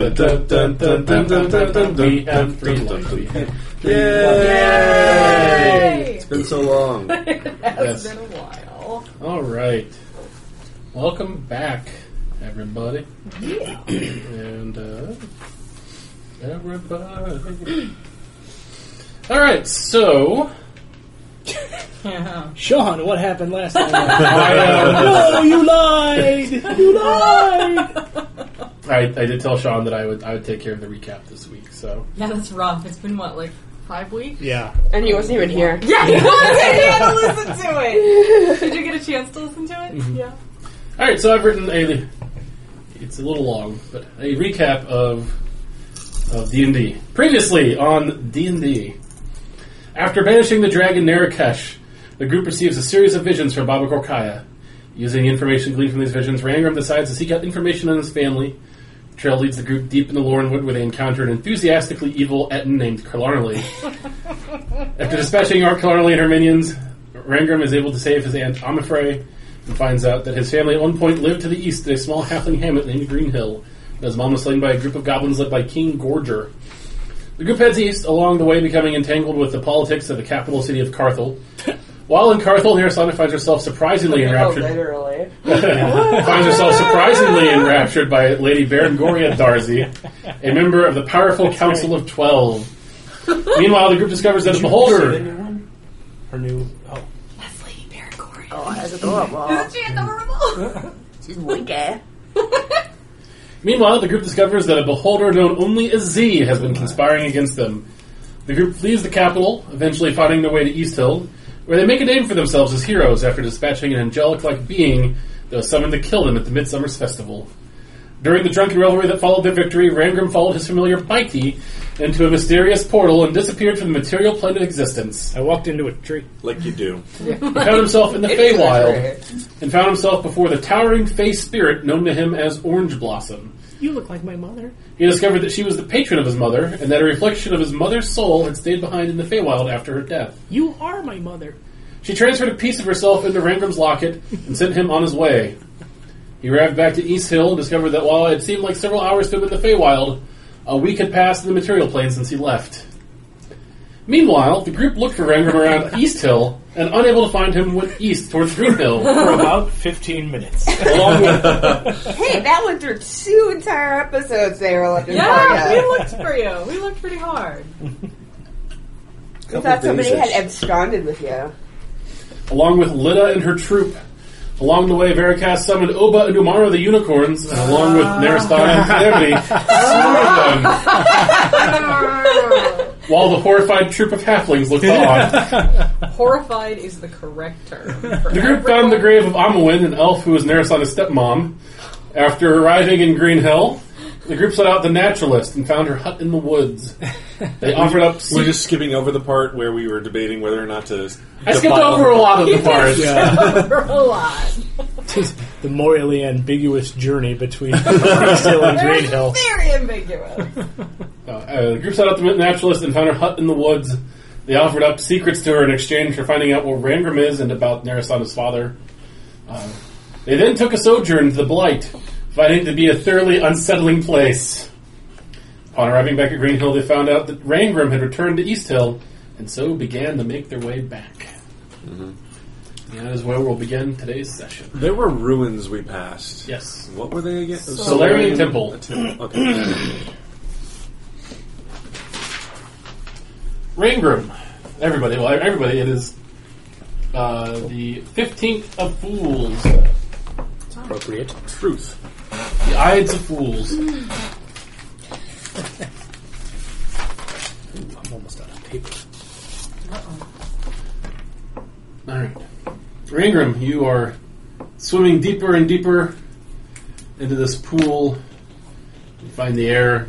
We have three left. Yay! It's been so long. Yes. been a while. All right. Welcome back, everybody. Yeah. And, uh, everybody. All right, so. Sean, what happened last time? I, um, no, you lied! You lied! I, I did tell Sean that I would I would take care of the recap this week, so. Yeah, that's rough. It's been what, like five weeks? Yeah. And you wasn't even here. Yeah, you had to listen to it. Did you get a chance to listen to it? Yeah. All right, so I've written a. It's a little long, but a recap of of D and D. Previously on D and D, after banishing the dragon Narakesh, the group receives a series of visions from Baba Gorkaya. Using information gleaned from these visions, Rangram decides to seek out information on his family. Trail leads the group deep in the Laurenwood, where they encounter an enthusiastically evil Etin named Killarnley. After dispatching Art Killarnley and her minions, Rangram is able to save his aunt Amifrey and finds out that his family at one point lived to the east in a small halfling hamlet named Green Hill. and His mom was slain by a group of goblins led by King Gorger. The group heads east, along the way becoming entangled with the politics of the capital city of Carthel. While in Carthel, Narasana finds herself surprisingly enraptured. literally. finds herself surprisingly enraptured by Lady Berengoria Darcy, a member of the powerful Council of Twelve. Meanwhile, the group discovers that a beholder. Her new. Oh. Leslie Baragorian. Oh, that's adorable. Isn't she adorable? She's eh. winky. Meanwhile, the group discovers that a beholder known only as Z has been conspiring against them. The group leaves the capital, eventually finding their way to East Hill, where they make a name for themselves as heroes after dispatching an angelic like being that was summoned to kill them at the Midsummer's Festival. During the drunken revelry that followed their victory, Rangram followed his familiar Mikey into a mysterious portal and disappeared from the material plane of existence. I walked into a tree. Like you do. He found himself in the Feywild and found himself before the towering Fey spirit known to him as Orange Blossom. You look like my mother. He discovered that she was the patron of his mother, and that a reflection of his mother's soul had stayed behind in the Feywild after her death. You are my mother. She transferred a piece of herself into Rangram's locket and sent him on his way. He arrived back to East Hill and discovered that while it had seemed like several hours to him in the Feywild, a week had passed in the material plane since he left. Meanwhile, the group looked for Rangram around East Hill, and unable to find him, went east towards Green Hill, For about 15 minutes. along with Hey, that went through two entire episodes they were looking yeah, for we you. looked for you. We looked pretty hard. We thought somebody had absconded with you. along with Lida and her troop. Along the way, Veracast summoned Oba and Umara the unicorns, and along with Naristan and Calamity, slaughtered them, while the horrified troop of halflings looked on. Horrified is the correct term. for The group found the grave of Amawin, an elf who was Naristan's stepmom. After arriving in Green Hill, the group sought out the naturalist and found her hut in the woods. They offered up. We're just skipping over the part where we were debating whether or not to. I skipped over a lot of the parts. a lot. the morally ambiguous journey between East Hill and Green Hill. Very ambiguous. Uh, the group sought out the naturalist and found her hut in the woods. They offered up secrets to her in exchange for finding out where Rangram is and about Narasana's father. Uh, they then took a sojourn to the Blight, finding it to be a thoroughly unsettling place. Upon arriving back at Green Hill, they found out that Rangram had returned to East Hill, and so began to make their way back. And that is where we'll begin today's session. There were ruins we passed. Yes. What were they again? Solarian Temple. a temple. Okay. Rangram. Everybody, well, everybody, it is uh, the 15th of Fools. Appropriate. Truth. The Ides of Fools. I'm almost out of paper. Alright. Rangram, you are swimming deeper and deeper into this pool. You find the air.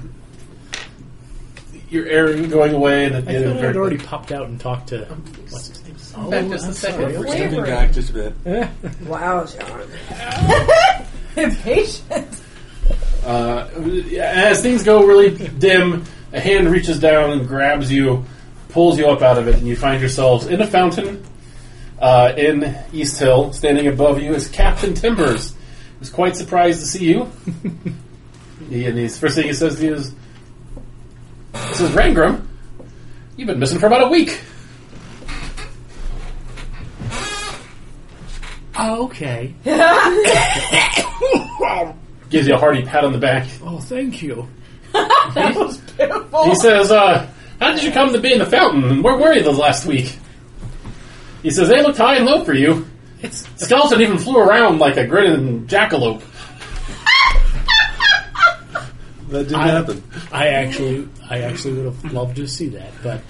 Your air going away, and at the I end thought of I had already popped out and talked to. What's his name? Back just a second. We're stepping back just a bit. Wow, Sean. Impatient. Uh, as things go really dim, a hand reaches down and grabs you, pulls you up out of it, and you find yourselves in a fountain uh, in East Hill. Standing above you is Captain Timbers, who's quite surprised to see you. He, and he's first thing he says to you is, "This is Rangram. You've been missing for about a week." Oh, okay. Gives you a hearty pat on the back. Oh, thank you. He says, uh, "How did you come to be in the fountain? And where were you the last week?" He says, "They looked high and low for you. It's Skeleton even flew around like a grinning jackalope." That didn't I- happen. I actually, I actually would have loved to see that, but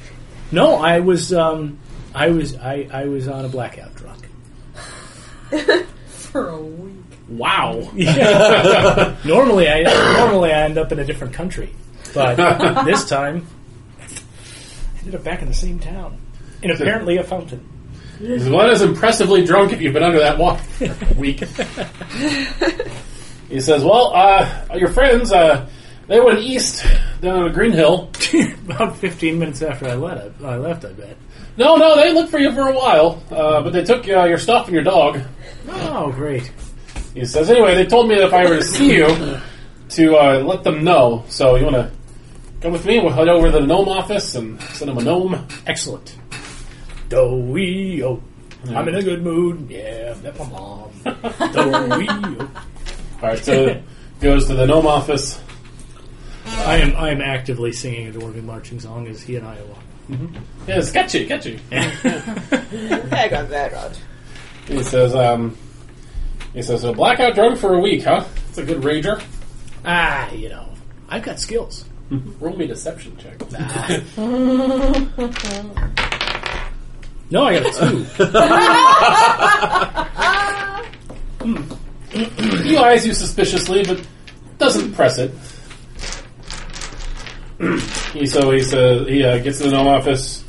no, I was, um, I was, I, I was on a blackout drunk. for a week. Wow. normally, I normally I end up in a different country, but this time I ended up back in the same town in apparently a fountain. One is impressively drunk if you've been under that water for a week. he says, "Well, uh, your friends, uh, they went east down on Green Hill. About fifteen minutes after I left, I left. I bet. No, no, they looked for you for a while, uh, but they took uh, your stuff and your dog." Oh, great! He says, "Anyway, they told me that if I were to see you, to uh, let them know. So you want to come with me? We'll head over to the gnome office and send them a gnome." Excellent. Do-wee-o. I'm in a good mood. Yeah, met my mom. Do-wee-o. All right, so goes to the gnome office. I am I am actively singing a dwarven marching song as he and I walk. Yes, got you, got you. I got that right. He says, um, he says, a blackout drug for a week, huh? It's a good rager. Ah, you know, I've got skills. Roll me a deception check. No, I got a two. He eyes you suspiciously, but doesn't press it. he so he says he uh, gets to the gnome office,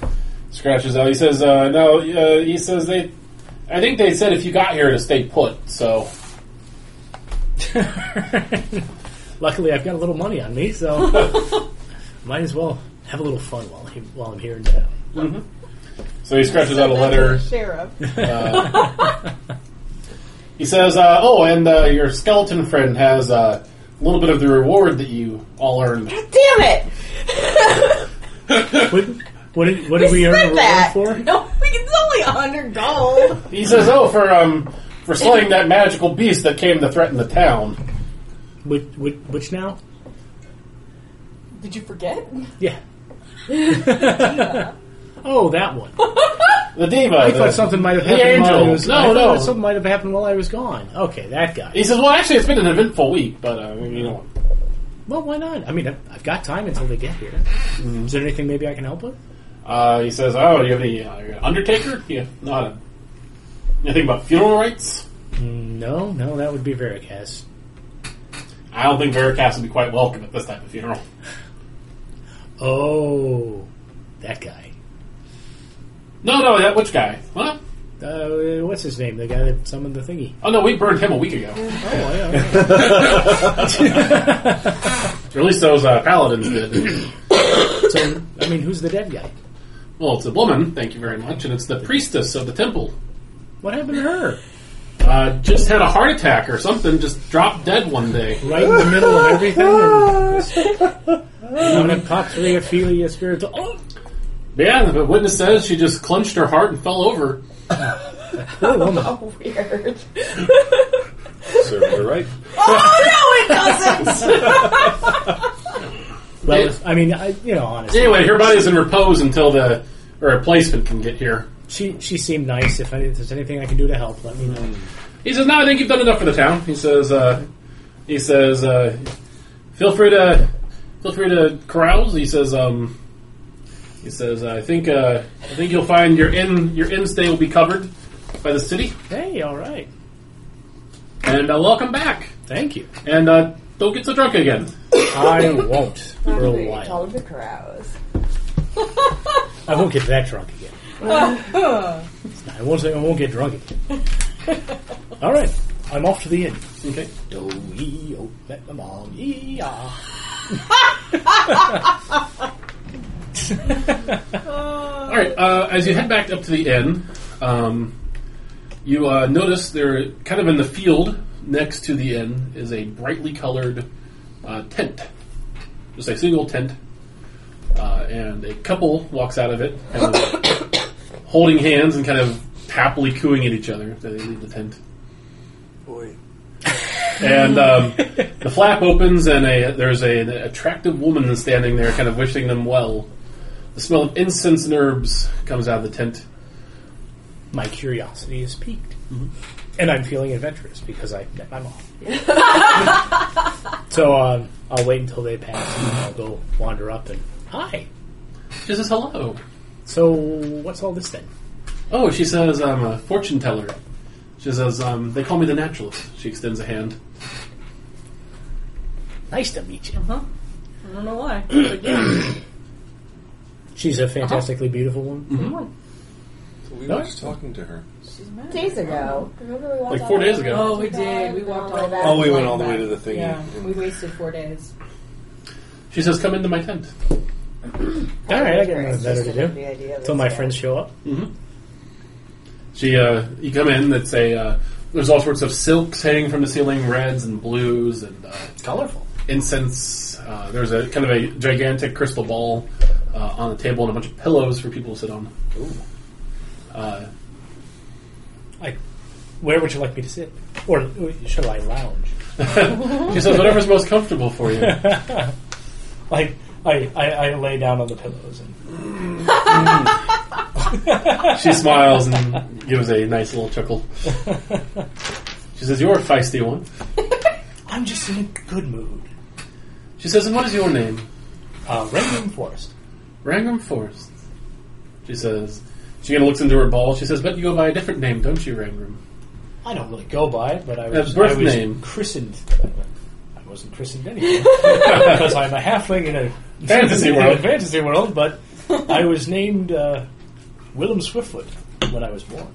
scratches out. He says, uh, "No," uh, he says they. I think they said if you got here to stay put. So Luckily, I've got a little money on me, so might as well have a little fun while he, while I'm here in town. so he scratches out a letter. Sheriff. He says, uh, "Oh, and uh, your skeleton friend has uh, a little bit of the reward that you all earned." Damn it! What, what did what did we, earn a Spend reward that. for? No, we can it's only a hundred gold. He says, "Oh, for um, for slaying that magical beast that came to threaten the town." Which, which, which now? Did you forget? Yeah. oh, that one. The diva. I the- thought something might have the happened while I angel. was No, I thought no. Something might have happened while I was gone. Okay, that guy. He says, "Well, actually, it's been an eventful week, but uh, you know, Well, why not? I mean, I've, I've got time until they get here. Is there anything maybe I can help with? uh, he says, "Oh, do you have any uh, you're an undertaker? You not a, anything about funeral rites? Mm, No, no, that would be Veracast. I don't think Veracast would be quite welcome at this type of funeral." Oh, that guy. No, no, that which guy? What? Uh, what's his name? The guy that summoned the thingy. Oh no, we burned him a week ago. Oh, yeah. Or at least those uh, paladins did. so, I mean, who's the dead guy? well, it's a woman. Thank you very much, and it's the priestess of the temple. What happened to her? Uh, just had a heart attack or something. Just dropped dead one day. Right in the middle of everything. And I'm gonna pop three Ophelia spiritual. Oh, Yeah, the witness says she just clenched her heart and fell over. poor woman. Oh, weird. Serve her right. Oh no, it doesn't. Well, if- I mean, I, you know, honestly, Anyway, her body's in repose until the her replacement can get here. she she seemed nice. If, I, if there's anything I can do to help, let me know. He says, "No, I think you've done enough for the town." He says, uh, "He says, uh, feel free to feel free to carouse." He says, um, "He says, I think uh, I think you'll find your inn your inn stay will be covered by the city, Hey, all right, and uh, welcome back, thank you. and uh, don't get so drunk again." I won't for a You while. told the crows. I won't get that drunk again. Huh. I won't say I won't get drunk again. all right, I'm off to the inn. Okay. Do we oh, met my mom? Yeah. All right. Uh, as you head back up to the inn, um, you uh, notice there, kind of in the field next to the inn, is a brightly colored uh, tent, just a single tent, uh, and a couple walks out of it, kind of holding hands and kind of happily cooing at each other. They leave the tent. Boy. And um, the flap opens, and a there's a, an attractive woman standing there, kind of wishing them well. The smell of incense and herbs comes out of the tent. My curiosity is piqued. And I'm feeling adventurous because I met my mom. so um, I'll wait until they pass and I'll go wander up and, hi. She says hello. So what's all this then? Oh, she says I'm a fortune teller. She says um, they call me the naturalist. She extends a hand. Nice to meet you. Huh? I don't know why. But yeah. She's a fantastically beautiful woman. So we No. were just talking to her. She's mad. Days ago. Remember we walked Like four all days the- ago. Oh, we did. We walked all the way. Oh, Oh, we we Like went all the way to the thingy. Yeah, we wasted four days. She says come into my tent. All right, I got nothing It's better just to an do. idea that's Until my bad. friends show up. She, uh, you come in. That's a. Uh, there's all sorts of silks hanging from the ceiling, reds and blues and uh, Colorful. incense. Uh, there's a kind of a gigantic crystal ball uh, on the table and a bunch of pillows for people to sit on. Uh, I, where would you like me to sit? Or should I lounge? she says whatever's most comfortable for you. Like, I, I, I lay down on the pillows and She smiles and gives a nice little chuckle. She says you're a feisty one. I'm just in a good mood. She says and what is your name? Uh, Random Forest. Rangram Forest. She says. She kind of looks into her ball. She says, "But you go by a different name, don't you, Rangram?" I don't really go by it, but I That's was, birth I was name. christened. I wasn't christened anything because I'm a halfling in a Fantasy in a world. fantasy world, but I was named uh, Willem Swiftfoot when I was born.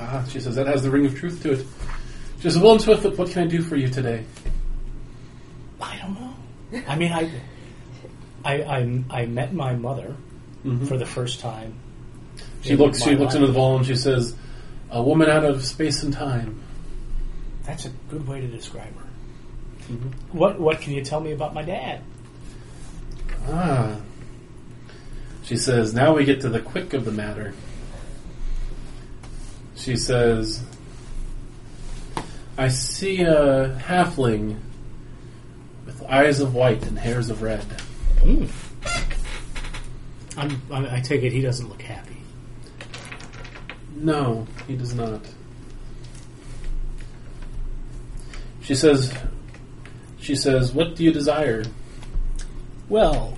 Ah, she says, that has the ring of truth to it. She says, Willem Swiftfoot, what can I do for you today? I don't know. I mean, I, I, I, I met my mother for the first time. She in looks my she looks life. into the ball and she says, A woman out of space and time. That's a good way to describe her. Mm-hmm. What What can you tell me about my dad? Ah. She says, now we get to the quick of the matter. She says, I see a halfling with eyes of white and hairs of red. I'm, I, I take it he doesn't look happy. No, he does not. She says, she says, what do you desire? Well,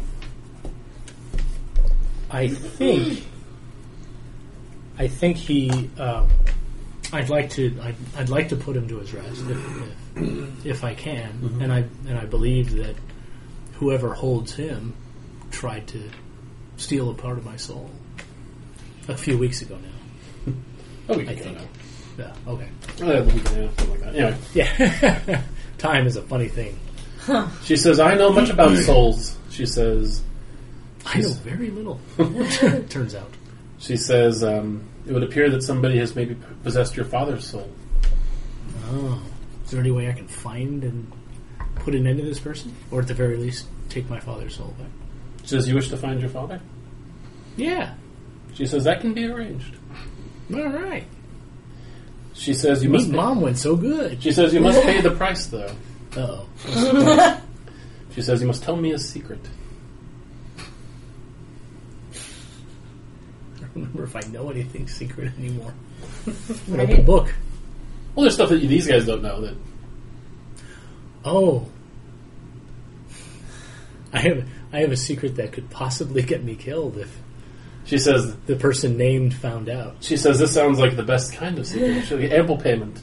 I think I think he. Uh, I'd like to. I'd, I'd like to put him to his rest if, if, if I can, and I and I believe that whoever holds him tried to steal a part of my soul a few weeks ago now. Oh, we I can go think. now. Yeah. Okay. Uh, we can have something like that. Anyway, Yeah. Time is a funny thing. she says, I know much about souls. She says, I know very little. Turns out. she says, um, it would appear that somebody has maybe p- possessed your father's soul. Oh. Is there any way I can find and put an end to this person? Or at the very least, take my father's soul back? She says, you wish to find your father? Yeah. She says, that can be arranged. All right. She says, you Meet must. mom went so good. She says, you must pay the price, though. Uh-oh. She says, you must tell me a secret. I don't remember if I know anything secret anymore. I'm I gonna open didn't- book. Well, there's stuff that you, these guys don't know that Oh. I have I have a secret that could possibly get me killed if she says. the person named found out. She says, "This sounds like the best kind of secret. She'll get ample payment."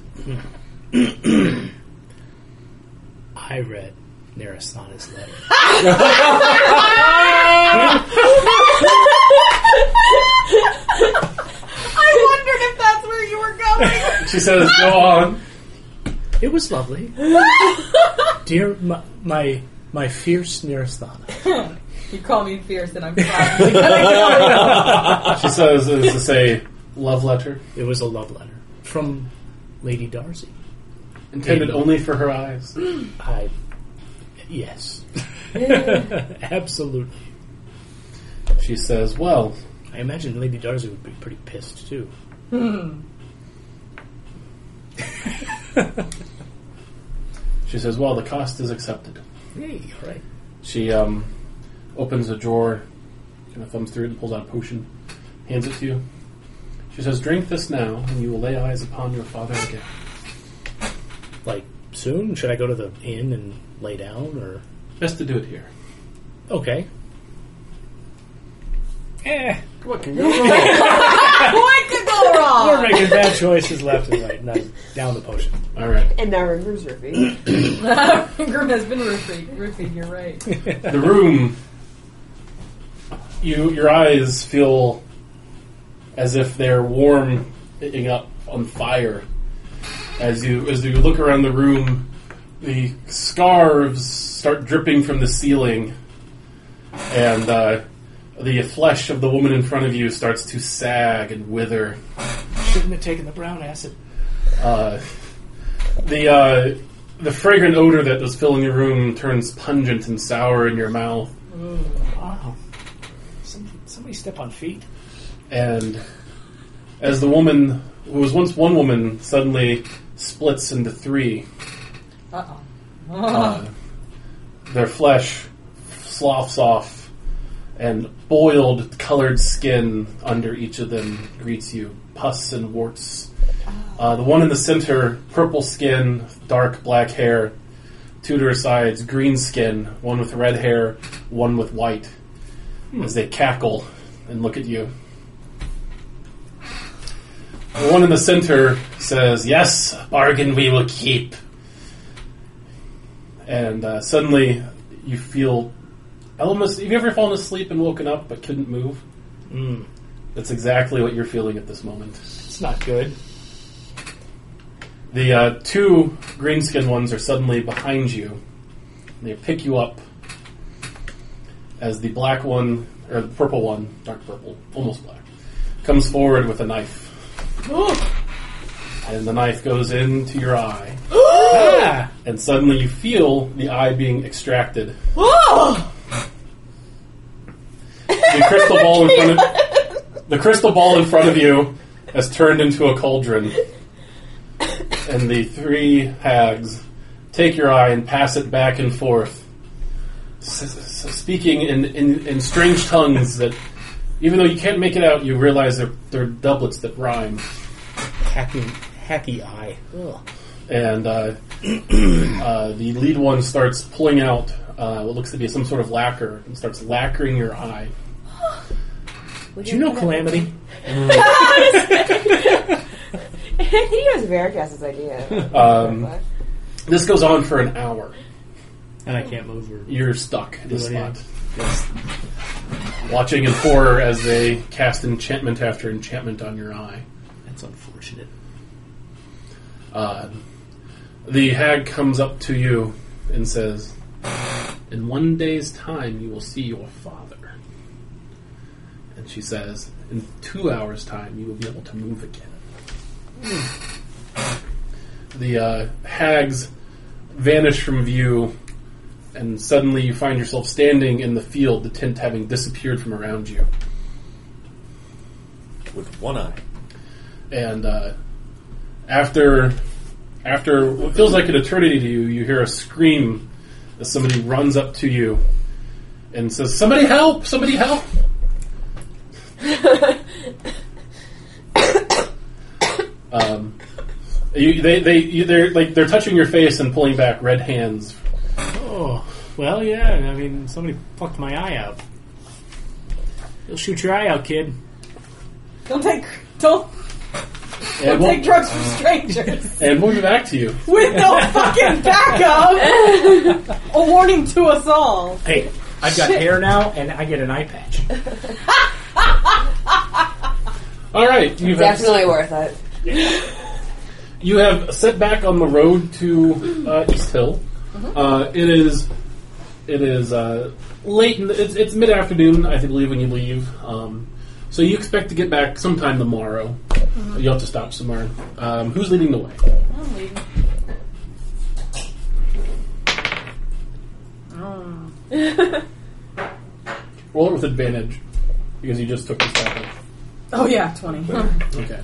I read Narasana's letter. I wondered if that's where you were going. She says, "Go on." It was lovely. Dear my my, my fierce Narasana. you call me fierce, and I'm probably She says, "Is to say love letter It was a love letter from Lady Darcy. intended only for her eyes." I Yes. Absolutely. She says, Well, I imagine Lady Darcy would be pretty pissed too. she says, Well, the cost is accepted. Hey, all right. She um, opens a drawer, kind of thumbs through it and pulls out a potion, hands it to you. She says, Drink this now, and you will lay eyes upon your father again. Like soon? Should I go to the inn and lay down or Best to do it here. Okay. Eh, What can go wrong? what could go wrong? we're making bad choices left and right. Now down the potion. All right. And now River's Ruby. Grim has been roofing. Roofing, you're right. the room you your eyes feel as if they're warm hitting up on fire as you as you look around the room the scarves start dripping from the ceiling and uh, the flesh of the woman in front of you starts to sag and wither Shouldn't have taken the brown acid. uh, the uh, the fragrant odor that was filling the room turns pungent and sour in your mouth Wow. Somebody, somebody step on feet. and as the woman who was once one woman suddenly splits into three, Uh-oh. uh, their flesh sloughs off, and boiled, colored skin under each of them greets you, pus and warts. Uh, the one in the center, purple skin, dark black hair. Two to her sides, green skin, one with red hair, one with white, as they cackle and look at you. The one in the center says, Yes, bargain we will keep. And uh, suddenly you feel. Almost, have you ever fallen asleep and woken up but couldn't move? Mm. That's exactly what you're feeling at this moment. It's not good. The uh, two green skinned ones are suddenly behind you. and They pick you up as the black one, or the purple one, dark purple, almost black, comes forward with a knife. And the knife goes into your eye. Ah! And suddenly you feel the eye being extracted. Oh! The crystal ball in front of the crystal ball in front of you has turned into a cauldron, and the three hags take your eye and pass it back and forth, s- s- s- speaking in, in, in strange tongues that, even though you can't make it out, you realize they're, they're doublets that rhyme. Hacky, hacky eye. Ugh. and uh, uh, the lead one starts pulling out uh, what looks to be some sort of lacquer and starts lacquering your eye. Do you know Calamity? he was Veracast's idea. Um, this goes on for an hour. And I can't move. Or... You're stuck in this Do I spot. Yes. Watching in horror as they cast enchantment after enchantment on your eye. That's unfortunate. Uh, the hag comes up to you and says, In one day's time, you will see your father. And she says, In two hours' time, you will be able to move again. The uh, hags vanish from view, and suddenly you find yourself standing in the field, the tent having disappeared from around you. with one eye. and uh, after after what feels like an eternity to you, you hear a scream as somebody runs up to you and says, "Somebody help! Somebody help!" um, you, they they you, they're like they're touching your face and pulling back red hands. Oh, well, yeah. I mean, somebody plucked my eye out. You'll shoot your eye out, kid. Don't take don't, And don't we'll, take drugs from strangers and we'll be back to you. with no fucking backup. A warning to us all. Hey, I've got hair now, and I get an eye patch. All right, you've Definitely worth it. You have set back on the road to uh, East Hill. Mm-hmm. Uh, it is it is uh, late. In the, it's it's mid afternoon, I believe, when you leave. Um, so you expect to get back sometime tomorrow. Mm-hmm. You'll have to stop somewhere. Um, who's leading the way? I'm leaving. Roll it with advantage because you just took this back. Oh yeah, twenty. Okay.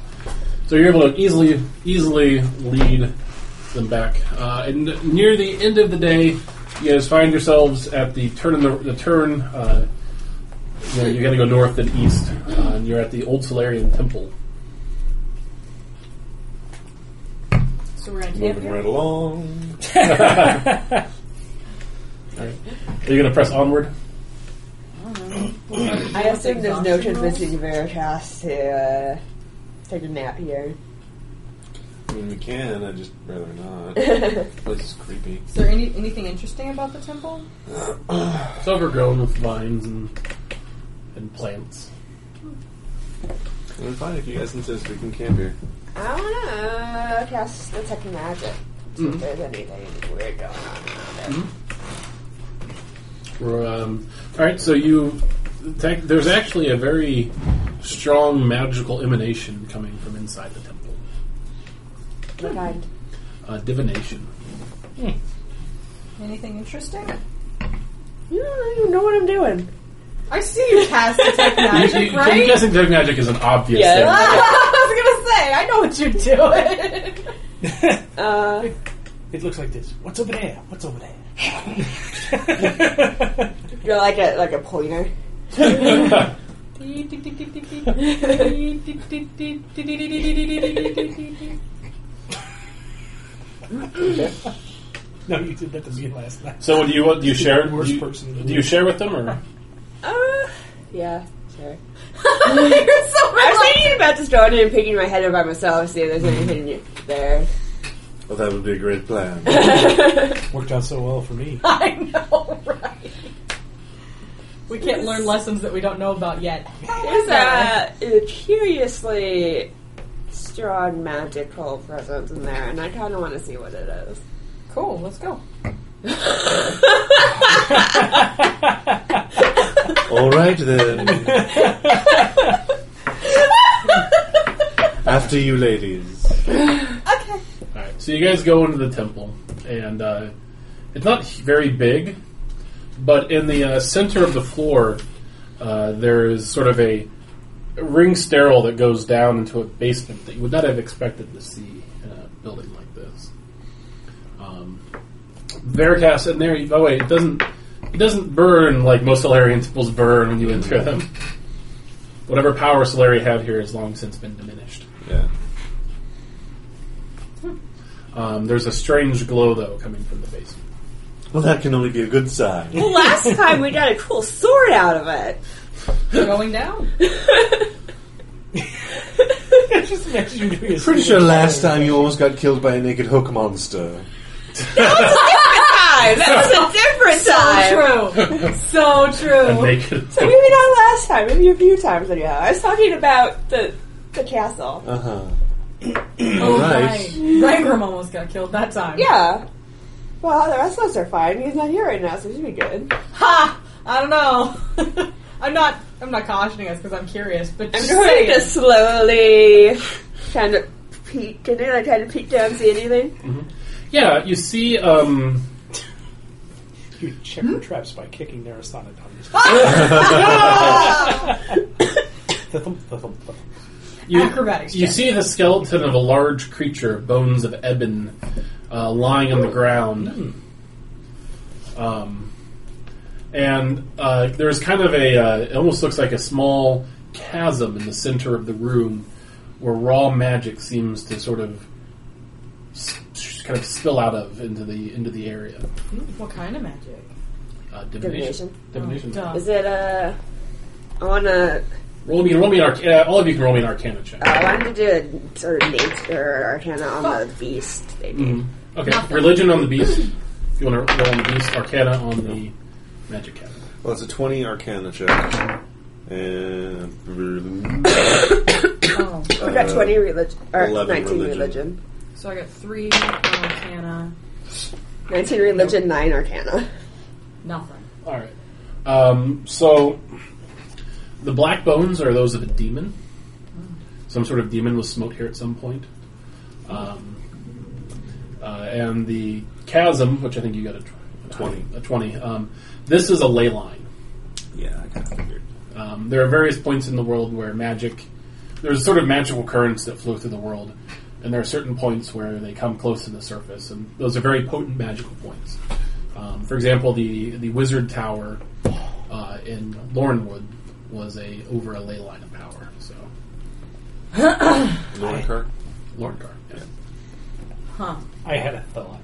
So you're able to easily easily lead them back. Uh, and near the end of the day, you guys find yourselves at the turn in the, the turn. Uh, you know, you're going to go north and east, uh, and you're at the old Solarian Temple. So we're gonna camp Moving here. right along. Are you going to press onward? I assume there's no convincing Veritas to uh, take a nap here. I mean, we can. I'd just rather not. this is creepy. Is there any anything interesting about the temple? It's overgrown with vines and and plants. I'm fine if you guys insist we can camp here. I want to cast detect magic. See Hmm. if there's anything weird going on around it. Or, Um, all right, so you tech- there's actually a very strong magical emanation coming from inside the temple. What kind? Uh, divination. Anything interesting? You don't even know what I'm doing. I see you cast detect You- magic, you- right? I'm guessing detect magic is an obvious Yeah. I was gonna say, I know what you're doing. Uh, It looks like this. What's over there? What's over there? you're like a like a pointer. thing. Uh, no, you did that to me last night. so, what do you what do you share? Do Worst you, person in the do you world. share with them or? Uh, yeah, sure. You're so I was thinking about just going in and picking my head up by myself, see if there's anything there. Well, that would be a great plan. Worked out so well for me. I know, right? We can't learn lessons that we don't know about yet. There's uh, a, a curiously strong magical presence in there, and I kind of want to see what it is. Cool, let's go. All right then. After you, ladies. All right, so you guys go into the temple, and uh, it's not h- very big, but in the uh, center of the floor, uh, there is sort of a ring stairwell that goes down into a basement that you would not have expected to see in a building like this. Um, Veritas in there. By the way, it doesn't it doesn't burn like most Solarian temples burn when you enter them. Whatever power Solari have here has long since been diminished. Yeah. Um, there's a strange glow though coming from the basement. Well, that can only be a good sign. Well, last time we got a cool sword out of it. We're going down. just imagine you doing a Pretty sure last time you almost got killed by a naked hook monster. Time. That was a different time. true. so and true. naked. So maybe not last time. Maybe a few times anyhow. I was talking about the the castle. Uh huh. Oh, Right. Rangram almost got killed that time. Yeah. Well, the rest of us are fine. He's not here right now, so he should be good. Ha! I don't know. I'm not. I'm not cautioning us because I'm curious. But I'm just going saying. to slowly kind of peek in there, like kind of peek down, see anything. Yeah, you see. Um, You check your traps by kicking Narasana down the Ah! thump, thump, thump, thump. you, Acrobatics You check. see the skeleton of a large creature, bones of ebon, uh, lying on the ground. Hmm. Um, and uh, there's kind of a. Uh, it almost looks like a small chasm in the center of the room, where raw magic seems to sort of. s- s- Kind of spill out of into the into the area. Hmm, what kind of magic? Uh, divination. Divination. Oh, duh. Is it uh? I wanna. oh, Roll me, roll me an arc- uh, All of you can roll me an Arcana check. I wanted to do a sort of nature or Hannah on the beast. They did. Okay, religion on the beast. If you want to roll on the beast, arcana on the magic cat. Well, it's a 20 arcana check. And. Oh, We got Uh, twenty religion or 11 nineteen religion. religion. so I got three Montana, nineteen religion, nine arcana. nothing. All right. Um, so the black bones are those of a demon. Some sort of demon was smoked here at some point. Um, uh, and the chasm, which I think you got a. tr- Twenty. a twenty. Um, this is a ley line. Yeah, I kind of figured. Um, there are various points in the world where magic, there's sort of magical currents that flow through the world, and there are certain points where they come close to the surface, and those are very potent magical points. Um, for example, the the wizard tower uh, in Laurenwood was a over a ley line of power. So, Lorcar? Lorndar. Yeah. Huh. I had a thought.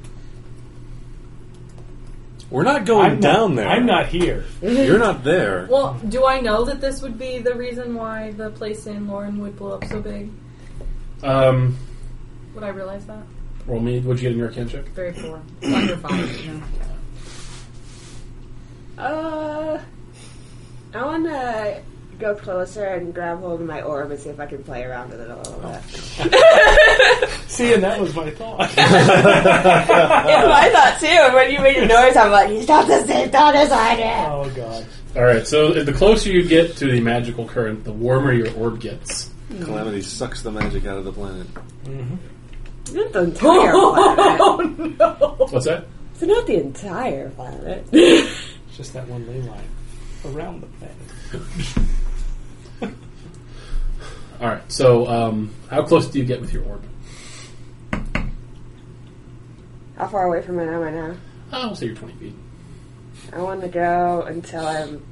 We're not going I'm not- Oh, down there. I'm not here. You're not there. Well, do I know that this would be the reason why the place in Lauren would blow up so big? Um, Would I realize that? roll me. What'd you get in your can check? Very poor. Under five. you know. Uh, I want to go closer and grab hold of my orb and see if I can play around with it a little bit. See, and that was my thought. yeah, but I thought too. When you made a noise, I'm like, he's not the same thought as I did. oh God. All right. So the closer you get to the magical current, the warmer your orb gets. Calamity sucks the magic out of the planet. Not the entire planet. Oh no! What's that? It's not the entire planet. It's just that one ley line around the planet. All right. So, um, how close do you get with your orb? How far away from it am I now? Oh, we'll say you're 20 feet. I want to go until I'm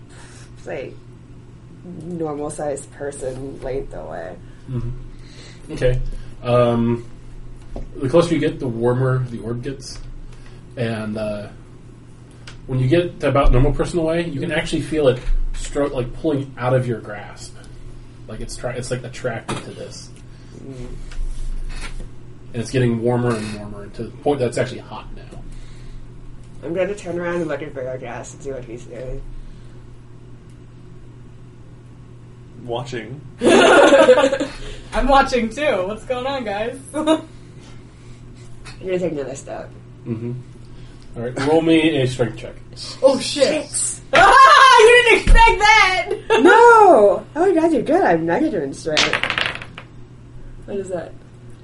like normal sized person length away. Okay. Um, the closer you get, the warmer the orb gets, and uh, when you get to about normal person away, you can actually feel it stro- like pulling out of your grasp. Like it's try- it's like attracted to this, and it's getting warmer and warmer to the point that's actually hot now. I'm going to turn around and look at Vergas and see what he's doing. Watching. I'm watching too. What's going on, guys? I'm going to take another step. Mm-hmm. All right, roll me a strength check. oh shit! Ah! You didn't expect that. no! Oh my god, you're good. I'm negative in strength. What is that?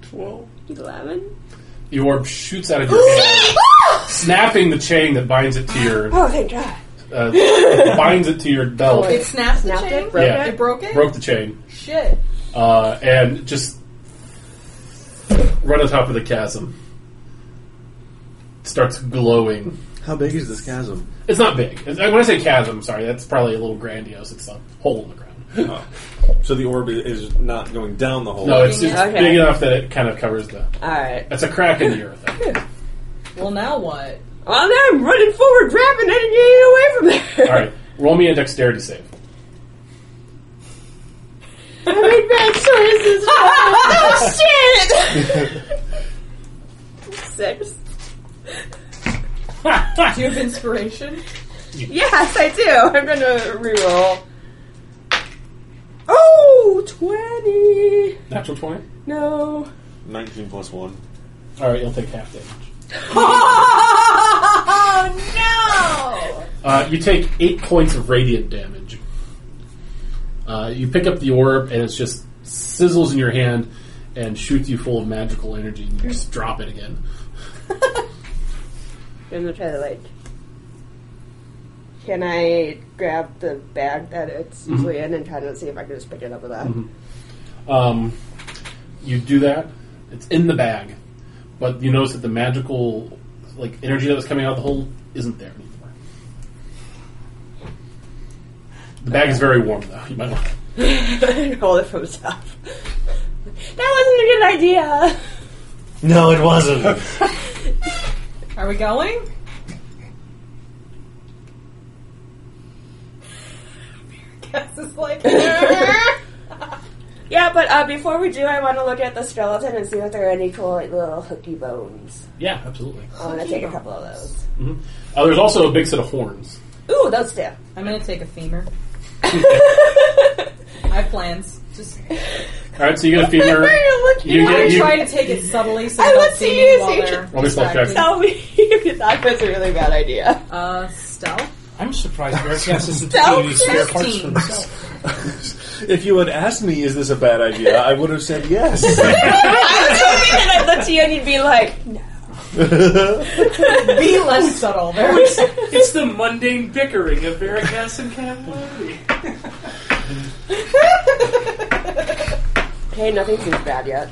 12. 11? The orb shoots out of your hand, snapping the chain that binds it to your Oh, thank god. uh, binds it to your belt. It snaps the Snapped chain. it, broke Yeah. It broke it. broke the chain, Shit. uh, and just right on top of the chasm starts glowing. How big is this chasm? It's not big. It's- uh, When I say chasm, sorry, that's probably a little grandiose. It's a hole in the ground. So the orb is not going down the hole. No, it's, it's Okay. big enough that it kind of covers the. Alright. It's a crack in the earth. Well, now what? Well, now I'm running forward, grabbing it, and getting away from there. All right, roll me a dexterity save. I made bad choices. oh, shit! Six. Do you have inspiration? Yes, I do. I'm going to reroll. Oh, 20. Natural twenty. No. 19 plus 1. All right, you'll take half damage. Oh Uh, you take eight points of radiant damage. Uh, you pick up the orb, and it just sizzles in your hand and shoots you full of magical energy, and you just drop it again. I'm going to try to, like. Can I grab the bag that it's usually in and try to see if I can just pick it up with that? Um, you do that; it's in the bag, but you notice that the magical, like energy that was coming out of the hole, isn't there anymore. The bag is very warm, though. You might want. Hold it from top. That wasn't a good idea. No, it wasn't. no! Are we going? Guess is like. Yeah, but uh, before we do, I want to look at the skeleton and see if there are any cool like little hooky bones. Yeah, absolutely. I want to take a couple of those. Uh, there's also a big set of horns. Ooh, those two. I'm gonna take a femur. I have plans. Just All right, so you get a femur. You I'm get you, trying to take it subtly so I they don't want see to me use while it. they're Roll me stealth check. distracted. Tell me if that was a really bad idea. Uh, stealth. I'm surprised Vergas isn't Stealth taking any spare parts for testing. himself. if you had asked me, is this a bad idea, I would have said yes. I was hoping that I'd look to you and you'd be like, no. Be less subtle. There we go. It's the mundane bickering of Veracast and Cavallari. Hey, nothing seems bad yet.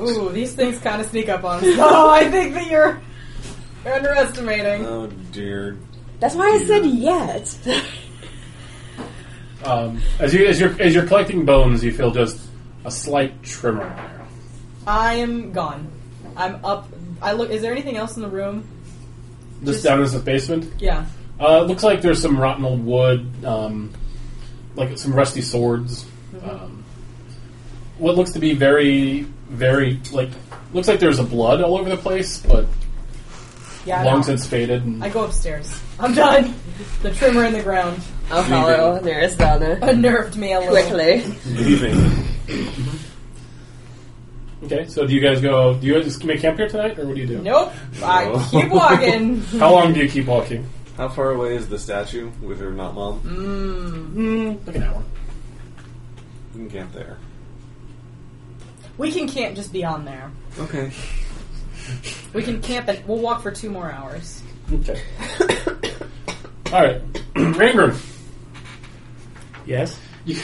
Ooh, these things kind of sneak up on us. Oh, I think that you're you're underestimating. oh dear. That's why I said yet. Um, as you as you're as you're collecting bones, you feel just a slight tremor. I am gone. I'm up. I look. Is there anything else in the room? Just down in the basement. Yeah. Uh, it looks like there's some rotten old wood, um, like some rusty swords. Mm-hmm. Um, what looks to be very, very like looks like there's a blood all over the place, but Yeah. I long know. since faded. And I go upstairs. I'm done. The trimmer in the ground I'll follow nearest Donna unnerved me a little. quickly. Leaving. Mm-hmm. okay, so do you guys go? Do you guys just make camp here tonight, or what do you do? Nope. I Oh. No. keep walking. How long do you keep walking? How far away is the statue with her not mom? Mm, like an hour. We can camp there. We can camp just beyond there. Okay. We can camp and we'll walk for two more hours. Okay. all right, Rayburn. Yes? You,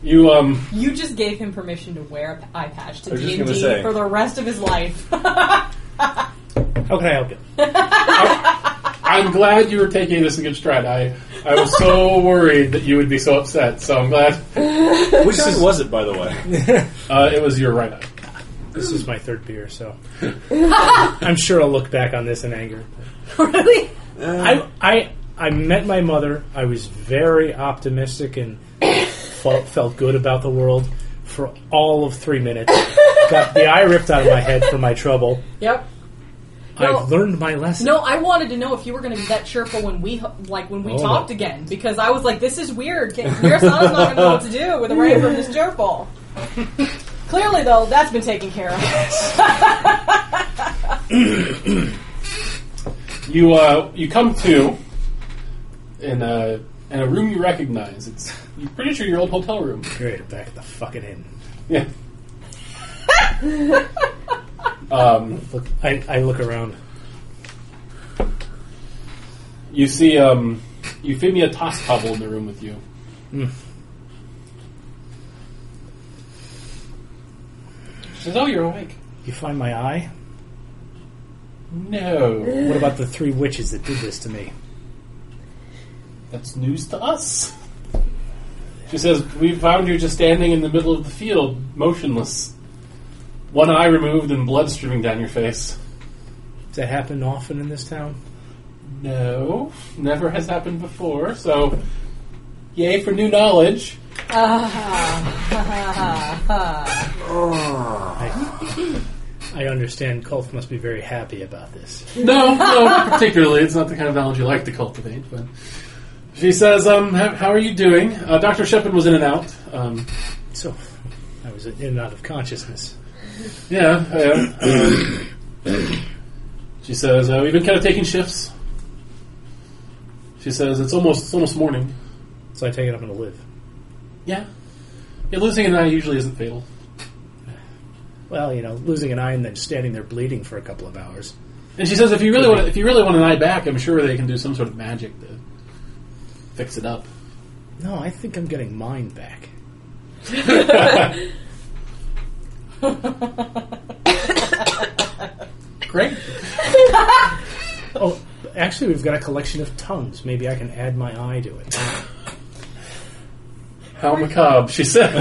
you um. You just gave him permission to wear an eye patch to I was just D and gonna D say. for the rest of his life. How can I help you? I'm glad you were taking this in good stride. I, I was so worried that you would be so upset, so I'm glad. Which side was it, by the way? Uh, it was your right eye. This is my third beer, so I'm sure I'll look back on this in anger. really? I, I, I met my mother. I was very optimistic and felt, felt good about the world for all of three minutes. Got the eye ripped out of my head for my trouble. Yep. No. I've learned my lesson. No, I wanted to know if you were going to be that cheerful when we like when we Oh, no. talked again because I was like, this is weird. Can- Nearest Anna's not going to know what to do with a rain from this cheerful. Clearly, though, that's been taken care of. You uh, you come to in a in a room you recognize. It's you're pretty sure your old hotel room. Great, back the fucking in. Yeah. um, Look, I, I look around. you see um, you feed me a toss cobble in the room with you. Hmm. She says, "Oh, you're awake." You find my eye? No, What about the three witches that did this to me? that's news to us. She says, "We found you just standing in the middle of the field, motionless, one eye removed and blood streaming down your face." Does that happen often in this town? No, never has happened before. So, yay for new knowledge. I understand Kulf must be very happy about this. No, no, not particularly. It's not the kind of knowledge you like to cultivate. But she says, "Um, how, how are you doing?" Uh, Doctor Shepard was in and out. Um, So, I was in and out of consciousness. yeah. yeah, um, she says, uh, "We've been kind of taking shifts." She says, "It's almost it's almost morning." So I take it I'm going to live. Yeah. Yeah, losing an eye usually isn't fatal. Well, you know, losing an eye and then standing there bleeding for a couple of hours. And she says, if you really want, if you really want an eye back, I'm sure they can do some sort of magic to fix it up. No, I think I'm getting mine back. Great. Oh, actually, we've got a collection of tongues. Maybe I can add my eye to it. How macabre, she says.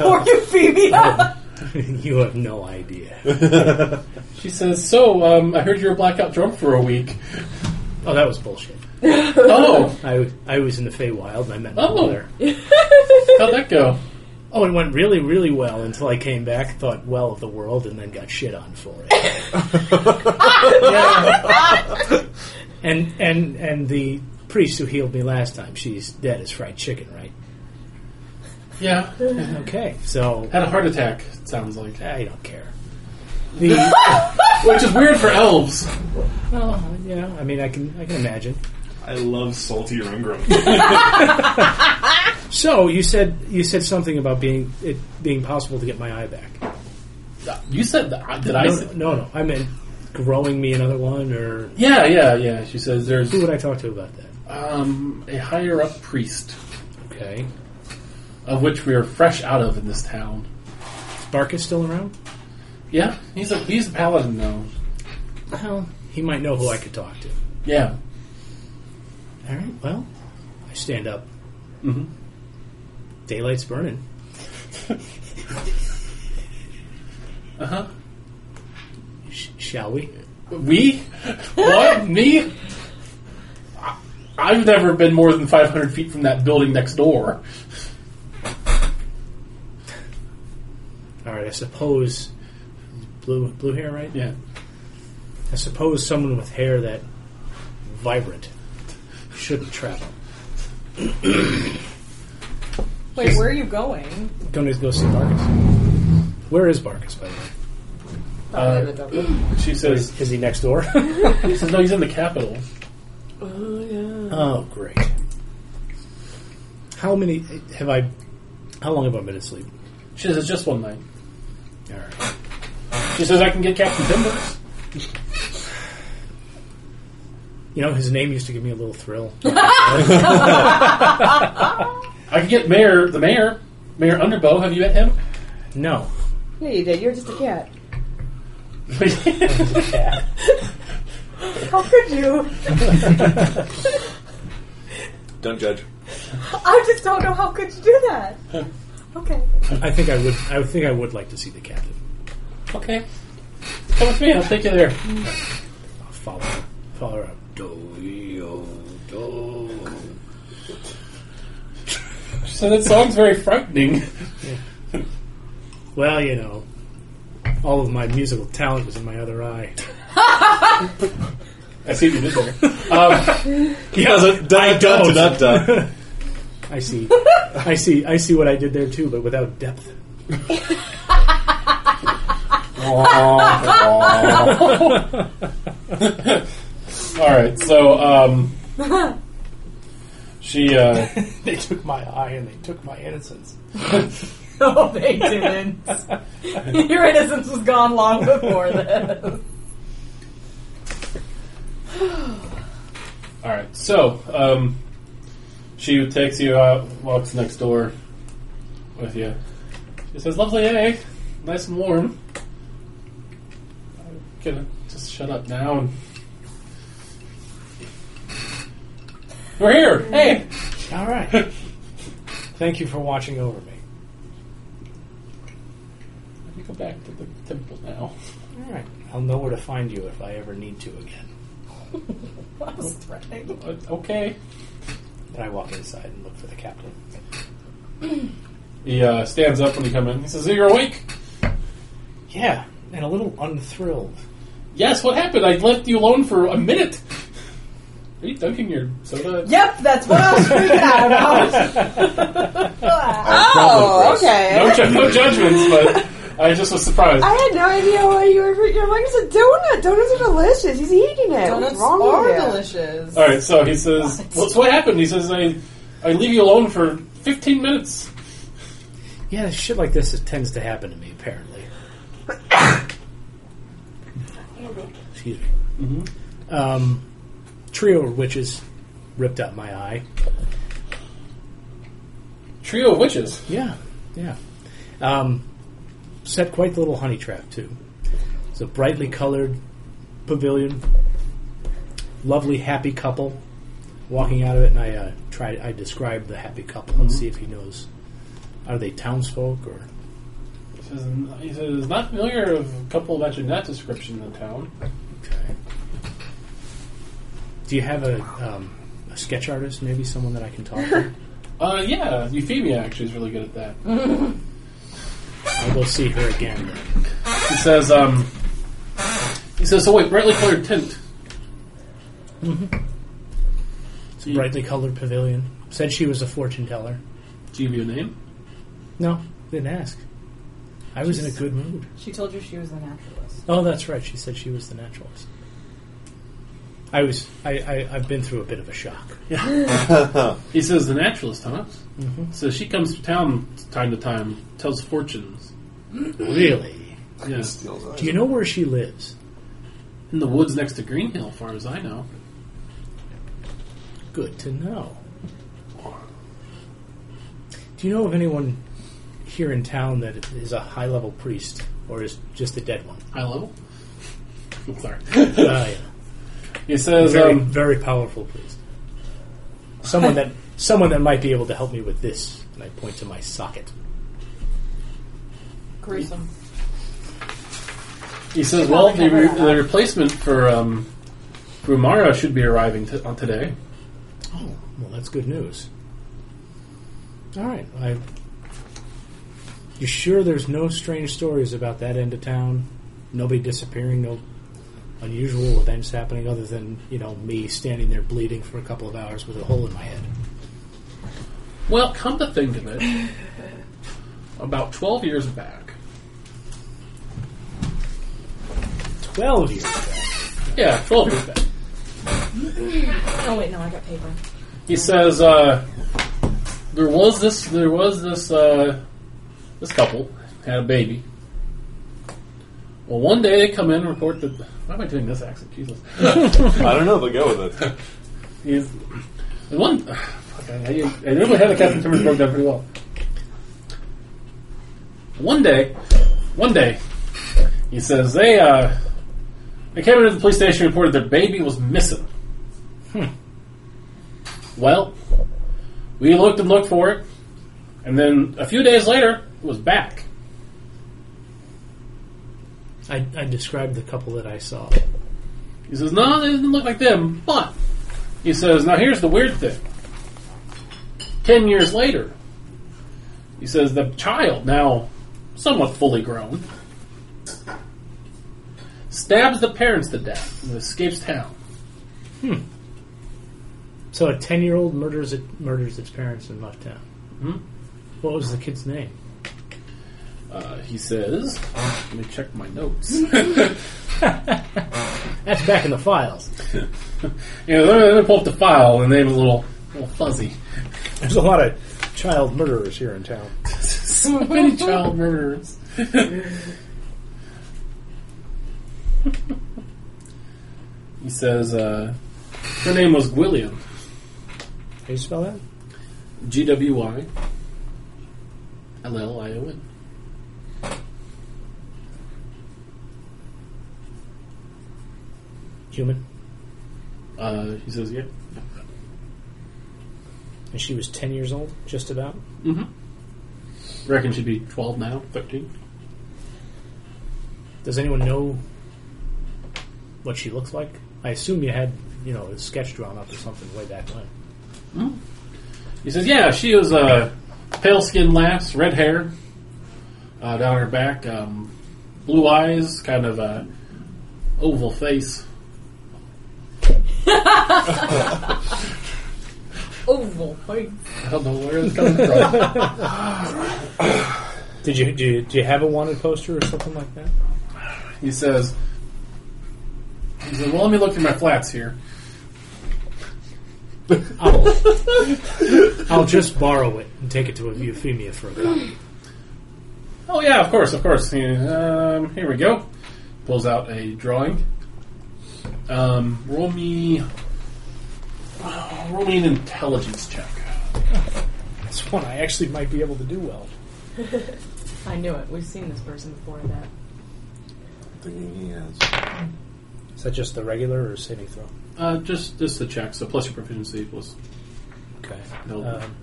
Poor Euphemia. you have no idea. she says, so um, I heard you were blackout drunk for a week. Oh, that was bullshit. Oh, I, I was in the Feywild and I met my Oh. mother. how'd that go? Oh, it went really, really well until I came back, thought well of the world, and then got shit on for it. Yeah. And and and the priest who healed me last time, she's dead as fried chicken, right? Yeah, Okay, so had a heart attack. It sounds like, I don't care. The which is weird for elves. well, you know, I mean, I can I can imagine. I love salty Rungram. So you said you said something about being it being possible to get my eye back. You said that. Did I? no, say- no, no. I meant growing me another one, or Yeah, yeah, yeah. She says there's who would I talk to about that? um, a higher up priest, Okay. of which we are fresh out of in this town. Bark is still around? Yeah, he's a he's a paladin now. Well, he might know who I could talk to. Yeah. All right, well, I stand up. hmm Daylight's burning. Uh huh. Sh- shall we? We? What? Me? I- I've never been more than 500 feet from that building next door. All right, I suppose. Blue, blue hair, right? Yeah. I suppose someone with hair that vibrant shouldn't travel. Wait, where are you going? Going to go see Barkus. Where is Barkus, by the way? Probably in the double. She says, Is, is he next door? she says, no, he's in the capital. Oh yeah. oh, great. How many have I? How long have I been asleep? She says, it's just one night. All right. She says, I can get Captain Timbers. You know, his name used to give me a little thrill. I can get Mayor, the Mayor, Mayor Underbow. Have you met him? no. Yeah, you did. You're just a cat. How could you? Don't judge. I just don't know how could you do that. Okay. I think I would. I think I would like to see the captain. okay. Come with me, I'll take you there. I'll follow her. Follow her up. Do do. She said, that song's very frightening. Well, you know, all of my musical talent was in my other eye. I see what you did there. Um, Yeah, I Dun, dun, don't. dun, dun. I see. I see. I see what I did there too, but without depth. all right, so um, she uh, They took my eye and they took my innocence. No, Oh, they didn't. Your innocence was gone long before this. All right, so um, she takes you out, walks next door with you. She says, "Lovely day, nice and warm." I'm gonna just shut up now. And We're here. Hey, All right. Thank you for watching over me. let me go back to the temple now. All right. I'll know where to find you if I ever need to again. I was threatening. Uh, Okay. And I walk inside and look for the captain. He uh, stands up when you come in. He says, "You're awake." Yeah, and a little unthrilled. Yes. What happened? I left you alone for a minute. Are you dunking your soda? Yep, that's what I was freaking out about. Probably Oh, gross. okay. No, ju- no judgments, but I just was surprised. I had no idea why you were. You're like, it's a donut. Donuts are delicious. He's eating it. What's Donuts wrong are with you? delicious. All right, so he says, "What's what happened?" He says, "I, I leave you alone for fifteen minutes." Yeah, shit like this it tends to happen to me, apparently. Excuse me. Um, trio of witches ripped out my eye. Trio of witches. Yeah, yeah. Um, set quite the little honey trap, too. It's a brightly colored pavilion. Lovely, happy couple walking out of it, and I uh, tried. I described the happy couple and see if he knows. Are they townsfolk or? He says, "He says not familiar of a couple matching that description in the town." Okay. Do you have a, um, a sketch artist, maybe someone that I can talk to? Uh, yeah, Euphemia actually is really good at that. I'll go see her again. He says, um, he says, "So wait, brightly colored tint." It's a brightly colored pavilion. Said she was a fortune teller. Do you give you a name? No, didn't ask. I was in a good mood. She told you she was a naturalist. Oh, that's right. She said she was the naturalist. I was. I, I, I've been through a bit of a shock. He says, "The naturalist, huh?" So she comes to town time to time, tells fortunes. Really? Yeah. Steals eyes. Do you know where she lives? In the woods next to Green Hill, far as I know. Good to know. Do you know of anyone here in town that is a high level priest or is just a dead one? High level? I'm sorry. Uh, yeah. He says, Very, um, very powerful priest. Someone that someone that might be able to help me with this. And I point to my socket. Gruesome. he says, well, the, Probably re- covered that the replacement for um, Grumara should be arriving t- on today. Oh, well, that's good news. All right, I. You sure there's no strange stories about that end of town? Nobody disappearing, no unusual events happening other than, you know, me standing there bleeding for a couple of hours with a hole in my head. Well, come to think of it, about 12 years back, 12 years. yeah, 12 years back, Oh wait, no, I got paper. he says, uh, there was this, there was this, uh, this couple had a baby. Well, one day they come in and report that, why am I doing this accent? Jesus. I don't know. They'll go with it. He's the one. Fuck, I, I, I really had the Captain Timbers broke down pretty well. One day, one day, he says they uh, they came into the police station and reported their baby was missing. Well, we looked and looked for it, and then a few days later, it was back. I, I described the couple that I saw. He says, no, they didn't look like them, but he says, now here's the weird thing. Ten years later, he says, the child, now somewhat fully grown, stabs the parents to death and escapes town. So a 10 year old murders it, murders its parents and left town. Hmm? What was the kid's name? Uh, he says, let me check my notes. That's back in the files. you know, let me, let me pull up the file, and the name is a little, little fuzzy. There's a lot of child murderers here in town. so many child murders. he says uh, her name was Gwilliam. How do you spell that? G W Y L L I O N. Human. Uh, He says, yeah. And she was 10 years old, just about. Mm-hmm. Reckon she'd be 12 now, 13. Does anyone know what she looks like? I assume you had, you know, a sketch drawn up or something way back when. He says, yeah, she was a pale skinned lass, red hair uh, down her back, um, blue eyes, kind of a oval face. Oval. Wait. I don't know where it's coming from. Did you do you, do you have a wanted poster or something like that? He says, he says, well, let me look through my flats here. I'll, I'll just borrow it and take it to Euphemia for a copy. Oh, yeah, of course, of course. He, um, here we go. Pulls out a drawing. Um, roll me... oh, roll me an intelligence check. That's one I actually might be able to do well. I knew it. We've seen this person before. That. Thinking he has. Is that just the regular or saving throw? Uh, just, just the check, so plus your proficiency, plus... Okay. No. Um,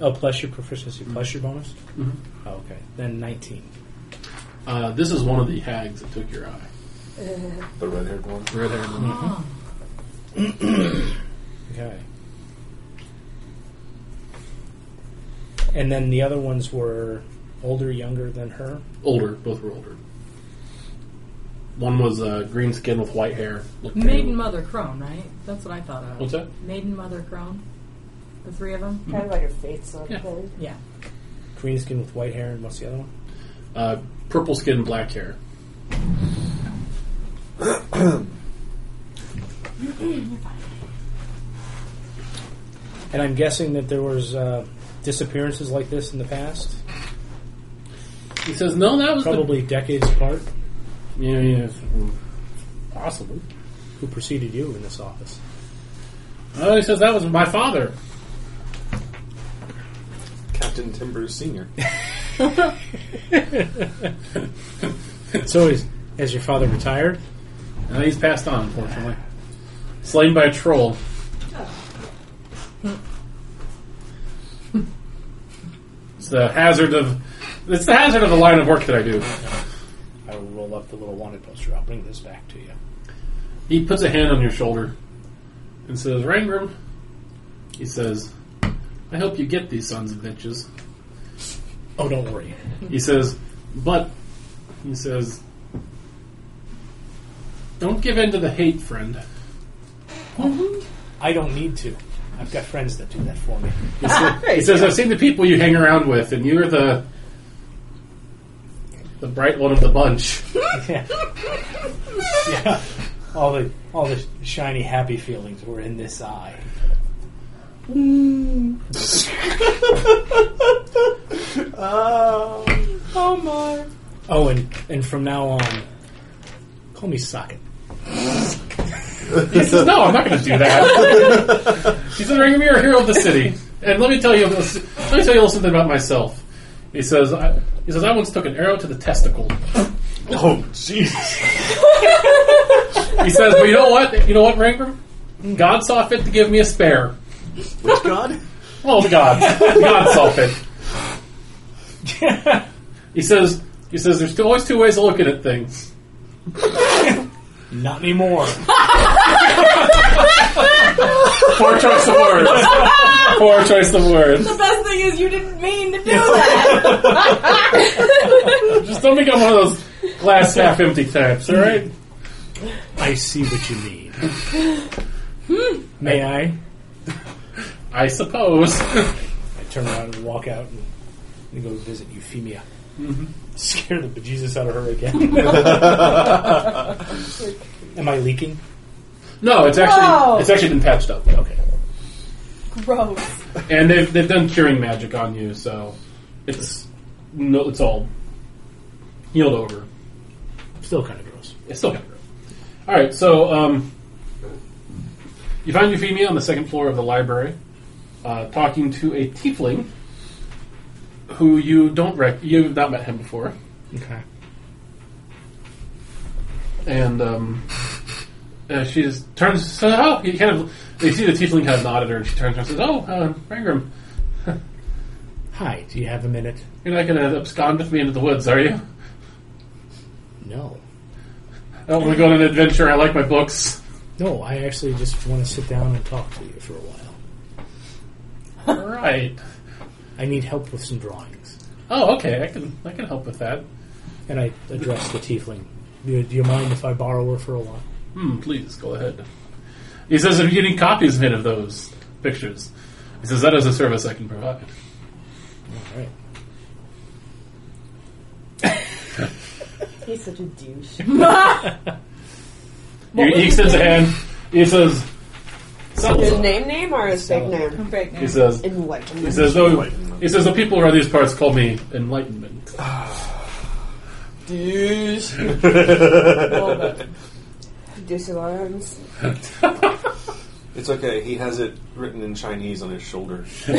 oh, plus your proficiency, plus your bonus. Mhm. Oh, okay, then 19. Uh, this is one of the hags that took your eye. Mm-hmm. The red-haired one. The red-haired one. Okay. And then the other ones were older, younger than her. Older, both were older. One was uh, green skin with white hair. Looked very- Maiden mother crone, right? That's what I thought of. What's that? Maiden mother crone. The three of them. Kind of like her fate sort Yeah. of thing. Yeah. Green skin with white hair, and what's the other one? Uh, purple skin, black hair. And I'm guessing that there was uh, disappearances like this in the past. He says, "No, that was the probably decades apart, yeah, yeah, it's- mm, possibly." who preceded you in this office. Oh, he says that was my father. Captain Timbers Senior. So is, has your father retired? Uh, he's passed on, unfortunately. Slain by a troll. It's the hazard of it's the hazard of the line of work that I do. I will roll up the little wanted poster. I'll bring this back to you. He puts a hand on your shoulder and says, Rangram, he says, I hope you get these sons of bitches. Oh, don't worry. He says, but, he says, don't give in to the hate, friend. I don't need to. I've got friends that do that for me. He sa- he says, I've seen the people you hang around with, and you're the the bright one of the bunch. yeah. yeah. All the all the shiny happy feelings were in this eye. Mm. Oh my. Oh, and and from now on, call me Socket. He says, No, I'm not going to do that. he says, Ring, you're a hero of the city. And let me tell you, let me tell you a little something about myself. He says, I, he says, I once took an arrow to the testicle. Oh Jesus! He says, but you know what? You know what, Rangram? God saw fit to give me a spare. Which god? Well, God, God saw fit. He says, he says, there's always two ways of looking at things. Not anymore. Poor choice of words. Poor choice of words. The best thing is you didn't mean to do that. Just don't become one of those glass half empty types, all right? I see what you mean. Hmm. May I? I suppose. I turn around and walk out and, and go visit Euphemia. Scare the bejesus out of her again. Am I leaking? No, it's actually Whoa. it's actually been patched up, Okay. Gross. and they've they've done curing magic on you, so it's no, it's all healed over. Still kind of gross. It's still kind of gross. All right, so um, you find Euphemia on the second floor of the library, uh, talking to a tiefling who you don't rec- you've not met him before, Okay. and um, uh, she just turns. So, oh, you kind of they see the tiefling kind of nod at her, and she turns around and says, "Oh, uh, Rangram, Hi. Do you have a minute? you're not going to abscond with me into the woods, are you? No. I don't want to go on an adventure. I like my books." No. I actually just want to sit down and talk to you for a while. All right. I need help with some drawings. Oh, okay. I can I can help with that. And I address the tiefling. Do you, do you mind if I borrow her for a while? Hmm, please go ahead. He says, I'm getting copies made of those pictures. He says, that is a service I can provide. All right. He's such a douche. He, he extends a hand. He says, His "Salazar." name name or his fake name? Big he name. says, Enlightenment. he says, though, he says, the people around these parts call me enlightenment. Ah. Disallowance. It's okay. He has it written in Chinese on his shoulder. He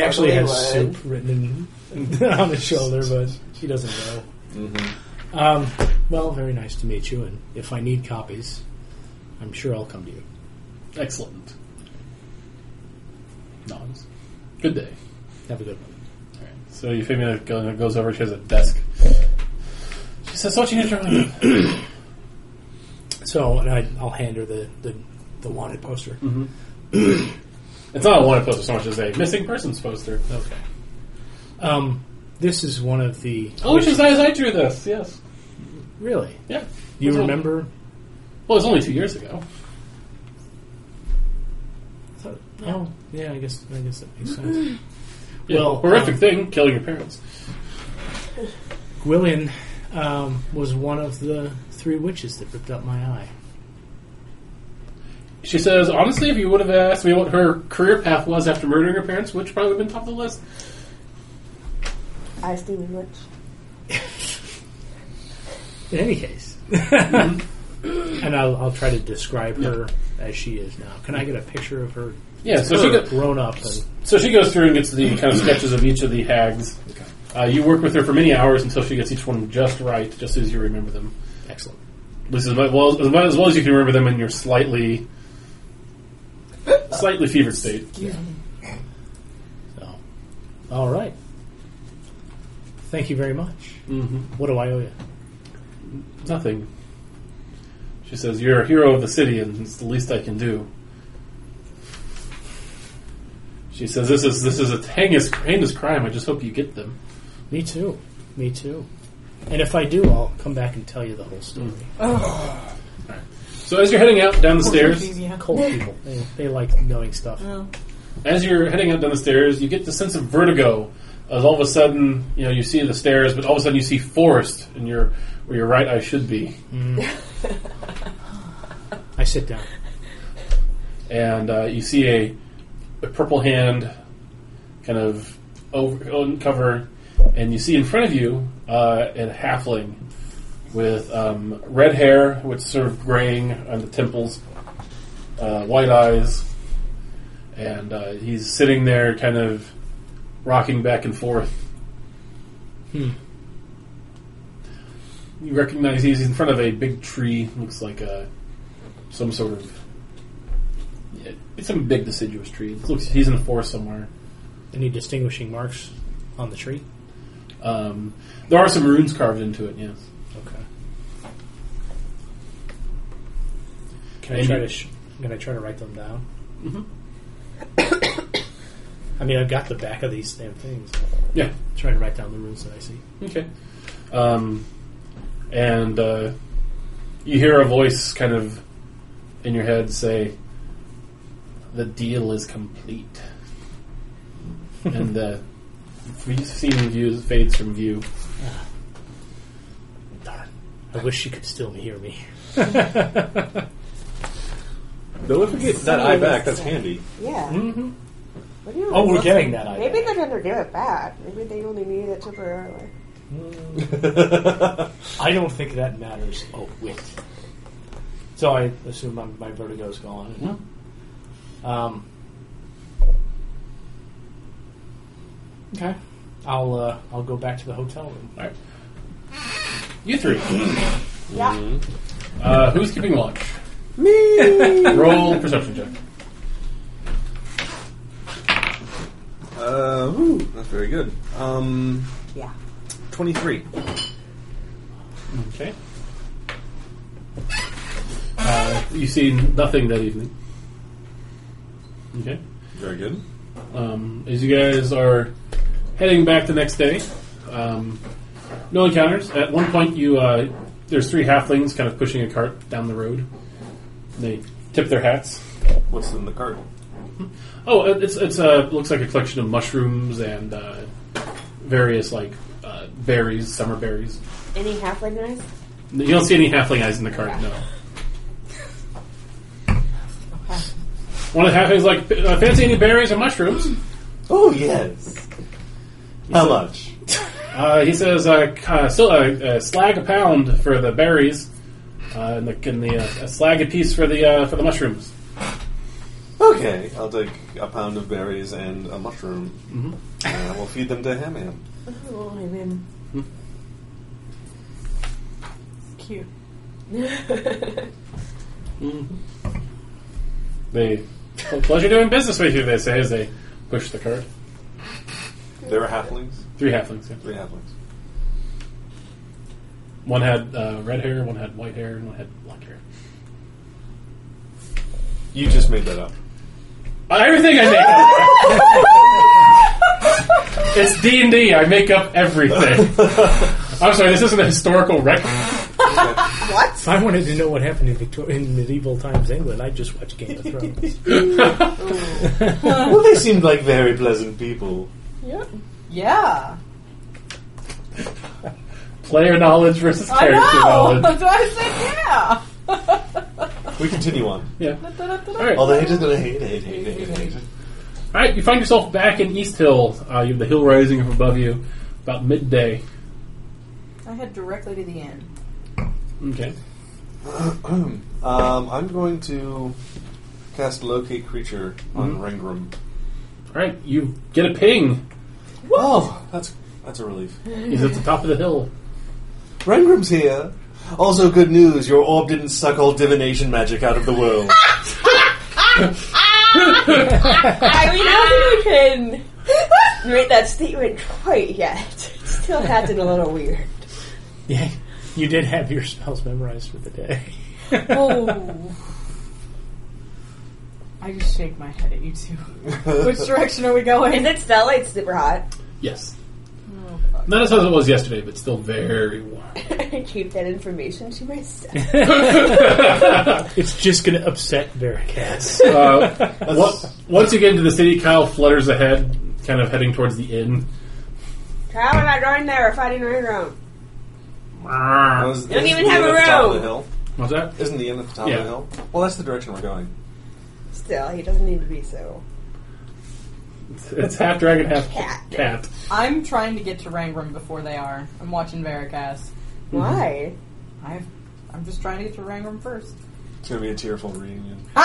actually has Totally would. soup written in, on his shoulder, but he doesn't know. Um, well, very nice to meet you, and if I need copies, I'm sure I'll come to you. Excellent. Nods. Good day. Have a good one. So Euphemia go- goes over, she has a desk. She says, what you need to So, and I, I'll hand her the, the, the wanted poster. It's not a wanted poster so much as a missing persons poster. Okay. Um, this is one of the. Oh, which is as I drew this, yes. Really? Yeah. You It's all- remember? Well, it was only two years ago. Oh, yeah. I guess I guess that makes sense. Yeah, Well, horrific um, thing, killing your parents. Gwilyn um, was one of the three witches that ripped out my eye. She says, honestly, if you would have asked me what her career path was after murdering her parents, which probably would have been top of the list. I steam English. In any case, and I'll, I'll try to describe her as she is now. Can I get a picture of her Yeah, so she, go- grown up? And, so she goes through and gets the kind of sketches of each of the hags. Uh, you work with her for many hours until she gets each one just right, just as you remember them. excellent. At least as mu- well as, as well as you can remember them in your slightly, slightly fevered state. So, all right. Thank you very much. Mm-hmm. What do I owe you? Nothing. She says, "You're a hero of the city, and it's the least I can do." She says, "This is this is a heinous, heinous crime. I just hope you get them." Me too. Me too. And if I do, I'll come back and tell you the whole story. So as you're heading out down the stairs, Yeah. Cold people, they, they like knowing stuff. as you're heading up down the stairs, you get the sense of vertigo. As all of a sudden, you know, you see the stairs, but all of a sudden you see forest in your where your right eye should be, I sit down. and uh, you see a, a purple hand kind of over, uncover, and you see in front of you uh, a halfling with um, red hair, which is sort of graying on the temples, uh, white eyes, and uh, he's sitting there kind of rocking back and forth. Hmm. You recognize he's in front of a big tree, looks like a, some sort of. yeah, It's some big deciduous tree. It looks he's in a forest somewhere. Any distinguishing marks on the tree? Um, there are some runes carved into it. Yes. Okay. Can I And try you- to? Sh- can I try to write them down? Mhm. I mean, I've got the back of these damn things. Yeah. Try to write down the rules that I see. Okay. Um, and uh, you hear a voice kind of in your head say, "The deal is complete," and uh, the scene views fades from view. Darn. I wish you could still hear me. Though if we get that eye back, that's handy. Yeah. Mm-hmm. What do you Oh, we're want? getting that idea. Maybe they're gonna give it back. Maybe they only need it temporarily. I don't think that matters a whit. So I assume I'm, my vertigo's gone. Um, okay, I'll uh, I'll go back to the hotel room. All right. You three. Yeah. Uh, who's keeping watch? Me. Roll perception check. Uh, ooh, that's very good. Um, yeah. 23. Okay. Uh, you see nothing that evening. Okay. Very good. Um, as you guys are heading back the next day, um, no encounters. At one point, you uh, there's three halflings kind of pushing a cart down the road. They tip their hats. What's in the cart? Oh, it- it's it's uh, looks like a collection of mushrooms and uh, various like uh, berries, summer berries. Any halfling eyes? You don't see any halfling eyes in the cart, no. One of the halflings like, "P- uh, fancy any berries or mushrooms? Oh, yes. How much? Uh, he says, uh, c- uh, sil- uh, uh, slag a pound for the berries, uh, and the, and the uh, a slag a piece for the uh, for the mushrooms. Okay, I'll take a pound of berries and a mushroom. And I will feed them to Hamham. Oh, I mean. Cute. They "Well, pleasure doing business with you. They say as they push the cart. There are halflings? Three halflings. Yeah. Three halflings. One had uh, red hair, one had white hair, and one had black hair. You just made that up. Uh, everything I make up. it's D and D. I make up everything. I'm sorry. This isn't a historical record. If I wanted to know what happened in Victor- in medieval times England, I'd just watch Game of Thrones. well, they seemed like very pleasant people. Yeah. Player knowledge versus I character know. knowledge. That's why I said yeah. We continue on. Yeah. All Da-da-da-da. right. All All the haters gonna hate, hate, hate, hate, hate. right. You find yourself back in East Hill. Uh, you have the hill rising up above you. about midday. I head directly to the inn. Okay. Um, I'm going to cast locate creature on Hmm? Rengram. All right, you get a ping. Oh, that's that's a relief. He's at the top of the hill. Rengram's here. Also, good news: your orb didn't suck all divination magic out of the world. I mean, I don't think we can make that statement quite yet. It still acting a little weird. Yeah, you did have your spells memorized for the day. Oh. I just shake my head at you two. Which direction are we Is going? it still like super hot? Yes. Oh, fuck. Not as hot as it was yesterday, but still very warm. I keep that information to myself. It's just going to upset Veracast. Uh, wa- once you get into the city, Kyle flutters ahead, kind of heading towards the inn. Kyle and I going there. We're fighting right around. Was- don't isn't even the have inn a at the top of room. the hill? What's that? Isn't the inn at the top Yeah. of the hill? Well, that's the direction we're going. Still, he doesn't need to be so. It's half dragon, half Cat. cat. I'm trying to get to Rangram before they are. I'm watching Veracast. Why? I've, I'm just trying to get to Rangram first. It's going to be a tearful reunion. All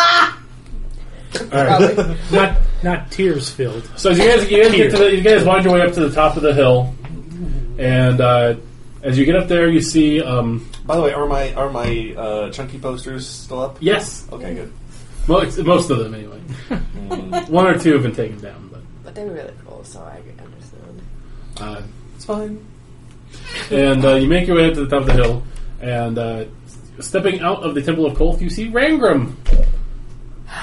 right. not not tears filled. So as you guys, you guys get to the, you guys wind your way up to the top of the hill, and uh, as you get up there, you see. Um, By the way, are my are my uh, chunky posters still up? yes, Okay, good. Mm, most, most of them anyway. One or two have been taken down, but But they're really cool, so I can understand. uh, It's fine. and uh, you make your way up to the top of the hill, and uh, stepping out of the Temple of Kolth, you see Rangram.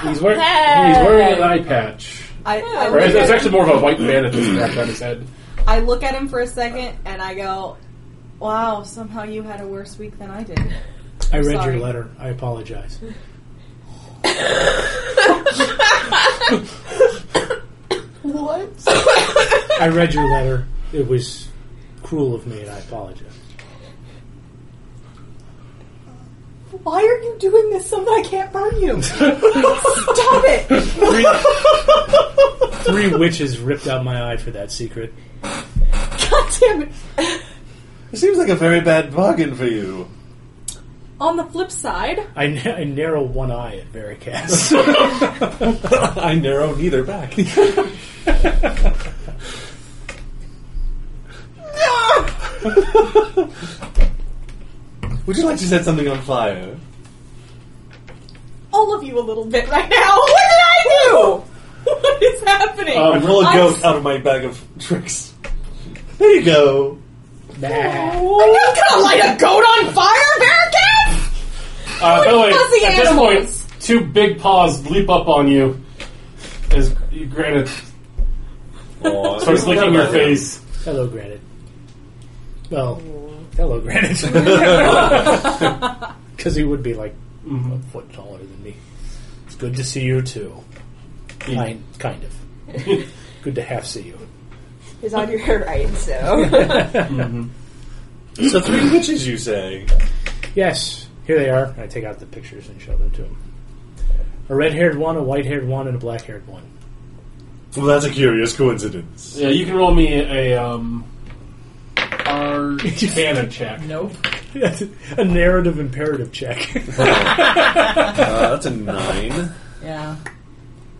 He's wearing he's wearing an eye patch. I, I, Or it's, look it's at, actually more of a white bandit that's wrapped around his head. I look at him for a second and I go, wow, somehow you had a worse week than I did. I read Sorry. your letter. I apologize. What? I read your letter. It was cruel of me, and I apologize. Why are you doing this so that I can't burn you? Stop it! Three, three witches ripped out my eye for that secret. God damn it! It seems like a very bad bargain for you. On the flip side, I, na- I narrow one eye at Veracast. I narrow neither back. Would you like to set something on fire? all of you a little bit right now. What did I do? What is happening? I Um, pull a I'm goat s- out of my bag of tricks. There you go. nah. Are you gonna light a goat on fire, Bearcat? Uh, by the way, fuzzy at this animals. point, two big paws leap up on you as you granite starts licking your face. Hello, Granite. Well, hello, Granite. Because he would be like Mm-hmm. a foot taller than me. It's good to see you too. Kind, kind of. good to half see you. He's on your right, so. So three witches, you say? Yes, here they are. I take out the pictures and show them to him. A red-haired one, a white-haired one, and a black-haired one. Well, that's a curious coincidence. Yeah, you can roll me a um, Arcana check. Nope. a narrative imperative check. Uh, that's a nine. Yeah.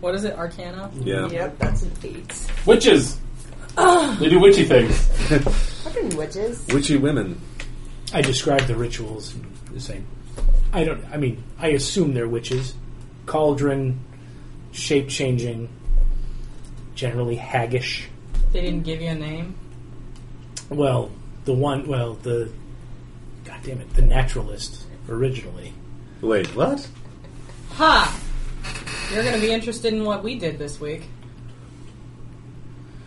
What is it? Arcana. Yeah. yep, that's an eight. Witches. They do witchy things. Fucking witches. Witchy women. I describe the rituals and the same. I don't. I mean, I assume they're witches. Cauldron, shape changing, generally haggish. They didn't give you a name. Well, the one. Well, the. God damn it! The naturalist originally. Wait, what? Ha! You're gonna be interested in what we did this week.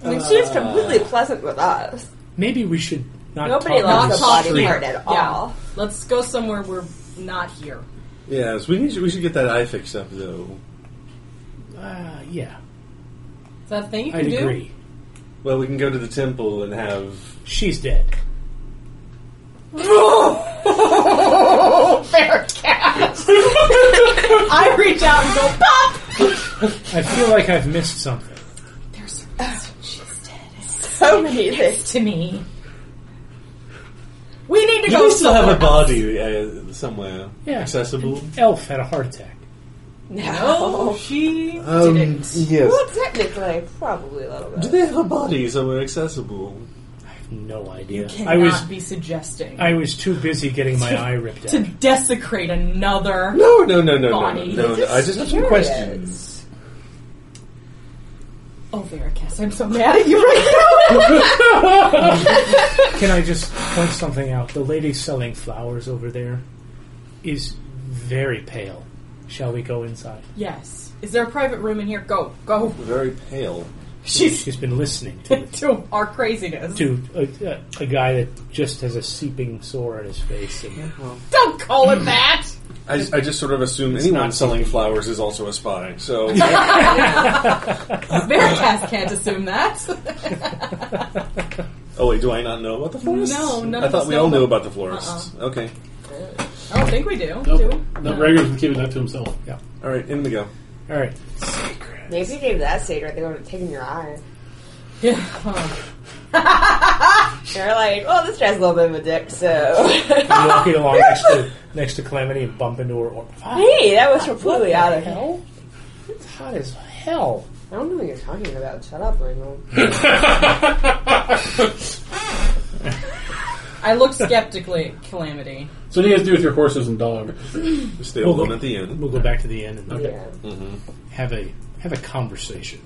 I mean, Uh, she was completely pleasant with us. Maybe we should not. Nobody talk about lost a this body street. part at all. Let's go somewhere we're not here. Yes, we need. We should get that eye fixed up, though. Uh, yeah, Is that a thing you I can do? agree. Well, we can go to the temple and have. She's dead. I reach out and go, Pop! I feel like I've missed something. So so many things. to me. We need to You go. do still have somewhere a body uh, somewhere Yeah. accessible. Elf had a heart attack. else. No, she. Um, Didn't. yes. Well, technically, probably a little Do bit. they have a body somewhere accessible? No idea. Cannot I was be suggesting I was too busy getting my eye ripped to out. desecrate another. No, no, no, no, no, no, Body. no, no. I just have some Curious. questions. Oh, Veracast, I'm so Mad mad. at you right now. Can I just point something out? The lady selling flowers over there is very pale. Shall we go inside? Yes. Is there a private room in here? Go, go. Very pale. She's She's been listening to it. to our craziness. To a, a, a guy that just has a seeping sore on his face. And Don't call it that. I, I just sort of assume anyone not selling flowers is also a spy. So Veracast can't assume that. Oh wait, do I not know about the florists? No, none I of thought us we know all knew about- about the florists. Okay, I don't think we do. Do Nope. we? No, Gregor's been keeping that to himself. all right, in we go. all right, Maybe if you gave that secret, they would have taken your eye. They're like, well, this guy's a little bit of a dick, so. I'm walking along next to next to Calamity and bump into her. Or, hey, that was completely out of hell. hell, it's hot as hell. I don't know what you're talking about. Shut up, Rainbow. I looked skeptically at Calamity. So what do you guys do with your horses and dog? Stay We'll alone go- at the end. We'll go back to the inn and Yeah. have a have a conversation.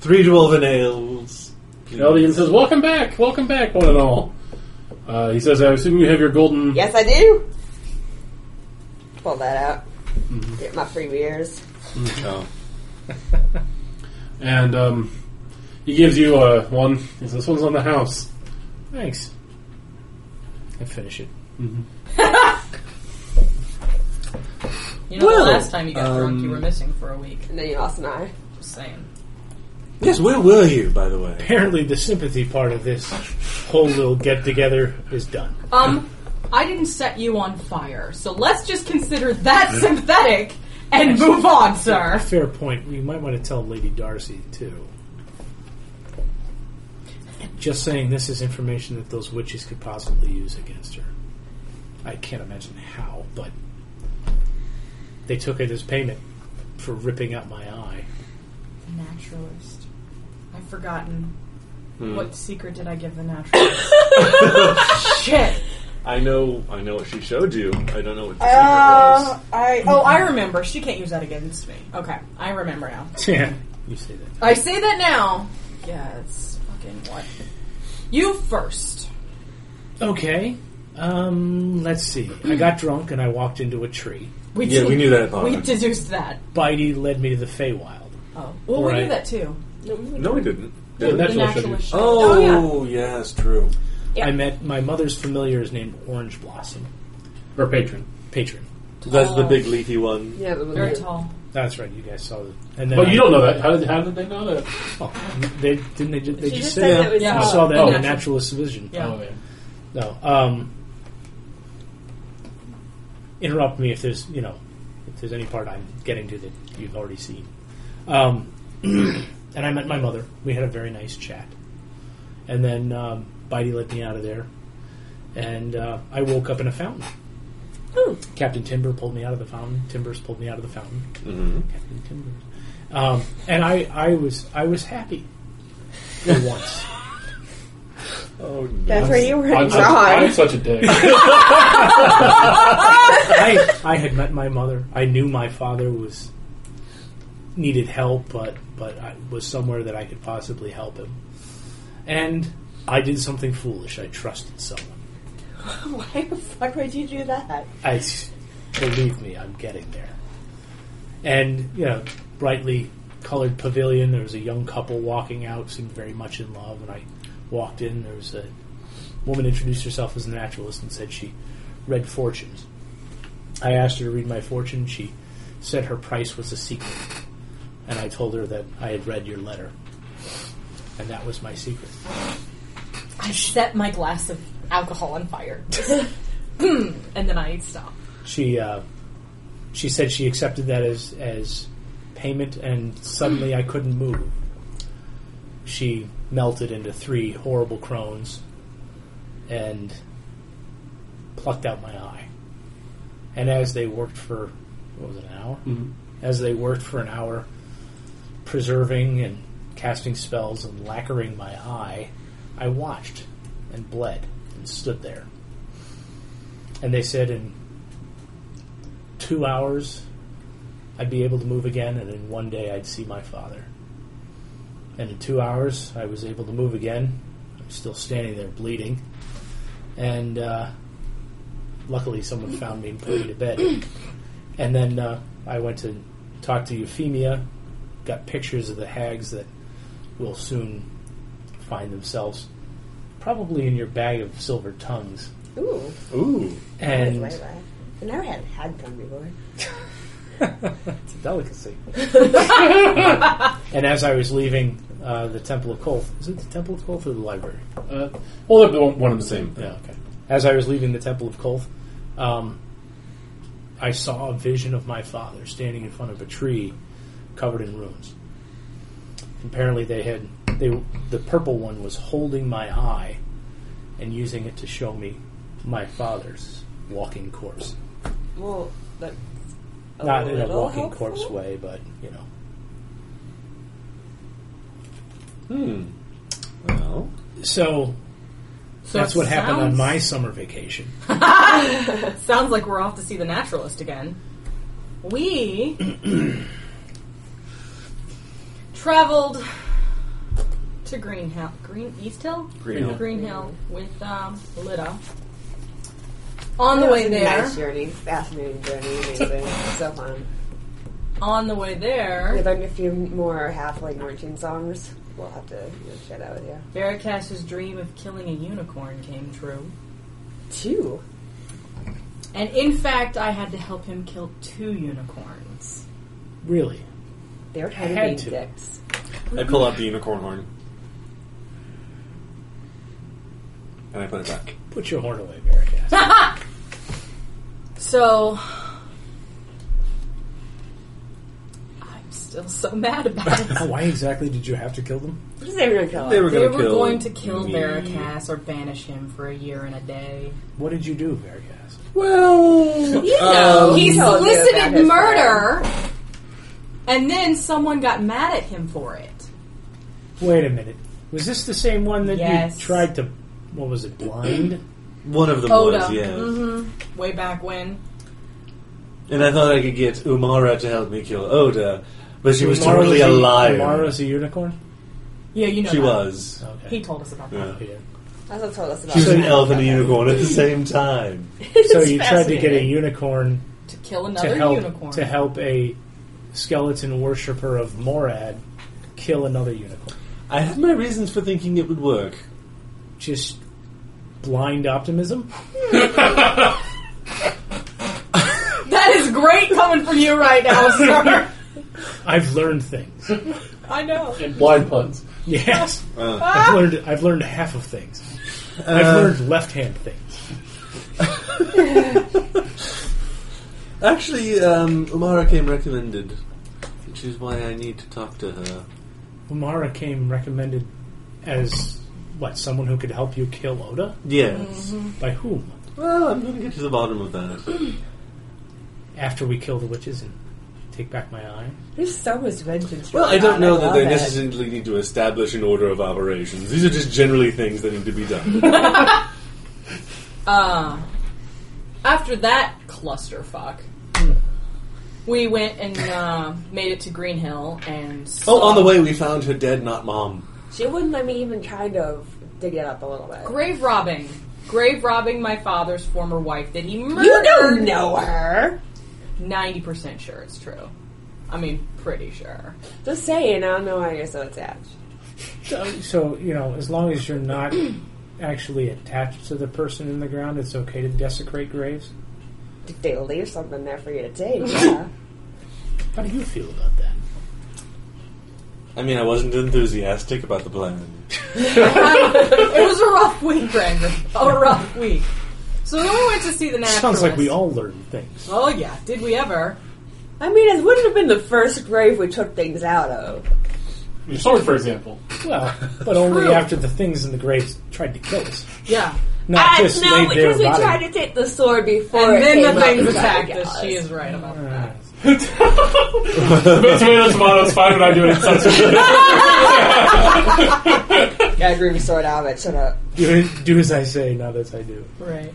Three dwarven ales. Eldian says, "Welcome back, welcome back, one and all." Uh, he says, "I assume you have your golden." Yes, I do. Pull that out. Mm-hmm. Get my free beers. Oh. And um, he gives you uh, one. He says, "This one's on the house." Thanks. I finish it. You know, Well, the last time you got drunk, you um, were missing for a week. And then you lost an eye. Just saying. Yes, where were you, by the way? Apparently, the sympathy part of this whole little get together is done. Um, I didn't set you on fire, so let's just consider that sympathetic and move on, sir. Fair point. You might want to tell Lady Darcy too. Just saying, this is information that those witches could possibly use against her. I can't imagine how, but they took it as payment for ripping out my eye. Naturalist. I've forgotten. Hmm. What secret did I give the natural? Shit. I know, I know what she showed you. I don't know what the Uh, I oh I Hmm. remember. She can't use that against me. Okay, I remember now. Yeah, you say that. I say that now. Yeah, it's fucking what. You first. Okay. Um, let's see. I got drunk and I walked into a tree. We Yeah, we knew that at Bond. We deduced that. Bitey led me to the Feywild. Oh, well, we knew Right. that too. was. No, we didn't. The Did we? natural natural should issue. Oh, yes, true. Yeah. I met my mother's familiar is named Orange Blossom, be- or patron. patron. That's the big leafy one. Yeah, but Very tall. That's right. You guys saw it. And then But I- Oh, you don't know that. How did, how did they know that? Oh, they didn't. They, ju- they She just just said. said Yeah. it was Yeah. I Oh, saw that in the natural. Naturalist Vision. Yeah. Oh, yeah. No. Um, interrupt me if there's you know if there's any part I'm getting to that you've already seen. Um, and I met my mother. We had a very nice chat, and then um, Bitey let me out of there, and uh, I woke up in a fountain. Captain Timber pulled me out of the fountain. Timbers pulled me out of the fountain. Captain Timbers. Um, and I, I was I was happy for once. Oh, That's where you were I'm, such, I'm drawn. such a dick. I, I had met my mother. I knew my father was needed help, but but I was somewhere that I could possibly help him. And I did something foolish. I trusted someone. Why the fuck would you do that? I s- believe me, I'm getting there. And you know, brightly colored pavilion. There was a young couple walking out, seemed very much in love. And I walked in. There was a woman introduced herself as a naturalist and said she read fortunes. I asked her to read my fortune. She said her price was a secret, and I told her that I had read your letter, and that was my secret. I set my glass of alcohol on fire. Hmm, and then I stop. she uh, she said she accepted that as as payment, and suddenly I couldn't move. She melted into three horrible crones and plucked out my eye. And as they worked for, what was it, an hour? Mhm. As they worked for an hour, preserving and casting spells and lacquering my eye, I watched and bled and stood there. And they said in two hours I'd be able to move again, and in one day I'd see my father. And in two hours I was able to move again. I'm still standing there bleeding. And uh, luckily someone found me and put me to bed. And then uh, I went to talk to Euphemia, got pictures of the hags that will soon find themselves probably in your bag of silver tongues. Ooh, Ooh. And that's my life. I've never had a hag tongue before. It's a delicacy. and as I was leaving uh, the Temple of Kolth, is it the Temple of Kolth or the library? Uh, well, they're one- one and the same. Yeah, okay. As I was leaving the Temple of Kolth, um, I saw a vision of my father standing in front of a tree covered in runes. Apparently, they had they the purple one was holding my eye and using it to show me my father's walking corpse. Well, that's a Not in little a walking helpful. corpse way, but you know. Hmm. Well, So So that's it what happened on sounds- my summer vacation. Sounds like we're off to see the naturalist again. We traveled to Green Hill, Green East Hill, Green Hill. Green Hill with um, Lida. On the That was way a there, Nice journey, fascinating journey, amazing, so fun. on the way We there, learned a few more halfling marching songs. We'll have to you know, share that with you. Veracast's dream of killing a unicorn came true, Two. and in fact, I had to help him kill two unicorns. Really. They were kind Had of to. being dicks. I pull out the unicorn horn. And I put it back. Put your horn away, Veracast. So. I'm still so mad about it. Why exactly did you have to kill them? What does everyone call They it? were, They gonna were kill going to kill me. Veracast or banish him for a year and a day. What did you do, Veracast? Well, You Um, know, he he told you about solicited his murder, and then someone got mad at him for it. Wait a minute. Was this the same one that Yes. you tried to? What was it? Blind? one of them Oda. was, yeah. Mm-hmm. Way back when. And I thought I could get Umara to help me kill Oda, but she was Umara's totally a a- liar. Umara's a unicorn. Yeah, you know she that. was. Okay. Oh, He told us about that. Yeah. Yeah. That's what told us about. She was an that. elf and a unicorn at the same time. So you tried to get a unicorn To kill to another help unicorn. to help a skeleton worshiper of Morad kill another unicorn. I had my reasons for thinking it would work. Just blind optimism. That is great coming from you right now, sir. I've learned things. I know. And blind puns. Yes, Uh. I've learned. I've learned half of things. I've learned left hand things. Actually, um, Umara came recommended, which is why I need to talk to her. Umara came recommended as what someone who could help you kill Oda Yes. Mm-hmm. by whom? Well, I'm going to get to the bottom of that. after we kill the witches and take back my eye. There's so much vengeance. Well, I going don't on, know that love they it. necessarily need to establish an order of operations. These are just generally things that need to be done. Uh, after that clusterfuck, we went and uh, made it to Green Hill and. oh, saw- on the way, we found her dead, not mom. She wouldn't let me even kind of dig it up a little bit. Grave robbing. Grave robbing my father's former wife that he murdered. You don't know her. 90% sure it's true. I mean, pretty sure. Just saying, I don't know why you're so attached. So, so you know, as long as you're not actually attached to the person in the ground, it's okay to desecrate graves. If they leave something there for you to take, yeah. How do you feel about that? I mean, I wasn't enthusiastic about the plan. it was a rough week, Brandon. A rough week. So then we went to see the naturalist. Sounds like we all learn things. Oh, yeah. Did we ever? I mean, it wouldn't have been the first grave we took things out of. Your sword, for example. Well, but only True. after the things in the graves tried to kill us, Yeah. Ah, not just no, laid there because we body. tried to take the sword before. And it then came the up things and tried attacked to us. kill She is right about that. Ah, Tomato, tomato, tomato. It's fine when I do it. It sucks. Yeah, I grew my sword out of it. Shut up. do, do as I say, not as I do. Right.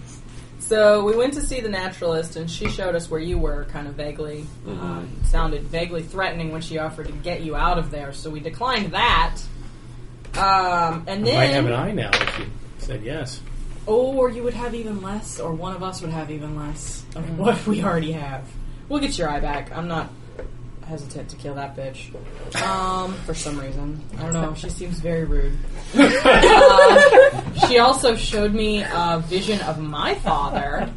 So we went to see the naturalist, and she showed us where you were, kind of vaguely. Um, sounded vaguely threatening when she offered to get you out of there, so we declined that. Um, and I might have an then, eye now if you said yes. or you would have even less, or one of us would have even less of what we already have. We'll get your eye back. I'm not hesitant to kill that bitch. Um, for some reason, I don't know. She seems very rude. Um, she also showed me a vision of my father.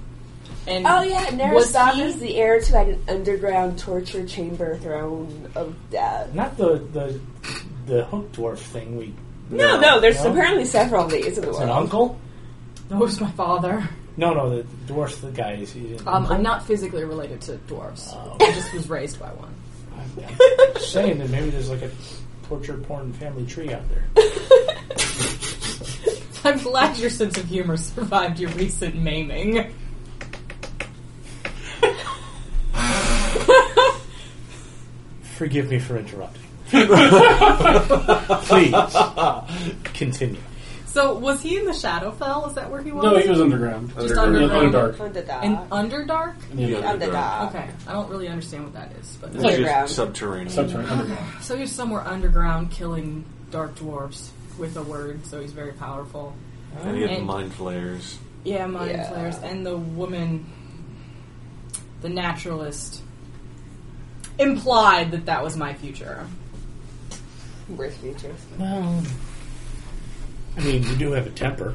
And Oh yeah, Was Narasov he- is the heir to an underground torture chamber throne of death. Not the the the hook dwarf thing. We No, no, there's No? apparently several of these in the it's an world. uncle. That was my father. No, no, the dwarf, the guy is. He's an Um, uncle. I'm not physically related to dwarves. I just was raised by one. I'm, I'm saying that maybe there's like a torture porn family tree out there. I'm glad your sense of humor survived your recent maiming. Forgive me for interrupting. Please continue. So, was he in the Shadowfell? Is that where he was? no, he was underground. Just Underground. underground. Underdark. in Underdog. Underdark. Yeah. Underdog. Okay, I don't really understand what that is, but It's Playground. just subterranean. Subterranean. Underground. so he's somewhere underground killing dark dwarves with a word. So he's very powerful. And he had Mm. And- mind flares. Yeah, mind Yeah. flares. And the woman, the naturalist, implied that that was my future. Worst future. Well, I mean, you do have a temper.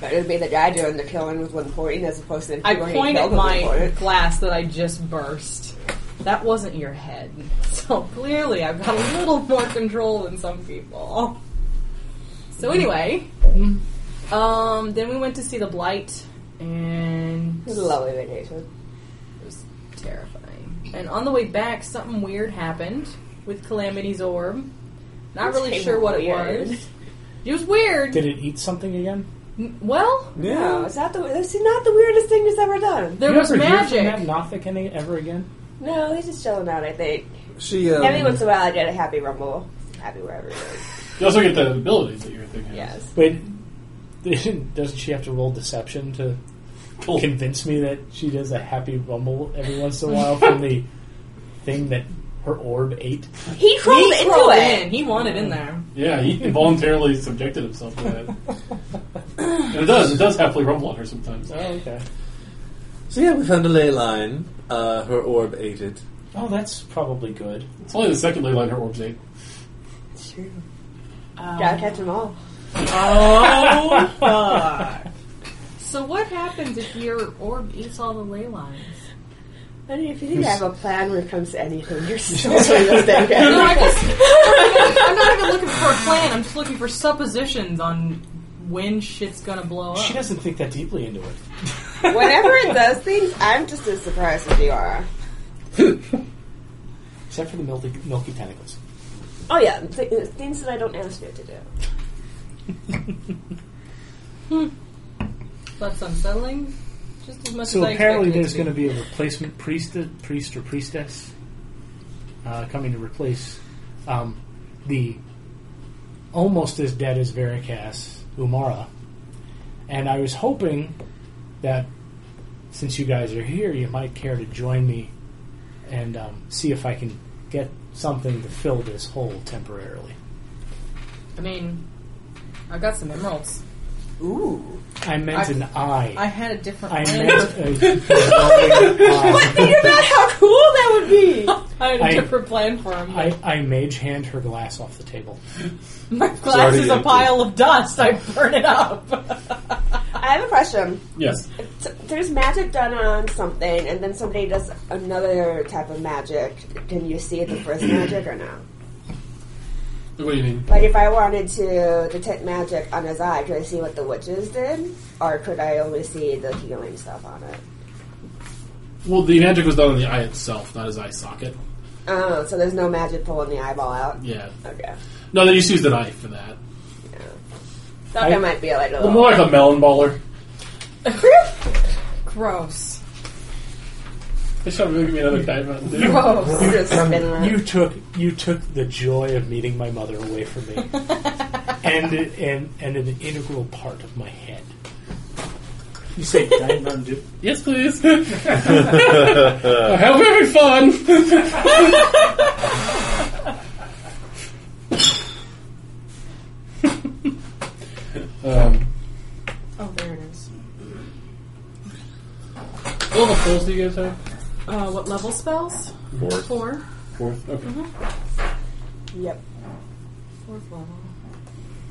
But it would be the guy doing the killing with one point as opposed to the I people getting point at killed with one my point. glass that I just burst. That wasn't your head. So clearly I've got a little more control than some people. So Mm-hmm. anyway, um, then we went to see the blight and It was a lovely vacation. It was terrifying. And on the way back, something weird happened with Calamity's orb. Not That's really kinda sure what weird. it was. It was weird. Did it eat something again? N- well, No, it's not the. It's not the weirdest thing that's ever done. there you was ever magic. Hear from that Nothic any, ever again? No, he's just chilling out. I think She. Um, every once in a while I get a happy rumble. Happy wherever it is. You also get the abilities that you're thinking. Yes. Wait, doesn't she have to roll deception to Cool. convince me that she does a happy rumble every once in a while from the thing that her orb ate? He crawled he into crawled it. Mm. in. He wanted in there. Yeah, he involuntarily subjected himself to that. and it does. It does happily rumble on her sometimes. Oh, okay. So yeah, we found a ley line. Uh, her orb ate it. Oh, that's probably good. It's only the second ley line her orbs ate. True. Gotta catch them all. Oh, fuck. So what happens if your orb eats all the ley lines? I mean, if you think I have a plan when it comes to anything, you're still doing this thing. No, I guys. just, I'm not even looking for a plan. I'm just looking for suppositions on when shit's gonna blow up. She doesn't think that deeply into it. Whenever it does things, I'm just as surprised as you are. Except for the milky, milky tentacles. Oh yeah, th- things that I don't ask you to do. That's unsettling. Just as much So as I apparently expected it there's going to be a replacement priest, priest or priestess uh, coming to replace um, the almost as dead as Veracast, Umara. And I was hoping that since you guys are here, you might care to join me and um, see if I can get something to fill this hole temporarily. I mean, I got some emeralds. Ooh. I meant I- an eye. I had a different I plan. meant a revolving eye. Think about how cool that would be. I had a I- different plan for him. I, I mage hand her glass off the table. My glass already is a empty. pile of dust. I burn it up. I have a question. Yes. So there's magic done on something, and then somebody does another type of magic. Can you see the first magic or no? What do you mean? Like, if I wanted to detect magic on his eye, could I see what the witches did, or could I only see the healing stuff on it? Well, the magic was done on the eye itself, not his eye socket. Oh, so there's no magic pulling the eyeball out. Yeah. Okay. No, they just use the knife for that. Yeah. Thought that might be like a Well, little. more like a melon baller. Gross. They should give me another guy Mountain Dew. Gross. Oh, Just spin around. You took you took the joy of meeting my mother away from me, and and and an integral part of my head. You say Diet Mountain Dew? Yes, please. Have very fun. um, Oh, there it is. what level fours do you guys have? Uh, what level spells? Fourth. Four. Fourth. Okay. Yep. Mm-hmm. Fourth level.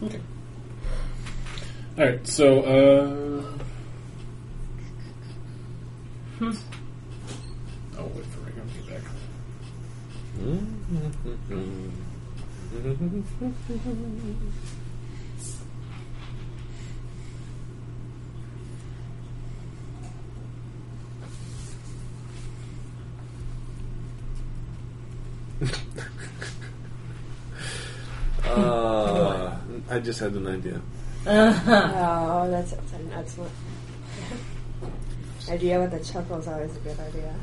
Okay. All right. So, uh, Hmm. I'll wait for Ringo to get back. Uh, I just had an idea. Oh, that's, that's an excellent idea with the chuckle is always a good idea.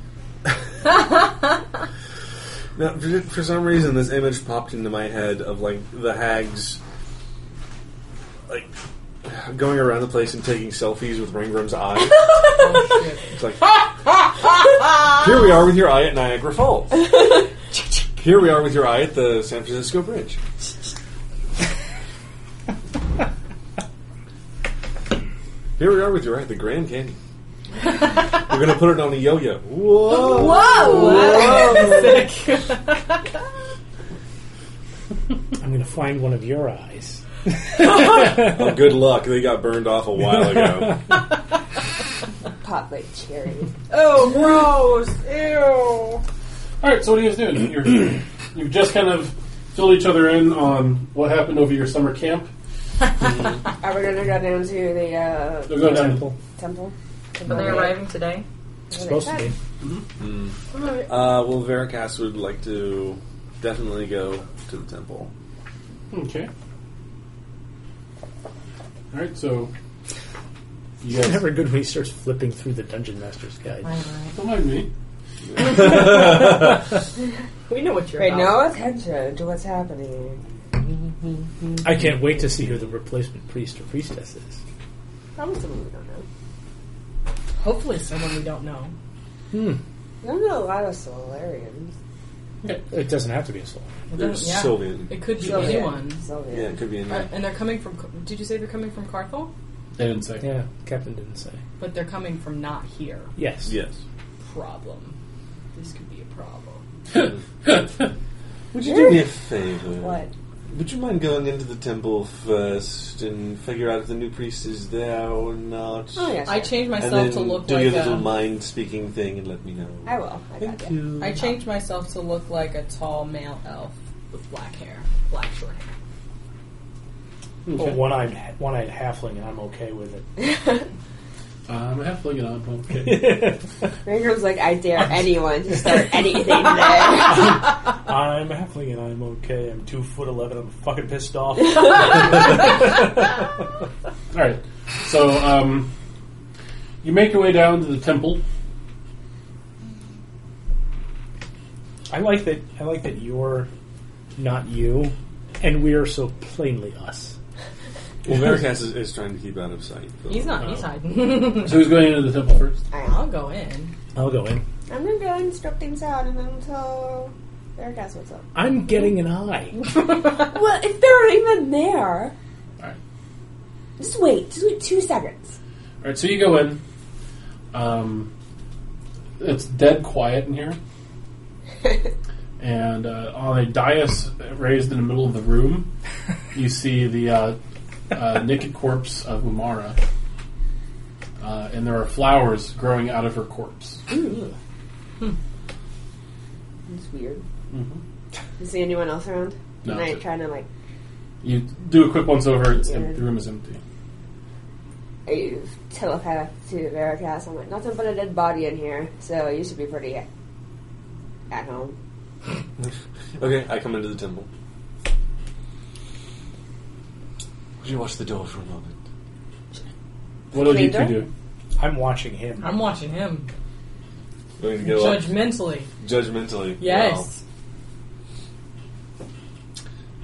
Now, for, for some reason, this image popped into my head of like the hags, like going around the place and taking selfies with Ringworm's eye. it's like here we are with your eye at Niagara Falls. here we are with your eye at the San Francisco Bridge. Here we are with your eye at the Grand Canyon. We're gonna put it on a yo-yo. Whoa! I'm going to find one of your eyes. Oh, good luck. They got burned off a while ago. Pop like cherry. Oh, gross. Ew. All right. So, what are you guys doing? You're, you've just kind of filled each other in on what happened over your summer camp. Are we gonna go down to the uh, They're going down. temple? Are they arriving today? It's supposed to be. Uh, well, Veracast would like to definitely go to the temple. Okay. All right. So, you It's guys never good when he starts flipping through the Dungeon Master's Guide. Don't mind me. We know what you're Pay about. no attention to what's happening. I can't wait to see who the replacement priest or priestess is. Probably someone we don't know. Hopefully, someone we don't know. Hmm. We don't know a lot of Solarians. It doesn't have to be a soul. It There's doesn't- yeah. Sylvian. It could be Sylvan. anyone. Yeah, Sylvan. it could be in Uh, there. and they're coming from. Did you say they're coming from Carthel? They didn't say. Yeah, Captain didn't say. But they're coming from not here. Yes. Yes. Problem. This could be a problem. Would you do me a favor? What? Would you mind going into the temple first and figure out if the new priest is there or not? Oh yeah, I sure. changed And myself then to look do like your little a. mind speaking thing and let me know. I will. I got Thank you. you. I changed myself to look like a tall male elf with black hair, black short hair. Well, one-eyed, one-eyed halfling, and I'm okay with it. Um, I have to look it up. Okay. Ringram's like, I dare anyone to start anything there. I'm a halfling, and I'm okay. I'm two foot eleven. I'm fucking pissed off. All right. So um, you make your way down to the temple. I like that. I like that you're not you, and we are so plainly us. Well, Veracast is, is trying to keep out of sight. though. He's not. He's hiding. So who's going into the temple first? I I'll go in. I'll go in. I'm gonna go and strip things out and then tell their guess what's up. I'm getting an eye. Well, if they're even there, All right. just wait. Just wait two seconds. All right. So you go in. Um, it's dead quiet in here, and uh, on a dais raised in the middle of the room, you see the uh, uh, naked corpse of Umara, uh, and there are flowers growing out of her corpse. It's weird. You see anyone else around? No. Am I trying to like? You do a quick once over. It's em- the room is empty. I telepath to Veracast. I'm like, nothing but a dead body in here, so you should be pretty at home. Okay, I come into the temple. Would you watch the door for a moment? What do you two Later? do? I'm watching him. I'm watching him Going to go up judgmentally. judgmentally. Yes. Wow.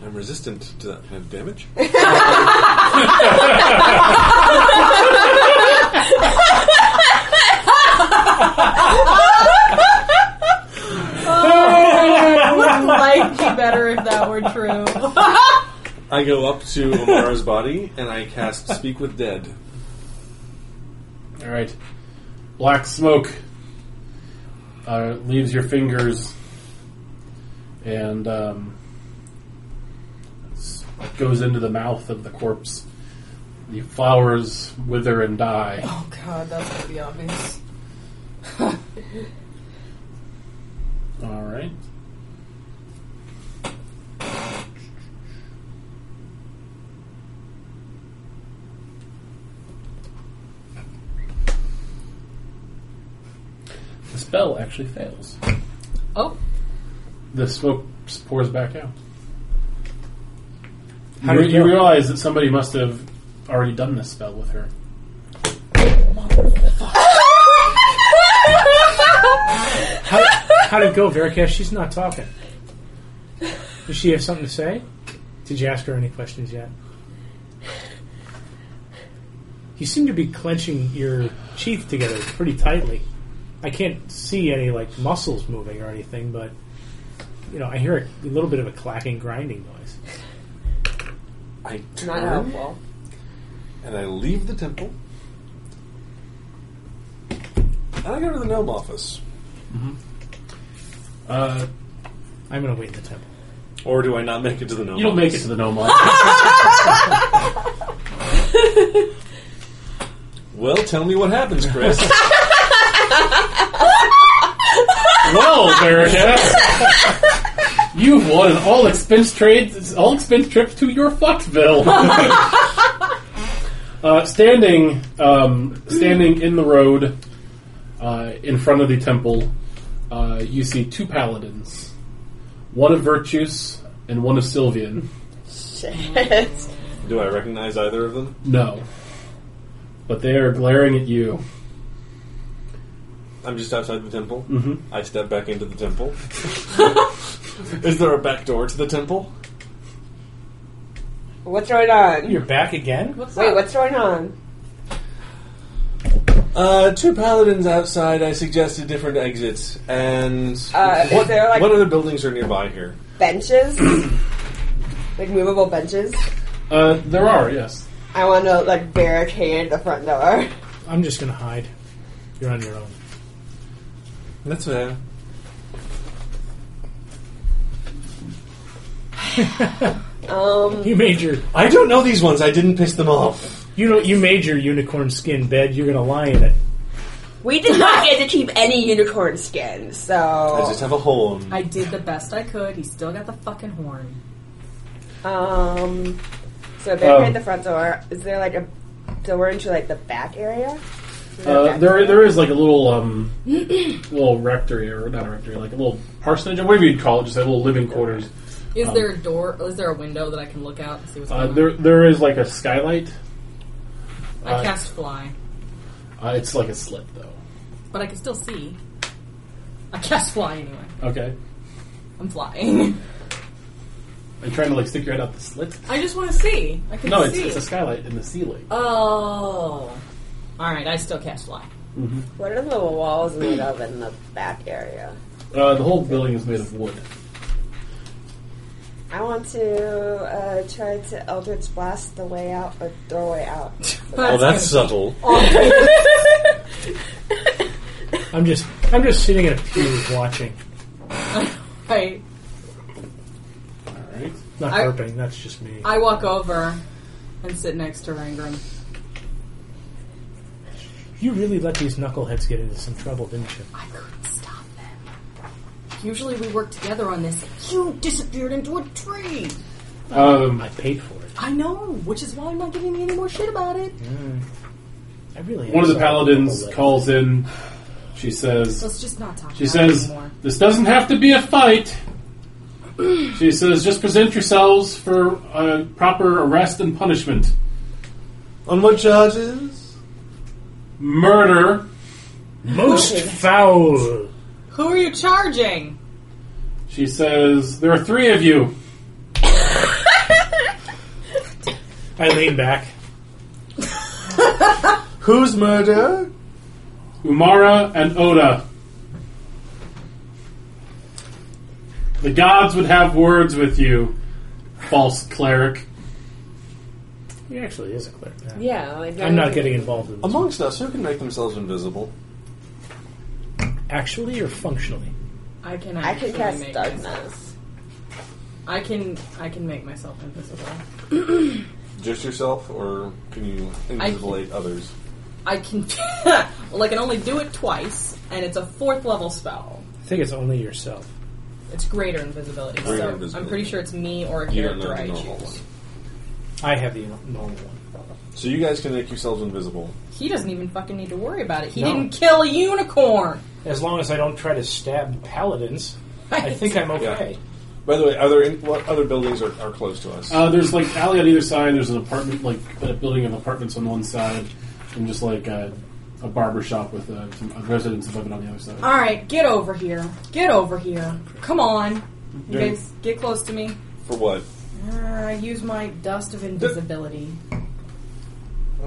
I'm resistant to that kind of damage. Life be better if that were true. I go up to Amara's body and I cast Speak with Dead. All right. Black smoke uh, leaves your fingers and um, s- goes into the mouth of the corpse. The flowers wither and die. oh god, that's gonna be obvious. All right. The spell actually fails. Oh, The smoke s- pours back out. How you, did you you- realize that somebody must have already done this spell with her. How, how'd it go, Verkesh? She's not talking. Does she have something to say? Did you ask her any questions yet? You seem to be clenching your teeth together pretty tightly. I can't see any like muscles moving or anything, but you know, I hear a little bit of a clacking, grinding noise. I Not turn helpful. and I leave the temple. And I go to the gnome office. Uh, I'm going to wait in the temple. Or do I not make it to the gnome you don't make it office? to the gnome office. Well, tell me what happens, Chris. well, Verkesh, you won an all expense trade, all expense trip to your fuckville. uh, standing, um, standing in the road, uh, in front of the temple, uh, you see two paladins, one of Virtus and one of Sylvian. Shit. do I recognize either of them? No, but they are glaring at you. I'm just outside the temple. Mm-hmm. I step back into the temple. Is there a back door to the temple? What's going on? You're back again? what's Wait, up? what's going on? Uh, two paladins outside. I suggested different exits, and Uh, is what, there, like- what other buildings are nearby here? Benches? like movable benches? Uh, there are, yes. I want to like barricade the front door. I'm just going to hide. You're on your own. That's fair. Um, You made your I don't know these ones. I didn't piss them off. you know you made your unicorn skin bed. You're going to lie in it. we did not get to keep any unicorn skin, I just so have a horn. I did the best I could. He still got the fucking horn. um, so barricade Um. the front door. Is there like a door into like the back area? Is a Uh, back there, area? there is like a little, um, little rectory or not a rectory, like a little parsonage, or whatever you'd call it, just a little living quarters. Is there a door? Is there a window that I can look out and see what's Um, Uh, going there, there is like a skylight. on? I uh, cast fly, Uh, it's like a slit though. but I can still see. I cast fly anyway. Okay, I'm flying. are you trying to like stick your head out the slit? I just want to see. I can No, it's, see. it's a skylight in the ceiling. oh. All right, I still cast fly. Oh, What are the walls made of in the back area? Uh, the whole building is made of wood. I want to uh, try to Eldritch Blast the way out, the doorway out. Oh, that's subtle. I'm just I'm just sitting in a pew watching, I All right. not I- harping. That's just me. I walk over and sit next to Rangram. you really let these knuckleheads get into some trouble, didn't you? I couldn't stop them. Usually we work together on this. You disappeared into a tree. Um, I paid for it. I know, which is why I'm not giving you any more shit about it. I really. one of am the sorry. paladins calls in. She says, Let's just not talk. "She about it says anymore. this doesn't have to be a fight. She says, just present yourselves for uh, proper arrest and punishment. On what charges? Murder. Most foul. Who are you charging? She says, there are three of you. I lean back. Whose murder? Umara and Oda. The gods would have words with you, false cleric. He actually is a cleric. Yeah, like I'm not getting involved in this. Amongst us, who can make themselves invisible? Actually or functionally? I can. I can actually cast make myself- darkness. I can. I can make myself invisible. Just yourself, or can you invisibilate others? I can. well, I can only do it twice, and it's a fourth level spell. I think it's only yourself. It's greater invisibility, Greater so I'm invisibility. pretty sure it's me or a You don't know character the I normal choose. one. I have the normal one. So you guys can make yourselves invisible. He doesn't even fucking need to worry about it. He No. didn't kill a unicorn. As long as I don't try to stab paladins, I think I'm okay. By the way, are there any, what other buildings are, are close to us? Uh, there's like alley on either side. There's an apartment, like a building of apartments on one side, and just like a, a barber shop with uh some a residence above it on the other side. All right, get over here. Get over here. Come on. You Doing- guys, get close to me. For what? Uh, I use my dust of invisibility.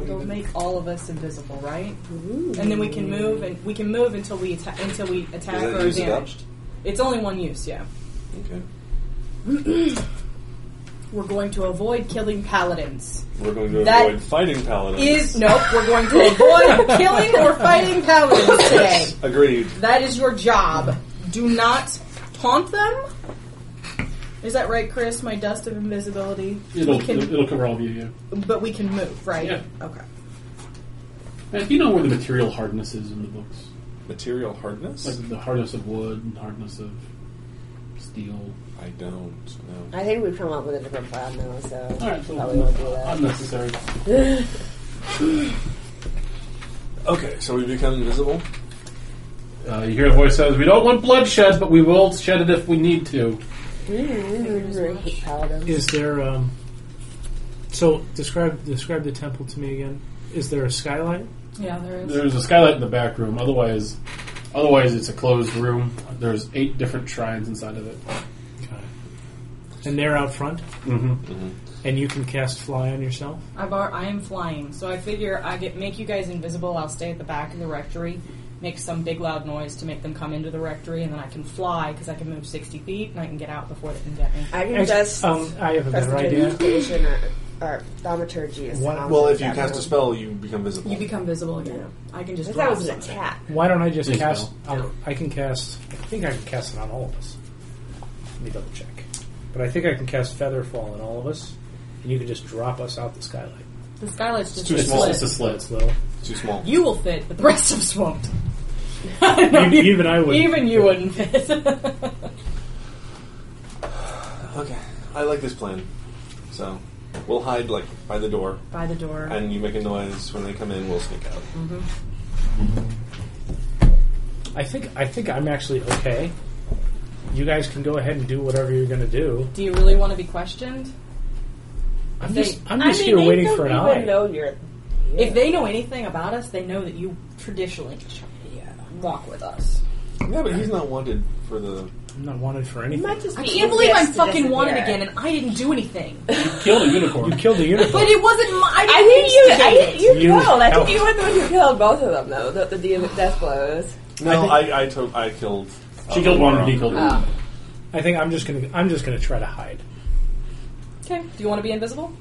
It'll make all of us invisible, right? And then we can move, and we can move until we atta- until we attack Does that or are use it up? damaged. It's only one use, yeah. Okay. We're going to avoid killing paladins. We're going to That avoid fighting paladins. Is nope. We're going to avoid killing or fighting paladins today. Agreed. That is your job. Do not taunt them. Is that right, Chris? My dust of invisibility. It'll, we can, it'll cover all of you. Yeah. but we can move, right? Yeah. Okay. Matt, do you know where the material hardness is in the books? Material hardness? Like the hardness of wood, and hardness of steel. I don't know. I think we've come up with a different plan now, so All right, so probably won't do that. unnecessary. Okay, so we become invisible. Uh, you hear the voice says, "We don't want bloodshed, but we will shed it if we need to." I hate paladins. Is there um? So describe describe the temple to me again. Is there a skylight? Yeah, there is. There's a skylight in the back room. Otherwise, otherwise it's a closed room. There's eight different shrines inside of it. And they're out front, Mm-hmm. and you can cast fly on yourself. I've ar- I am flying, so I figure I get make you guys invisible. I'll stay at the back of the rectory, make some big loud noise to make them come into the rectory, and then I can fly because I can move sixty feet and I can get out before they can get me. I can Ex- just um, I have a better idea. prestidigitation or, or thaumaturgy. Is What- the Well, if you that cast a one. spell, you become visible. You become visible again. I can I just. thought that draw was an something. attack. Why don't I just Please cast? I'll, I can cast. I think I can cast it on all of us. Let me double check. But I think I can cast feather fall on all of us, and you can just drop us out the skylight. The skylight's just too a It's small. slit. just a slit. It's little. Too small. You will fit, but the rest of us won't. even, even I would. Even you wouldn't fit. Okay. I like this plan. So, we'll hide, like, by the door, By the door. and you make a noise. When they come in, we'll sneak out. I think I think I'm actually okay. You guys can go ahead and do whatever you're going to do. Do you really want to be questioned? I'm They- just I'm I just mean, here they waiting don't for an even eye. Know you're, If they know anything about us, they know that you traditionally yeah. walk with us. Yeah, but he's not wanted for the. I'm not wanted for It might anything. just I be can't believe easiest I'm to fucking wanted disappear. again, and I didn't do anything. But You killed a unicorn. You killed the unicorn. it wasn't my. I I didn't, think you. I instigate think you, You killed. I helped. think you were the one who killed both of them, though. The, the deal with death blows. No, I I, to- I killed. she killed one, and he killed one. Oh. I think I'm just going to I'm just going to try to hide. it. Okay. Do you want to be invisible?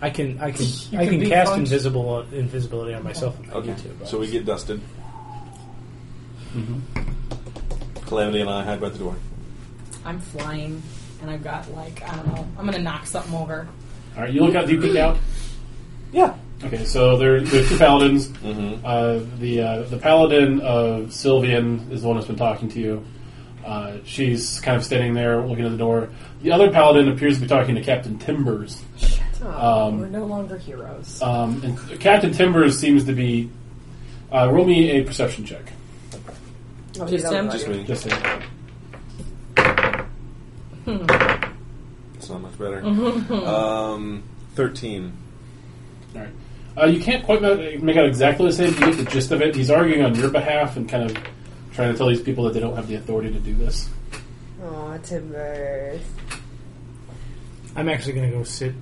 I can I can You I can can, be cast fun. invisible uh, invisibility on myself if I Okay, need to. but- so we get dusted. Mm-hmm. Calamity and I hide by the door. I'm flying, and I've got like I don't know. I'm gonna knock something over. All right, you look out. Do you peek out? Yeah. Okay, so there, there are two paladins. Mm-hmm. Uh, the uh, the paladin of Sylvian is the one that's been talking to you. Uh, she's kind of standing there looking at the door. The other paladin appears to be talking to Captain Timbers. Um, Oh, We're no longer heroes. Um, and Captain Timbers seems to be. Uh, roll me a perception check. Oh, Just you him? don't Just know. me. Just a It's not much better. um, thirteen. All right. Uh, you can't quite ma- make out exactly the same, but you get the gist of it. He's arguing on your behalf and kind of trying to tell these people that they don't have the authority to do this. Aw, Timbers. I'm actually going to go sit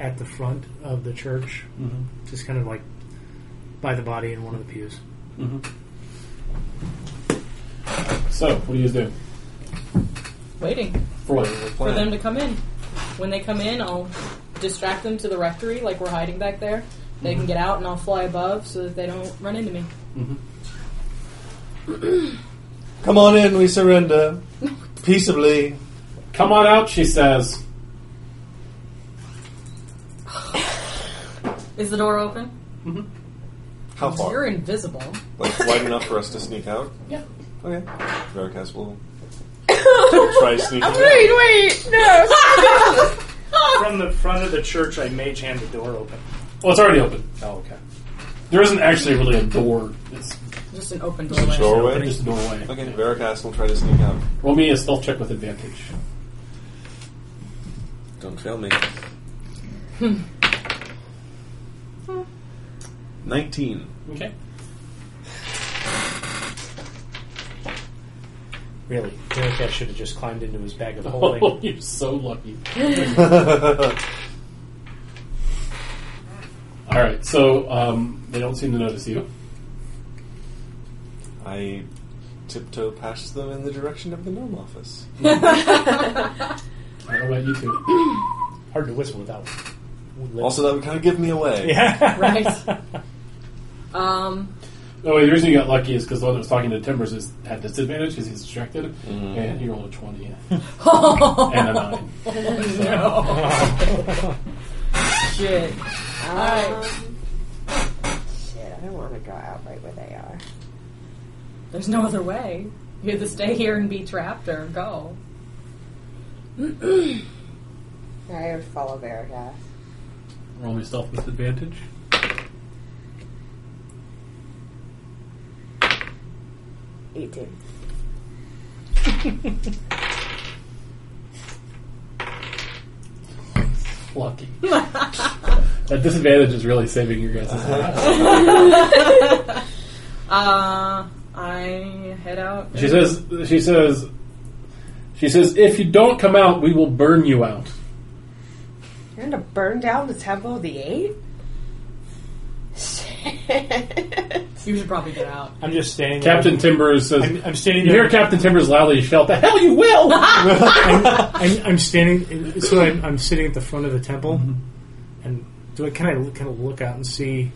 at the front of the church, just kind of like by the body in one of the pews. So, what do you guys do? Waiting For what? for them to come in. When they come in, I'll distract them to the rectory, like we're hiding back there. They Mm-hmm. can get out, and I'll fly above so that they don't run into me. Come on in. We surrender peaceably. Come on out, she says. Is the door open? How You're far? invisible. Like wide enough for us to sneak out. Yeah. Okay. Veracast will try sneaking. out. Wait, wait, no. From the front of the church, I mage hand the door open. Well, it's already open. Oh, okay. There isn't actually really a door. It's Just an open doorway. Doorway. just a doorway. Okay. Veracast will try to sneak out. Roll me a stealth check with advantage. Don't fail me. Nineteen. Okay. Really, Bearcat should have just climbed into his bag of Oh, holding. you're so lucky. All right, so um, they don't seem to notice you. I tiptoe past them in the direction of the gnome office. I don't know about you two. Hard to whistle without. lips. Also, that would kind of give me away. yeah, Right. Um, No, wait, the reason you got lucky is because the one that was talking to Timbers is, had disadvantage because he's distracted, Mm-hmm. and he rolled a 20 and a 9. Oh, shit. All right. Um, Shit, I don't want to go out right where they are. There's no other way. You either stay here and be trapped or go. I would follow Veritas. Roll me stealth with advantage. Eighteen. Lucky. that disadvantage is really saving your guys' lives. Uh, I head out. She says, she says, she says, if you don't come out, we will burn you out. You're gonna burn down the Temple of the Eight? Shit. You should probably get out. I'm just standing. there. Captain Timbers says, I'm, I'm standing you hear there. Captain Timbers loudly shout, the hell you will! I'm, I'm standing. So I'm, I'm sitting at the front of the temple, and do I can I kind of look out and see,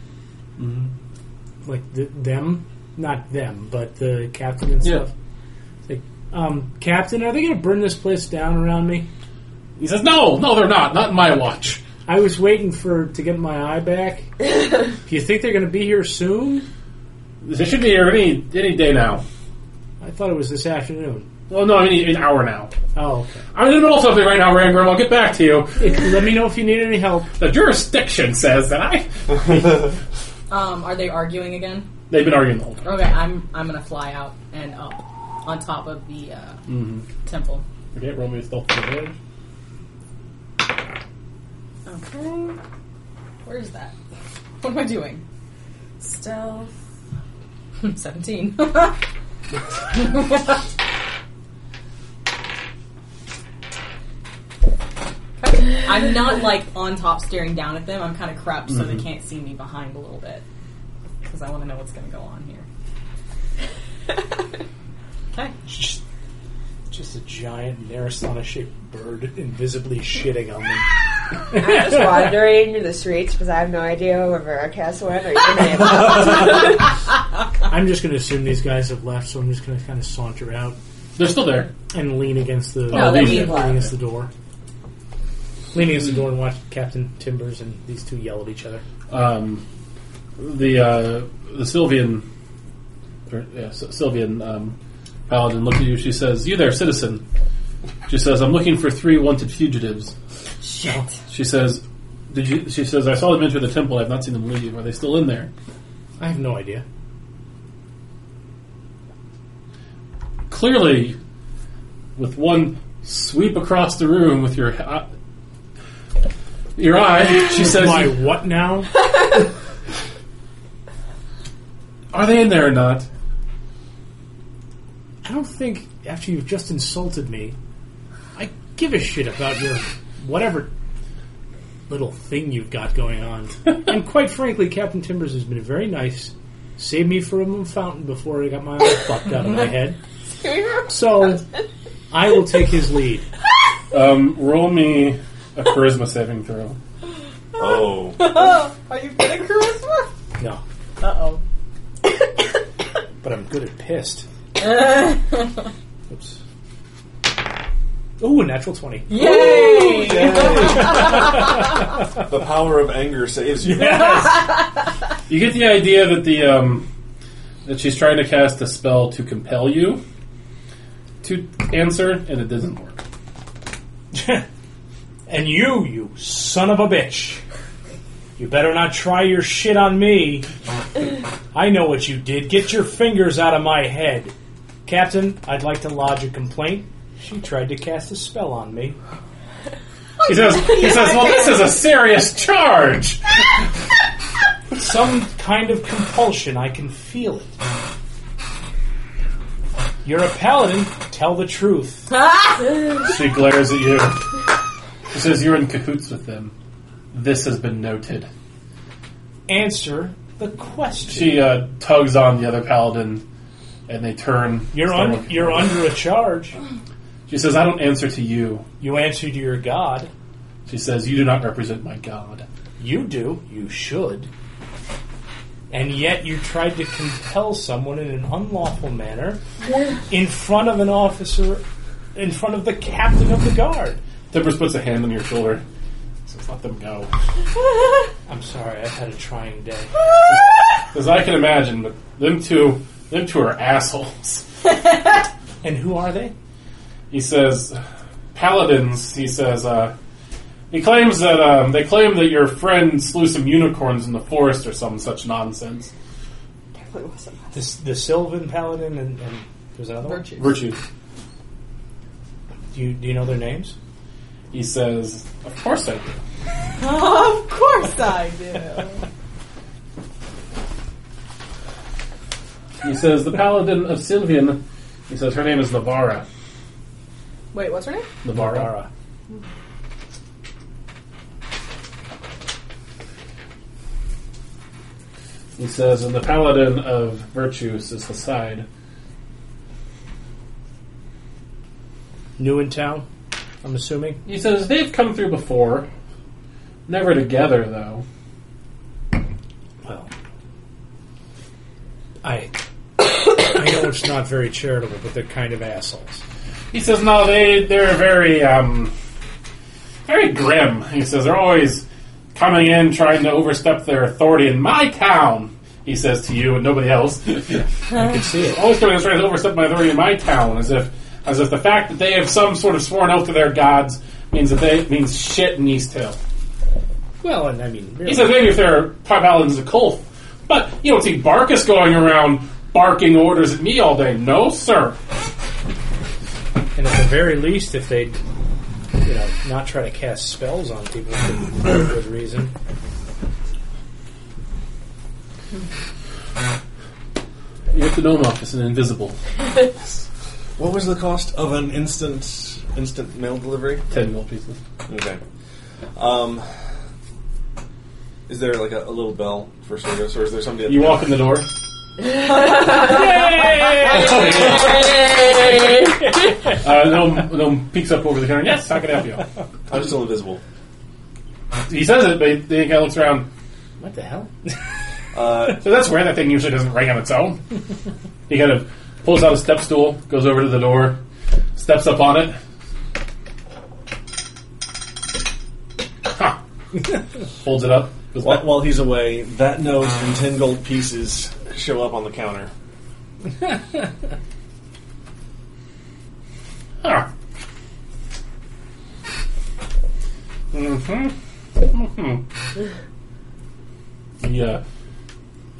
like the, them, not them, but the captain and Yeah. stuff. It's Like, um, Captain, are they going to burn this place down around me? He says, no, no, they're not. Not in my watch. I was waiting for to get my eye back. Do you think they're going to be here soon? They should be here any, any day now. I thought it was this afternoon. Well, no, any, an hour now. Oh, okay. I'm in the middle of something right now, Rangram. I'll get back to you. If- let me know if you need any help. The jurisdiction says that I. Um, are they arguing again? They've been arguing the whole time. Okay, I'm I'm gonna fly out and up on top of the uh, temple. Okay, roll me a stealth advantage. Okay. Where is that? What am I doing? Stealth. Seventeen. I I'm not like on top staring down at them. I'm kind of crouched so Mm-hmm. they can't see me behind a little bit because I want to know what's going to go on here. Okay. Just a giant Narasana-shaped bird invisibly shitting on them. I'm just wandering the streets because I have no idea where Veritas went or your name. I'm just going to assume these guys have left, so I'm just going to kind of saunter out They're still there. and lean against the No, they lean, leave left. against the door, lean against the door, and watch Captain Timbers and these two yell at each other. Um, the uh, the Sylvian, or, yeah, Sy- Sylvian um, paladin looks at you. She says, "You there, citizen?" She says, "I'm looking for three wanted fugitives." Shit. She says, "Did you?" She says, "I saw them enter the temple. I've not seen them leave. Are they still in there?" I have no idea. Clearly, with one sweep across the room with your uh, your eye. She says, My what now? "Are they in there or not?" I don't think after you've just insulted me, I give a shit about your whatever little thing you've got going on. and quite frankly, Captain Timbers has been very nice. Saved me from a fountain before I got my eyes fucked out of my head. So I will take his lead. Um, roll me a charisma saving throw. Oh. Are you getting charisma? No, Uh oh. but I'm good at pissed. Oops. Ooh, a natural twenty. Yay! the power of anger saves you. You get the idea that the um, that she's trying to cast a spell to compel you to answer, and it doesn't work. And you, you son of a bitch. You better not try your shit on me. I know what you did. Get your fingers out of my head. Captain, I'd like to lodge a complaint. She tried to cast a spell on me. He says, "He says, well, this is a serious charge." Some kind of compulsion, I can feel it. You're a paladin, tell the truth. She glares at you. She says, "You're in cahoots with them." This has been noted. Answer the question. She uh, tugs on the other paladin, and they turn. you're Start un- looking you're around. under a charge. She says, "I don't answer to you." You answer to your god. She says, "You do not represent my god." You do. You should. And yet you tried to compel someone in an unlawful manner in front of an officer, in front of the captain of the guard. Timbers puts a hand on your shoulder. Says, "Let them go." I'm sorry, I've had a trying day. Says, "I can imagine, but them two, them two are assholes." And who are they? he says, "Paladins." He says, uh, "He claims that um, they claim that your friend slew some unicorns in the forest or some such nonsense." Definitely wasn't. The, S- the Sylvan Paladin and, and there's another one. Virtue. Virtue. Do you, do you know their names? He says, "Of course I do." of course I do. He says, "The Paladin of Sylvian." He says, "Her name is Navara." Wait, what's her name? Navara. Dara. He says, "And the Paladin of Virtues is the side." New in town. I'm assuming. He says they've come through before, never together though. Well, I I know it's not very charitable, but they're kind of assholes. He says, "No, they they're very um, very grim." He says they're always coming in trying to overstep their authority in my town. He says to you and nobody else, I can see it. always coming in trying to overstep my authority in my town, as if as if the fact that they have some sort of sworn oath to their gods means that they means shit in East Hill. Well, and I mean, really, He says maybe if they're top paladins of Kolth, but you don't see Barkus going around barking orders at me all day. No, sir. and at the very least, if they'd, you know, not try to cast spells on people for good reason. You have to know him off as an invisible. What was the cost of an instant instant mail delivery? Ten gold pieces. Okay. Um, is there like a, a little bell for service, or is there somebody? At You walk in the door. Uh, Gnome, Gnome peeks up over the counter. Yes, I can help you. I'm still invisible. He says it, but the guy looks around. What the hell? Uh, So that's where that thing usually doesn't ring on its own. He kind of pulls out a step stool, goes over to the door, steps up on it. Huh. Holds it up. Goes while, back. while he's away, that note and ten gold pieces show up on the counter. Huh. Mm-hmm. Mm-hmm. He uh,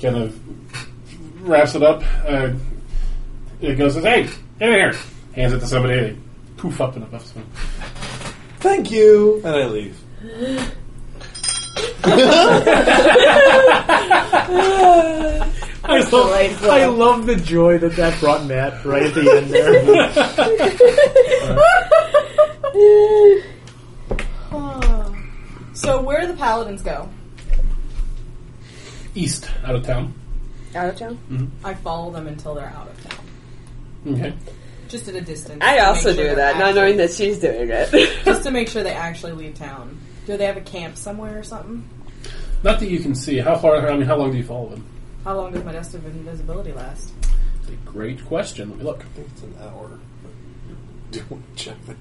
kind of wraps it up. Uh, it goes, "Hey, get in here!" Hands it to somebody. poof up in a buff swing. Thank you. And I leave. I love, I love the joy that that brought Matt right at the end there. So where do the paladins go? East, out of town. Out of town? I follow them until they're out of town, Okay. just at a distance. to I make also sure do they're that, not actually- knowing that she's doing it. just to make sure they actually leave town. Do they have a camp somewhere or something? Not that you can see. How far? I mean, how long do you follow them? How long does my dust of invisibility last? It's a great question. Let me look. I think it's an hour. but Do want to check that?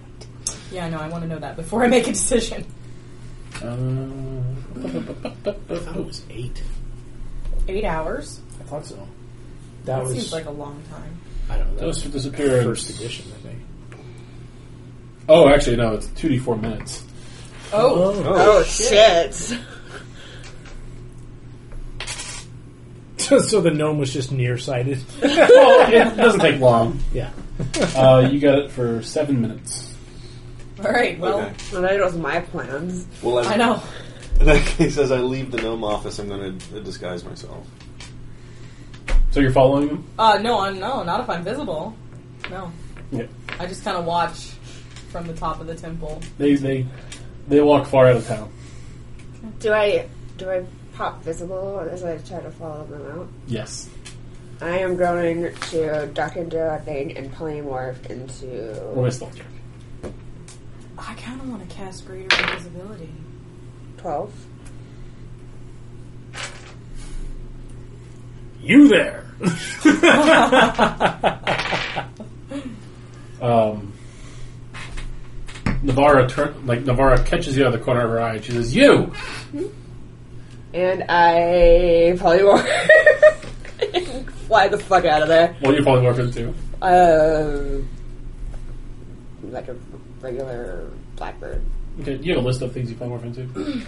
Yeah, I know. I want to know that before I make a decision. I thought it Uh, was eight. Eight hours. I thought so. That That was seems like a long time. I don't know. That was for the disappearance. first edition, I think. Oh, actually, no. It's two d four minutes. Oh, oh, shit. So, so the gnome was just nearsighted. well, it doesn't take long. Yeah. Uh, you got it for seven minutes. all right. Well, Okay. Well, that was my plans. Well, I know. In that case, as I leave the gnome office, I'm going to disguise myself. So you're following them. Uh, no, I'm, no, not if I'm visible. No, Yeah. I just kind of watch from the top of the temple. They they they walk far out of town. Do I do I pop visible as I try to follow them out? Yes. I am going to duck into a thing and polymorph Or into Mistletoe. I kind of want to cast greater invisibility. twelve. You there! Um, Navarra turn like Navarra catches you out of the corner of her eye. and She says, "You." And I polymorph and fly the fuck out of there. Well, you probably walk into. Uh, like a regular blackbird. Okay. Do you have a list of things you polymorph into?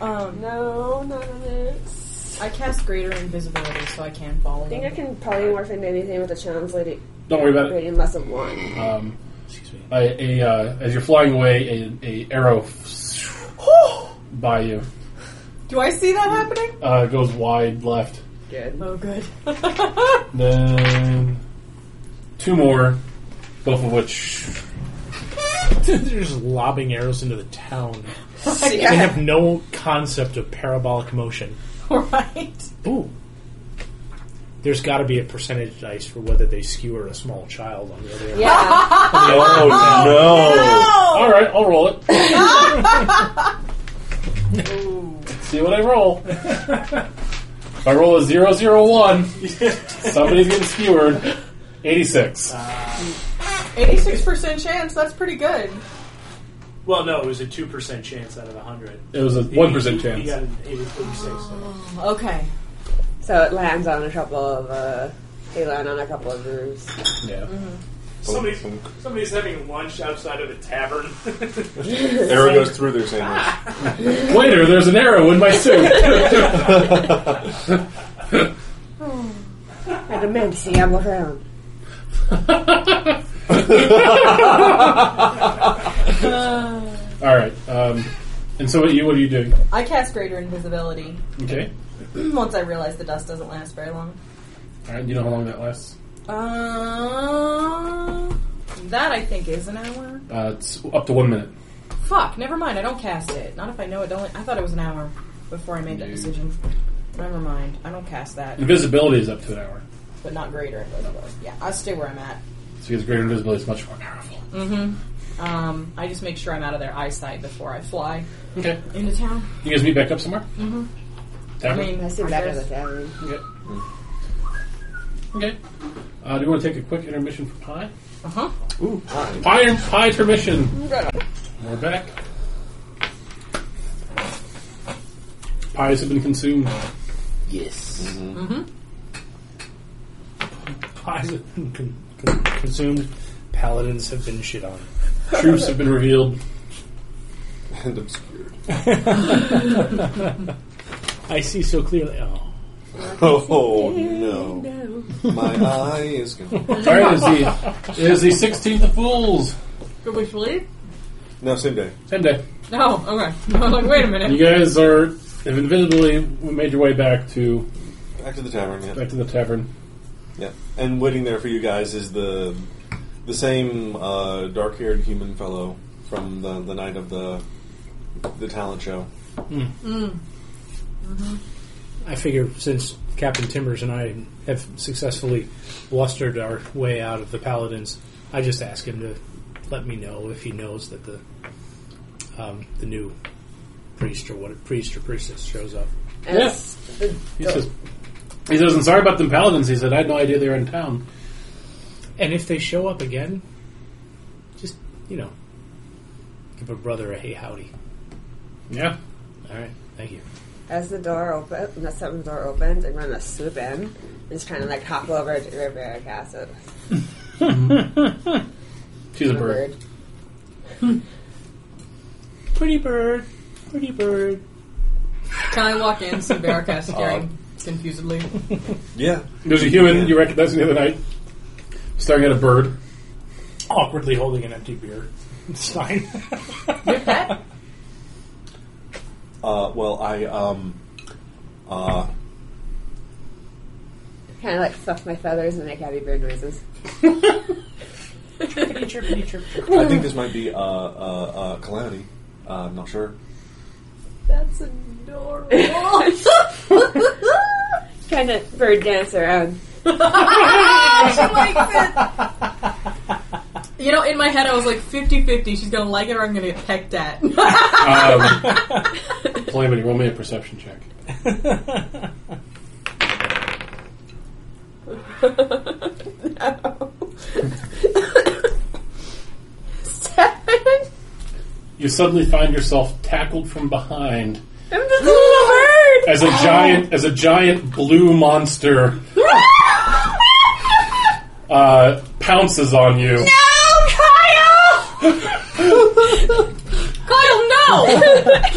Um, No, none of this. I cast greater invisibility so I can follow. I think I them. can polymorph into anything with a translated Don't worry about it. rating less than one. Um, A, a, uh, as you're flying away, a, a arrow by you Do I see that happening? uh, goes wide left. Good. Oh, good. Then two more, both of which They're just lobbing arrows into the town. Yeah. They have no concept of parabolic motion. right. Ooh. There's got to be a percentage dice for whether they skewer a small child on the other end. Yeah. Oh, Oh, All right, I'll roll it. Let's see what I roll. If I roll a zero zero one, somebody's getting skewered. 86. Eighty-six percent chance. That's pretty good. Well, no, it was a two percent chance out of hundred. It was a 1% He got chance. an 86. so. Oh. Okay. So it lands on a couple of, uh, they land on a couple of roofs. Yeah. Somebody's, somebody's having lunch outside of a tavern. Arrow goes through their sandwich. Waiter, there's an arrow in my suit. I demand to see Amber Crown. All right. Um, and so what you what are you doing? I cast greater invisibility Okay. once I realize the dust doesn't last very long. All right. You know how long that lasts? Uh, that I think is an hour. Uh, it's up to one minute. Fuck, never mind. I don't cast it. Not if I know it. Don't. I thought it was an hour before I made that No. decision. Never mind. I don't cast that, Invisibility is up to an hour. but not greater invisibility. Yeah, I stay where I'm at. So because greater invisibility is much more powerful. Um, I just make sure I'm out of their eyesight before I fly Okay. into town. You guys meet back up somewhere? Mm-hmm. I mean, I see back of the guess- tavern. Okay. Okay. Uh, do you want to take a quick intermission for pie? Uh-huh. Ooh, hi. Pie and pie intermission. We're back. Pies have been consumed. Yes. Mm-hmm. Pies have been con- con- consumed. Paladins have been shit on. Truths have been revealed. And obscured. I see so clearly. Oh. Oh no. My eye is going. All right, it is the, it is the 16th of Fools. Could we sleep? No, same day. Same day. No. Okay. I was like, wait a minute. You guys are have invisibly made your way back to Back to the tavern. Yeah. back to the tavern. Yeah, and waiting there for you guys is the the same uh, dark-haired human fellow from the, the night of the the talent show. I figure since Captain Timbers and I have successfully blustered our way out of the Paladins, I just ask him to let me know if he knows that the um, the new priest or what priest or priestess shows up. As the He says, he says, I'm sorry about them paladins. He said, I had no idea they were in town. And if they show up again, just you know, give a brother a hey howdy. Yeah. All right, thank you. as the door open, the seventh door opens, I'm gonna swoop in and just kind of like hop over to Rivera Castle. She's a bird. Pretty bird, pretty bird. Can I walk in? See Bearcat staring confusedly. Yeah, There's a human you recognized the other night staring at a bird. Awkwardly holding an empty beer stein. Pet? Uh, well, I um, uh, Kind of like fluff my feathers and make happy bird noises. I think this might be uh, uh, uh, calamity. Uh, I'm not sure. That's adorable. Oh, kind of bird dance around. You know, in my head, I was like 50-50. She's gonna like it, or I'm gonna get pecked at. Um, Calamity, roll me a perception check. Seven. You suddenly find yourself tackled from behind I'm just a little bird. as a giant as a giant blue monster uh, pounces on you. Oh, Kyle, no,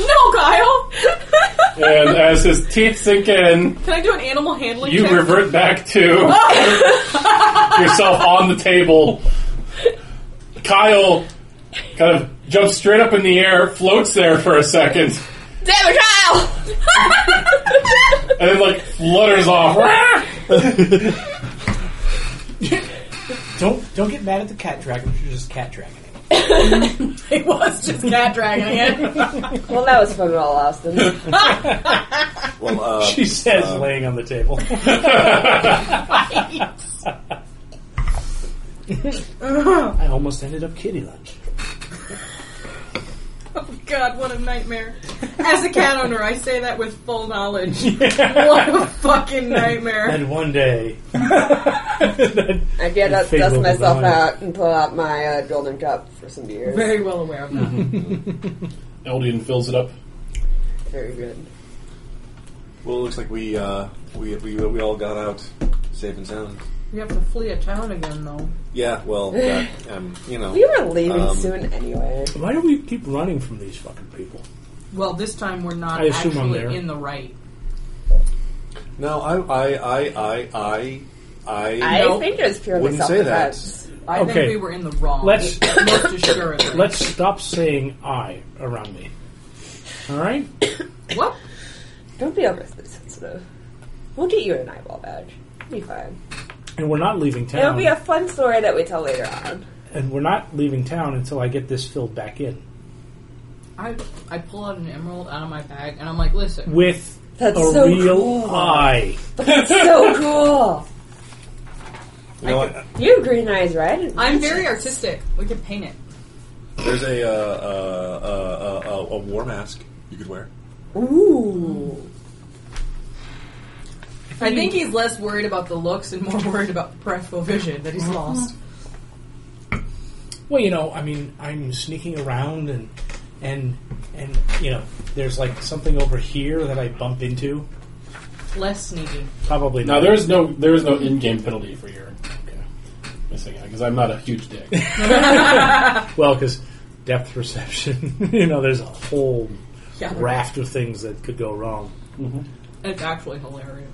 no, Kyle. And as his teeth sink in, Can I do an animal handling? you check? revert back to yourself on the table. Kyle kind of jumps straight up in the air, floats there for a second, Damn it, Kyle! and then like flutters off. don't don't get mad at the cat dragon. You're just cat dragon. It was just cat dragging it. Well, that was fun, all Austin. Well, uh, She says, laying on the table. I almost ended up kitty lunch. God, what a nightmare. As a cat owner, I say that with full knowledge. What a fucking nightmare. And one day, I get up, Fate dust will myself design. out, and pull out my uh, golden cup for some beers. Very well aware of that. Mm-hmm. Eldian fills it up. Very good. well, it looks like we uh, we, we we all got out safe and sound. You have to flee a town again, though. Yeah, well, that, um, you know, We were leaving Um, soon anyway. why do we keep running from these fucking people? Well, this time we're not I assume I'm actually there. in the right. no, I I I I I I I Nope. think it was purely Wouldn't say that. self-defense. I Okay. think we were in the wrong. Let's- most assuredly. Let's stop saying "I" around me. All right. what? Don't be overly sensitive. We'll get you an eyeball badge. It'll be fine. And we're not leaving It'll town. be a fun story that we tell later on. and we're not leaving town until I get this filled back in I I pull out an emerald out of my bag and I'm like, listen, with That's a so real cool. eye. so cool. you know, I, You have green eyes, right? I'm very artistic. We could paint it. there's a uh, uh, uh, uh, a war mask you could wear. Ooh. I think he's less worried about the looks and more worried about the peripheral vision that he's lost. Well, you know, I mean, I'm sneaking around and and and you know, there's like something over here that I bump into. Less sneaky. Probably Now not. there is no there is no in-game penalty for your missing out because I'm not a huge dick. Well, because depth perception, you know, there's a whole Yeah. raft of things that could go wrong. It's actually hilarious.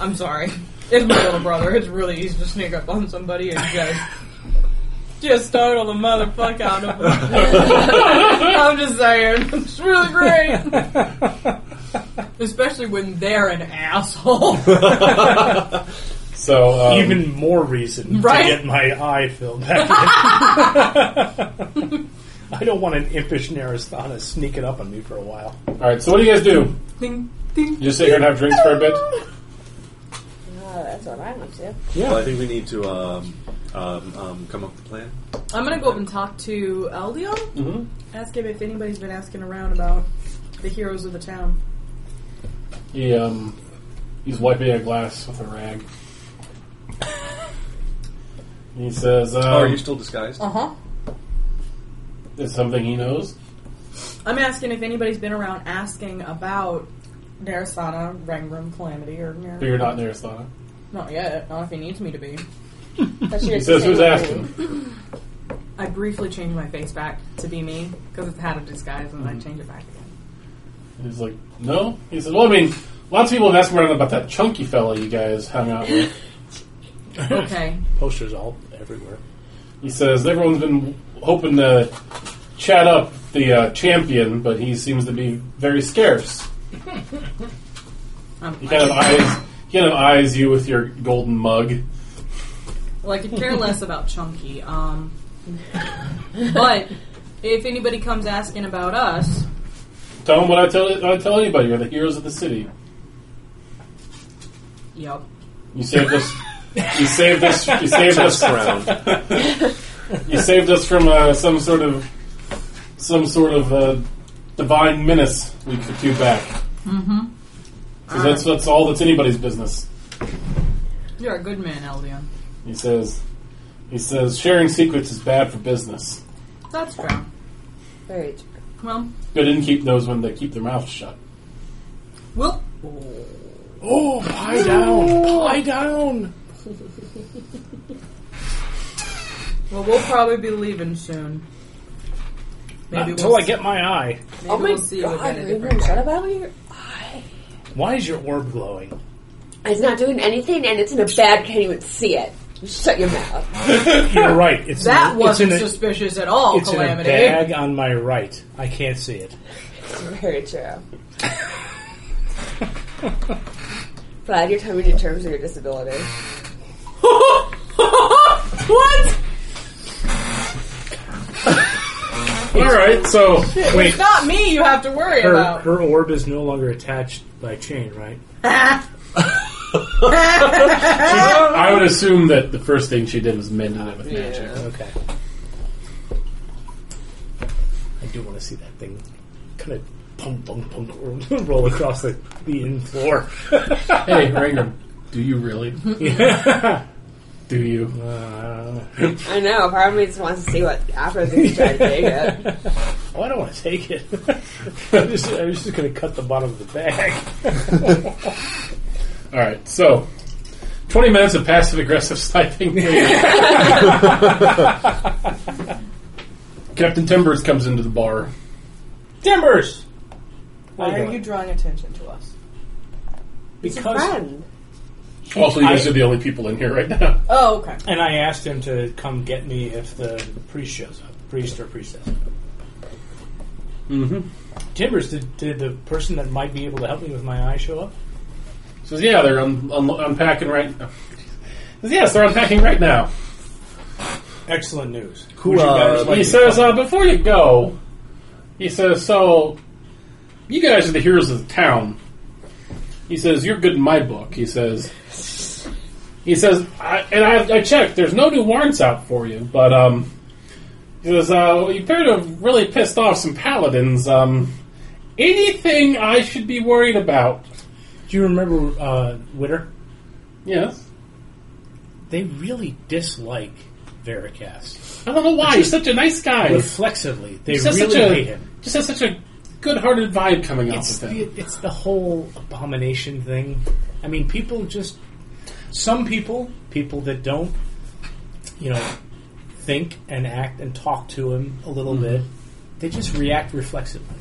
I'm sorry. It's my little brother. It's really easy to sneak up on somebody and just just startle the motherfucker out of them. I'm just saying, it's really great, especially when they're an asshole. So um, Even more reason Right? to get my eye filled back in. I don't want an impish Narasthana sneaking up on me for a while. all right. So what do you guys do? Ding, ding. You just sit here and have drinks for a bit. Oh, that's what I'm up to. Well, I think we need to um, um, um, come up with a plan. I'm gonna go up and talk to Eldion. Mm-hmm. Ask him if anybody's been asking around about the heroes of the town. He um, he's wiping a glass with a rag. He says, um, oh, are you still disguised? Uh huh. "It's something he knows." I'm asking if anybody's been around asking about Narasana, Rangram, Calamity, or But you're not near Slana. Not yet. Not if he needs me to be. But she He was says, the "Who's same asking?" I briefly changed my face back to be me because it's had a disguise, and Mm-hmm. I change it back again. He's like, "No." He says, "Well, I mean, lots of people have asked me around about that chunky fella you guys hung out with." Okay. Posters all everywhere. He says everyone's been hoping to chat up the uh, champion, but he seems to be very scarce. I'm Um, He kind of eyes he kind of eyes you with your golden mug. like I care less about Chunky. Um, but if anybody comes asking about us, Tell him what I tell I tell anybody. You're the heroes of the city. yep. You saved us. You saved us. You saved us Around. You saved us from uh, some sort of some sort of uh, divine menace. We took you back. Mm-hmm. So that's that's all that's anybody's business. You're a good man, Eldion. He says. He says sharing secrets is bad for business. That's true. thing. Very true. Well, Good innkeep knows when to keep their mouth shut. we'll Oh, pie down! Pie down! well we'll probably be leaving soon. Not Maybe until we'll I get my eye. maybe Oh we'll see you again a different Raven, what about your eye? Why is your orb glowing? It's not doing anything, and it's in a bag. Can't even see it. You shut your mouth. You're right. It's That in, wasn't it's in a, suspicious at all, it's in a Calamity. bag on my right. I can't see it. Very true. Glad you're coming to terms with your disability. what? All right, so Wait, It's not me you have to worry her, about. her orb is no longer attached by chain, right? I would assume that the first thing she did was mend it with magic. Okay. I do want to see that thing kind of punk, punk, punk roll- roll across the, the inn floor. Hey, Rangram, do you really? Yeah. Do you? Uh, I know. Part of me just wants to see what Afro's going to try to take it. oh, I don't want to take it. I'm just, I'm just going to cut the bottom of the bag. All right, so twenty minutes of passive aggressive sniping. Captain Timbers comes into the bar. Timbers! Why are you drawing attention to us? Because. Friend. Also, you guys I- are the only people in here right now. Oh, okay. And I asked him to come get me if the priest shows up. Priest or priestess. Mm-hmm. Timbers, did, did the person that might be able to help me with my eye show up? Says, yeah, they're un- un- unpacking right. oh, Says, yes, they're unpacking right now. Excellent news. Who, uh, He says, uh, before you go, he says, so you guys are the heroes of the town. He says, you're good in my book. He says, he says, I, and I, I checked, there's no new warrants out for you, but, um, he says, uh, you appear to have really pissed off some paladins. Um, anything I should be worried about? Do you remember uh, Witter? Yes. They really dislike Veracast. I don't know why. He's such a nice guy. Reflexively, they Just has really such a- hate him. Just has such a good-hearted vibe coming off It's of him. the, it's the whole abomination thing. I mean, people just some people, people that don't, you know, think and Mm-hmm. act and talk to him a little bit, they just react reflexively.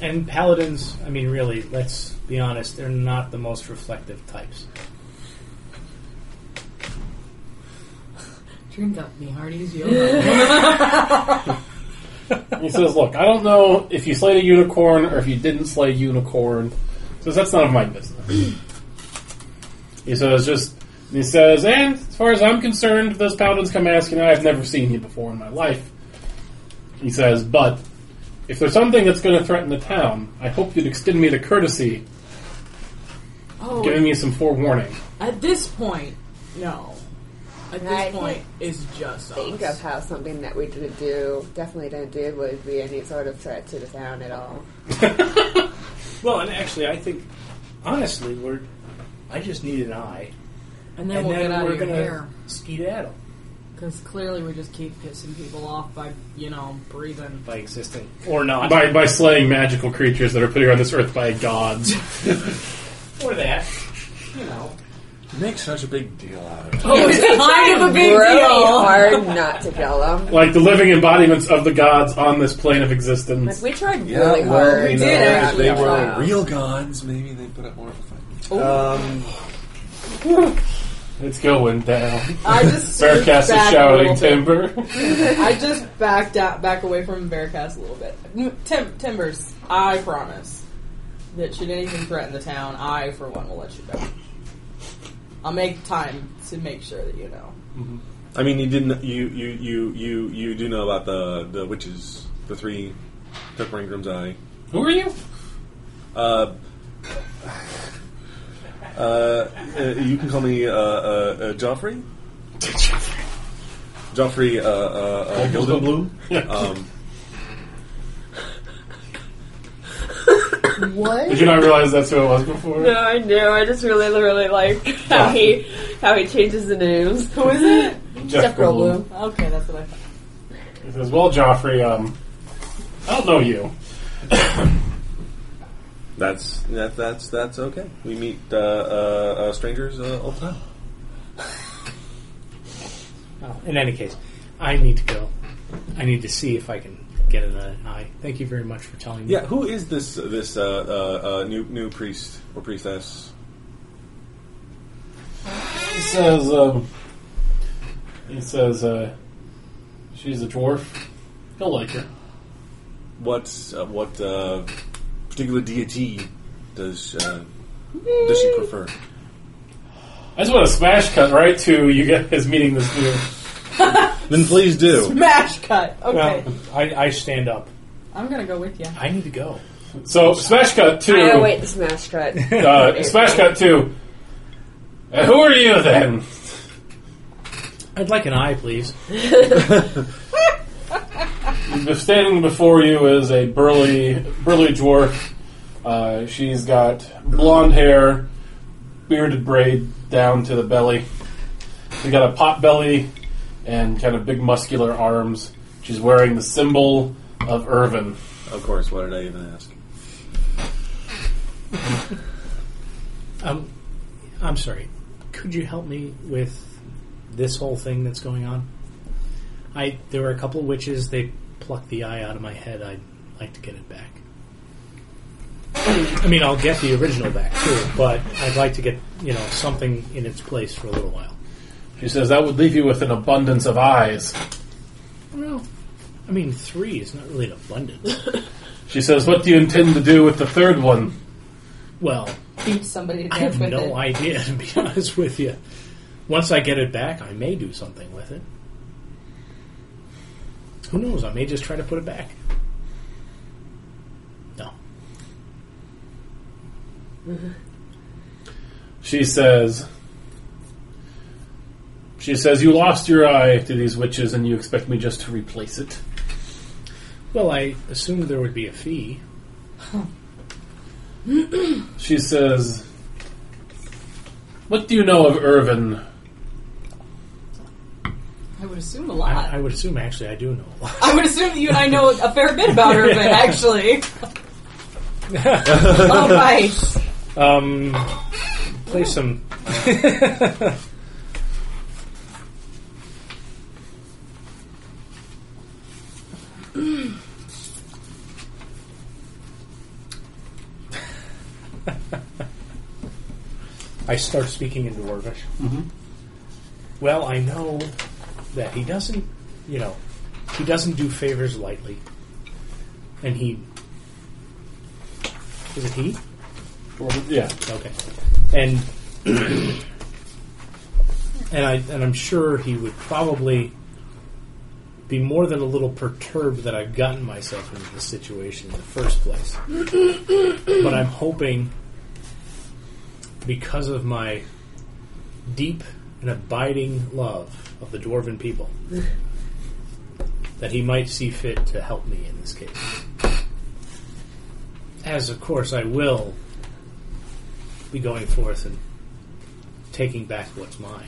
and paladins, I mean, really, let's be honest, they're not the most reflective types. Drink up, me hearties. Yo. He says, "Look, I don't know if you slayed a unicorn or if you didn't slay a unicorn." He says that's none of my business. he says, "Just." He says, "And as far as I'm concerned, those paladins come asking. I've never seen you before in my life." He says, "But if there's something that's going to threaten the town, I hope you'd extend me the courtesy, oh, giving me some forewarning." At this point, no. At this Right. point, it's just us. Think of how something that we didn't do, definitely didn't do, would be any sort of threat to the town at all. Well, and actually, I think, honestly, we're. I just need an eye, and then we'll get out of gonna here skedaddle because clearly we just keep pissing people off by you know breathing. by existing or not, By, by slaying magical creatures that are put here on this earth by gods. or that. You know, Make such a big deal out of it. Oh, it's kind of a big really deal. hard not to kill them. like the living embodiments of the gods on this plane of existence. Like, we tried Yeah, really well, hard. you to know, not if they kill were them. real gods, maybe they put up more of a fight. Um, It's going down. I just Faircast is back a shouting little bit. timber. I just backed out, back away from Bearcast a little bit. N- Tim, Timbers, I promise that should anything threaten the town, I for one will let you know. I'll make time to make sure that you know. I mean, you didn't. You you you you you do know about the the witches, the three took Ringram's eye. Who are you? Uh, uh, uh, you can call me uh, uh, uh, Joffrey. Joffrey uh, uh, uh, Gildenblum. Um, Did you not realize that's who it was before? No, I know. I just really, really like how he how he changes the names. Who is it? Jeff Goldblum. Okay, that's what I thought. He says, "Well, Joffrey, um, I don't know you. that's that, that's that's okay. We meet uh, uh, uh, strangers uh, all the time. Oh, in any case, I need to go. I need to see if I can get an eye. Thank you very much for telling me. Yeah, who is this this uh, uh, uh, new new priest or priestess? He says, um, he says, uh, she's a dwarf. He'll like her. What uh, what uh, particular deity does uh, does she prefer? I just want to smash cut right to you guys meeting this new. Then please do. Smash cut. Okay, Well, I, I stand up. I'm gonna go with you. I need to go. So smash cut to I await the smash cut. uh, smash cut to. "Uh, who are you then? I'd like an eye, please. Standing before you is a burly, burly dwarf. Uh, she's got blonde hair, bearded braid down to the belly. She's got a pot belly and kind of big muscular arms. She's wearing the symbol of Irvin. Of course. Why did I even ask? Um, I'm sorry. Could you help me with this whole thing that's going on? I there were a couple of witches. They plucked the eye out of my head. I'd like to get it back. I mean, I'll get the original back too, but I'd like to get you know something in its place for a little while. She says that would leave you with an abundance of eyes. Well, I mean, three is not really an abundance. She says, "What do you intend to do with the third one?" well, Beat somebody to I death have with no it. idea to be honest with you. Once I get it back, I may do something with it. Who knows? I may just try to put it back. No. She says, "She says you lost your eye to these witches, and you expect me just to replace it." Well, I assumed there would be a fee. She says, What do you know of Irvin? I would assume a I, lot. I would assume, actually, I do know a lot. I would assume that you and I know a fair bit about Irvin, actually. All right. Um, play some. I start speaking in Dwarvish. Well, I know that he doesn't, you know, he doesn't do favors lightly. And he. Is it he? Yeah. Okay. And and I and I'm sure he would probably be more than a little perturbed that I've gotten myself into this situation in the first place. but I'm hoping because of my deep and abiding love of the dwarven people that he might see fit to help me in this case. As of course I will be going forth and taking back what's mine.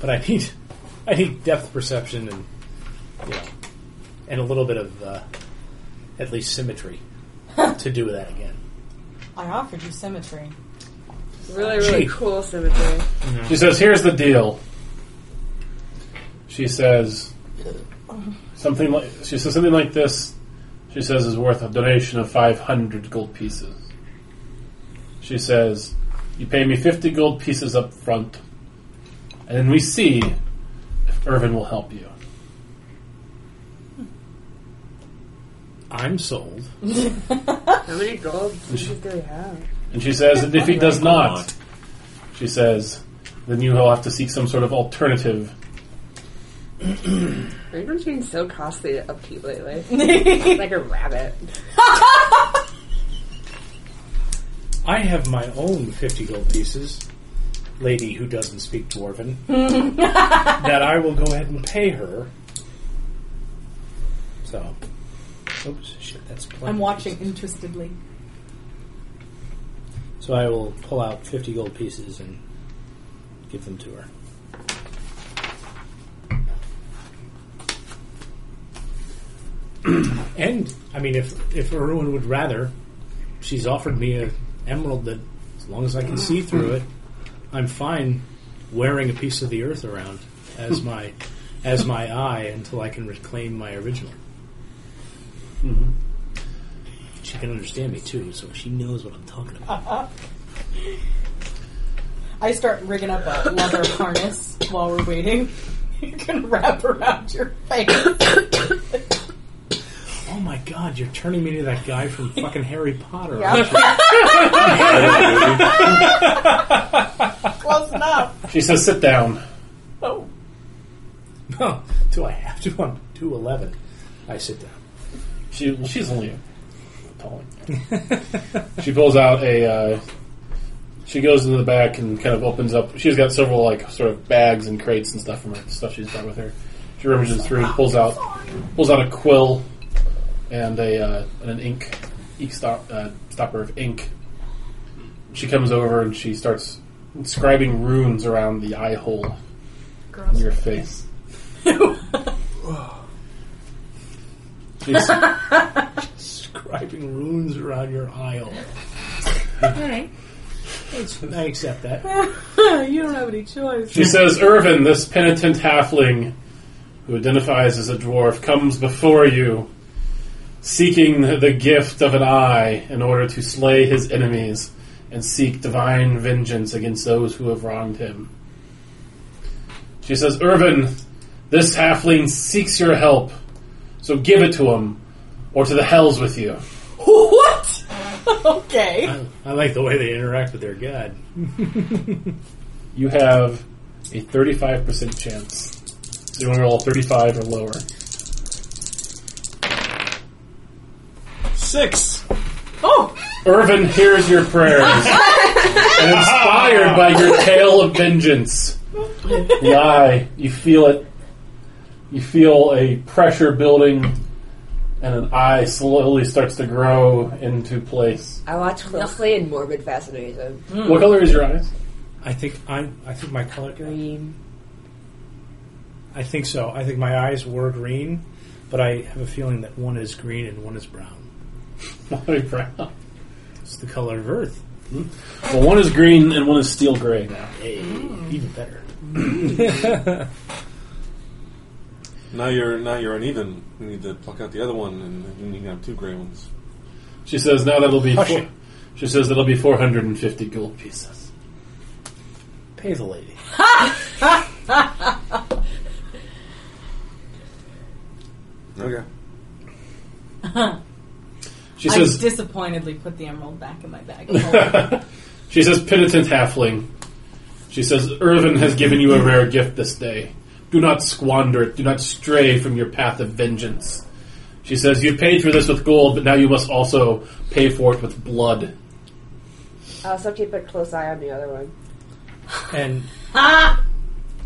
But I need, I need depth perception and, you know, and a little bit of, uh, at least symmetry to do that again. I offered you symmetry. Really, really Gee. cool symmetry. She says, "Here's the deal." She says something like she says something like this. She says is worth a donation of five hundred gold pieces. She says, "You pay me fifty gold pieces up front, and then we see if Irvin will help you." I'm sold. How many gold pieces do we have? And she says, "And if he does not," she says, "then you will have to seek some sort of alternative." Everyone's been so costly to upkeep lately. like a rabbit. I have my own 50 gold pieces, lady who doesn't speak Dwarven, that I will go ahead and pay her. So, oops, shit, that's plenty. I'm watching interestedly. So I will pull out 50 gold pieces and give them to her. and, I mean, if, if Erwin would rather, she's offered me an emerald that, as long as I can see through it, I'm fine wearing a piece of the earth around as my as my eye until I can reclaim my original. She can understand me too, so she knows what I'm talking about. I start rigging up a leather harness while we're waiting. You can wrap around your face. Oh my god, you're turning me into that guy from fucking Harry Potter. Close enough. She says, "Sit down." Oh. No, do I have to? I'm 211. I sit down. She well, she's only tall. she pulls out a. Uh, she goes to the back and kind of opens up. She's got several like sort of bags and crates and stuff from her stuff she's brought with her. She rummages through, pulls out, pulls out a quill and a uh, and an ink, ink stop, uh, stopper of ink. She comes over and she starts inscribing runes around the eye hole in your face. She's- Scribing runes around your eye hole. Alright. That's- I accept that. you don't have any choice. She says, Irvin, this penitent halfling who identifies as a dwarf comes before you seeking the gift of an eye in order to slay his enemies and seek divine vengeance against those who have wronged him. She says, Irvin, this halfling seeks your help, so give it to him or to the hells with you. What? okay. I, I like the way they interact with their god. You have a 35% chance. So you want to roll 35 or lower. Six! Irvin hears your prayers and inspired by your tale of vengeance. The eye, you feel it. You feel a pressure building, and an eye slowly starts to grow into place. I watch closely in morbid fascination. Hmm. What color is your eyes? I think I'm. I think my color. Green. I think so. I think my eyes were green, but I have a feeling that one is green and one is brown. Molly brown. It's the color of earth. Well, one is green and one is steel gray now. Hey, even better. Now you're now you're uneven. You need to pluck out the other one, and you need to have two gray ones. She says, "Now that'll be Hush four, it. She says that'll be 450 gold pieces. Pay the lady. Okay. She I says, disappointedly put the emerald back in my bag. Oh, she says, penitent halfling. She says, Irvin has given you a rare gift this day. Do not squander it. Do not stray from your path of vengeance. She says, you've paid for this with gold, but now you must also pay for it with blood. Also keep a close eye on the other one. and I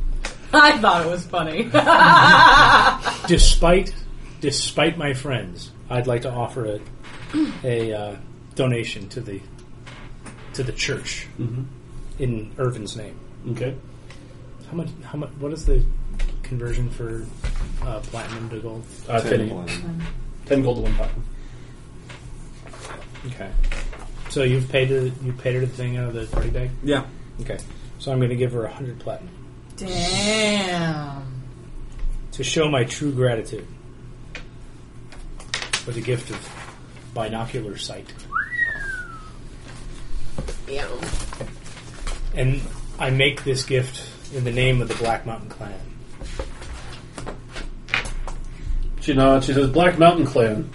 thought it was funny. despite despite my friends, I'd like to offer a a uh, donation to the to the church in Irvin's name. Mm-hmm. Okay. How much? How much? What is the conversion for uh, platinum to gold? Uh, ten, Ten one. ten gold to one platinum. Okay. So you've paid her, you paid her the thing out of the party bag. Yeah. Okay. So I'm going to give her a hundred platinum Damn. to show my true gratitude for the gift of binocular sight. Yeah. And I make this gift in the name of the Black Mountain Clan. She nods. She says, Black Mountain Clan.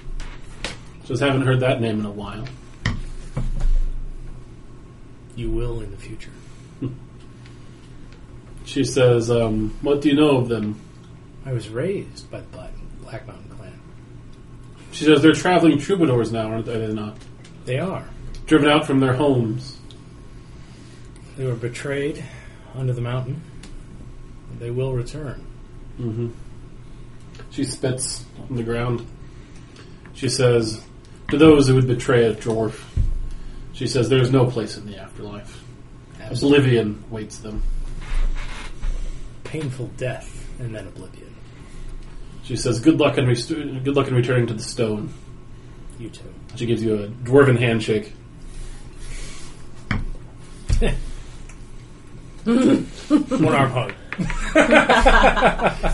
She says, haven't heard that name in a while. You will in the future. She says, um, what do you know of them? I was raised by the Black, Black Mountain Clan. She says, they're traveling troubadours now, aren't they? Are they not? They are. Driven out from their homes. They were betrayed under the mountain. They will return. hmm She spits on the ground. She says, to those who would betray a dwarf, she says, there's no place in the afterlife. Oblivion waits them. Painful death and then oblivion. She says, good luck in, rest- good luck in returning to the stone. You too. She gives you a dwarven handshake. One arm hug.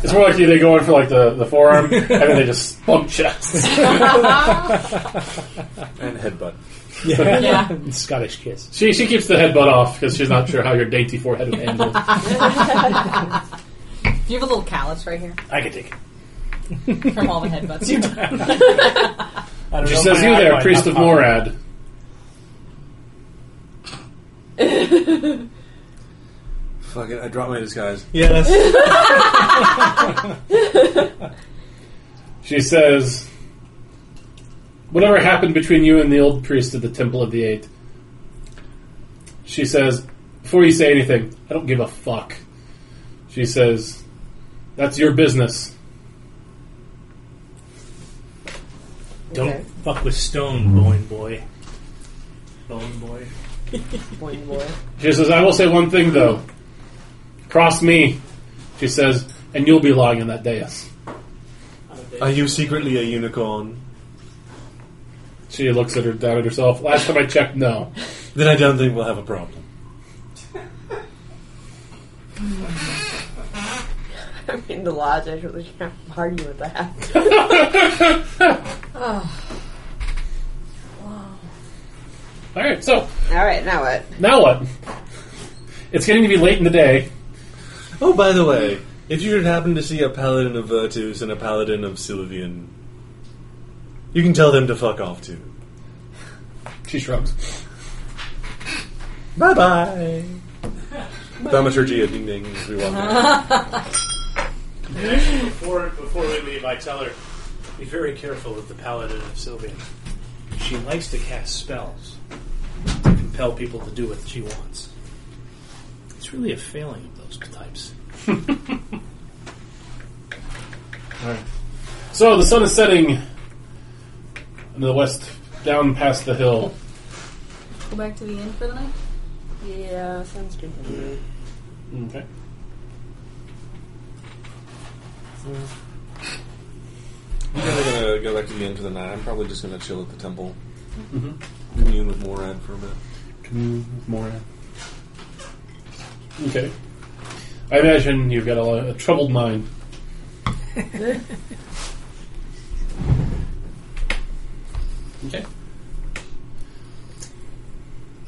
It's more like they go in for like the, the forearm, and then they just bump chests. And headbutt. Yeah. Scottish kiss. She she keeps the headbutt off because she's not sure how your dainty forehead would handle. it. Do you have a little callus right here I can take it. from all the headbutts? You I don't She know says, my "You eye there, line priest up of high." Morad." Fuck it. I dropped my disguise. Yeah, that's She says, "Whatever happened between you and the old priest of the Temple of the Eight?" She says, "Before you say anything, I don't give a fuck." She says, "That's your business." don't fuck with stone, bone boy. Bone boy. Boing boing. She says, "I will say one thing though. Cross me," she says, "and you'll be lying in that dais." Are you secretly a unicorn? She looks at her down at herself. Last time I checked, no. Then I don't think we'll have a problem. I mean, the logic really can't argue with that. All right, so All right, now what? now what? It's getting to be late in the day. Oh, by the way, if you should happen to see a paladin of Virtus and a paladin of Sylvian, you can tell them to fuck off too. She shrugs. Bye bye. Thaumaturgy, a ding ding as we walk. out. Before, before we leave, I tell her, Be very careful of the paladin of Sylvian. She likes to cast spells to compel people to do what she wants. It's really a failing of those types. So the sun is setting in the west, down past the hill. Go back to the inn for the night? Yeah, sounds good to me. Okay. I'm never gonna go back to the end for the night. I'm probably just gonna chill at the temple, Mm-hmm. commune with Morad for a minute. More. Okay. I imagine you've got a, lo- a troubled mind. okay.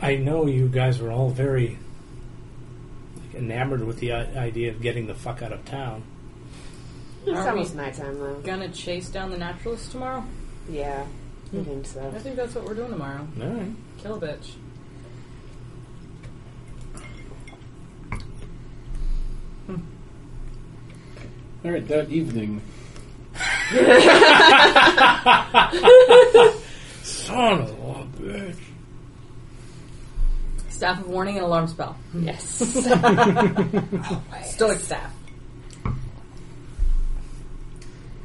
I know you guys were all very like, enamored with the i- idea of getting the fuck out of town. It's Are we- almost nighttime though. Gonna chase down the naturalist tomorrow? Yeah, I think so. I think that's what we're doing tomorrow. All right. Kill a bitch. All right, that evening. Son of a bitch. Staff of warning and alarm spell. Yes. Stoic staff.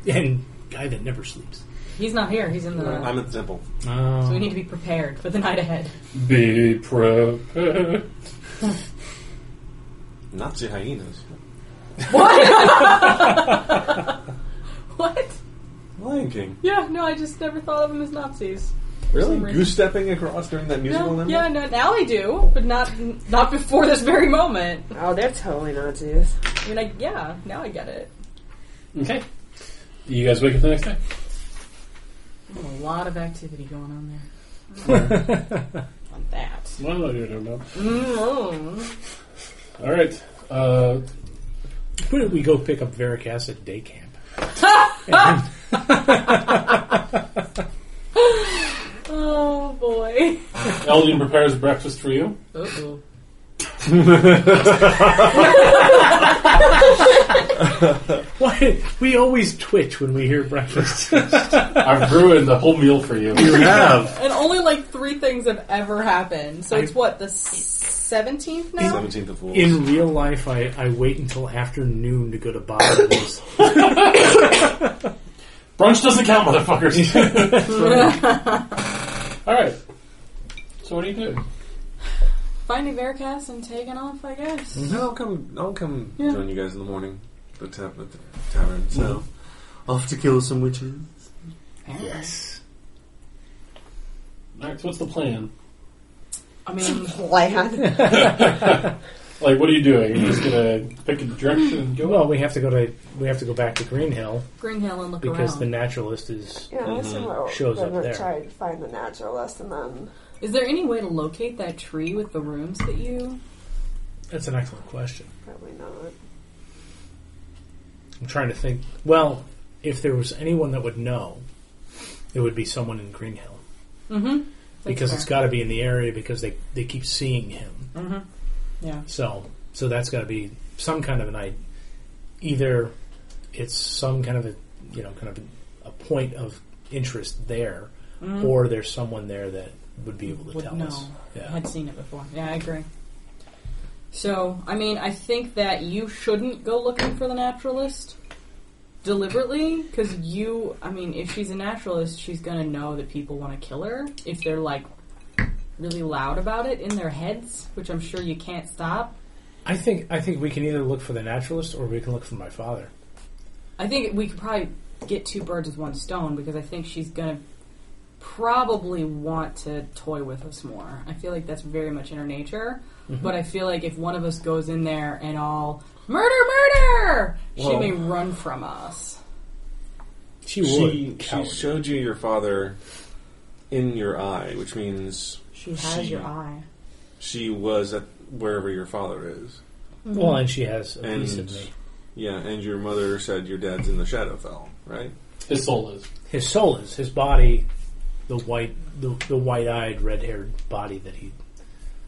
And guy that never sleeps. He's not here. He's in the. I'm at the temple. Oh. so we need to be prepared for the night ahead. Be prepared. Nazi hyenas. What? Lion King. Yeah, no, I just never thought of them as Nazis. Really? some reason. Goose stepping across during that musical No, number? yeah, no, now I do, but not not before this very moment. oh, they're totally Nazis. I mean, I, yeah, now I get it. Okay. You guys wake up the next day. A lot of activity going on there. On that. Well, you don't know. mm All right. Uh, Why don't we go pick up Varic Acid Day Camp? Oh boy. Eldian prepares breakfast for you. Uh-oh. Why? We always twitch when we hear breakfast. I've ruined the whole meal for you. You have. And only like three things have ever happened. So it's what, the seventeenth now? 17th of Wolves. In real life, I, I wait until afternoon to go to Bob's. Brunch doesn't count, motherfuckers. All right. So what do you do? Finding Veracast and taking off, I guess. Mm, I'll come, I'll come Mm-hmm. Yeah. join you guys in the morning the tap, at the tavern. So, Mm-hmm. off to kill some witches. yes. All right. So what's the plan? I mean Plan. Like, what are you doing? You're just gonna pick a direction and go. Well, we have to go to we have to go back to Green Hill Green Hill and look because around. the naturalist is. Yeah, that's what Mm-hmm. Shows up we're there. trying to find the naturalist and then Is there any way to locate that tree with the rooms that you That's an excellent question. probably not. I'm trying to think. Well, if there was anyone that would know, it would be someone in Green Hill Mm-hmm. because it's got to be in the area because they they keep seeing him. Mm-hmm. Yeah. So so that's got to be some kind of an idea. Either it's some kind of a you know kind of a, a point of interest there, or there's someone there that would be able to Mm-hmm. Would tell know. us. Yeah. had seen it before. Yeah, I agree. So, I mean, I think that you shouldn't go looking for the naturalist deliberately because you, I mean, if she's a naturalist, she's going to know that people want to kill her if they're like really loud about it in their heads, which I'm sure you can't stop. I think I think we can either look for the naturalist or we can look for my father. I think we could probably get two birds with one stone because I think she's going to probably want to toy with us more. I feel like that's very much in her nature. Mm-hmm. But I feel like if one of us goes in there and all murder, murder, she Well- may run from us. She She, would. she Coward. showed you your father in your eye, which means She has She- your eye. she was at wherever your father is. well, and she has a And- piece of me. Yeah, and your mother said your dad's in the Shadowfell, right? His soul is. His soul is his body, the white, the, the white-eyed, red-haired body that he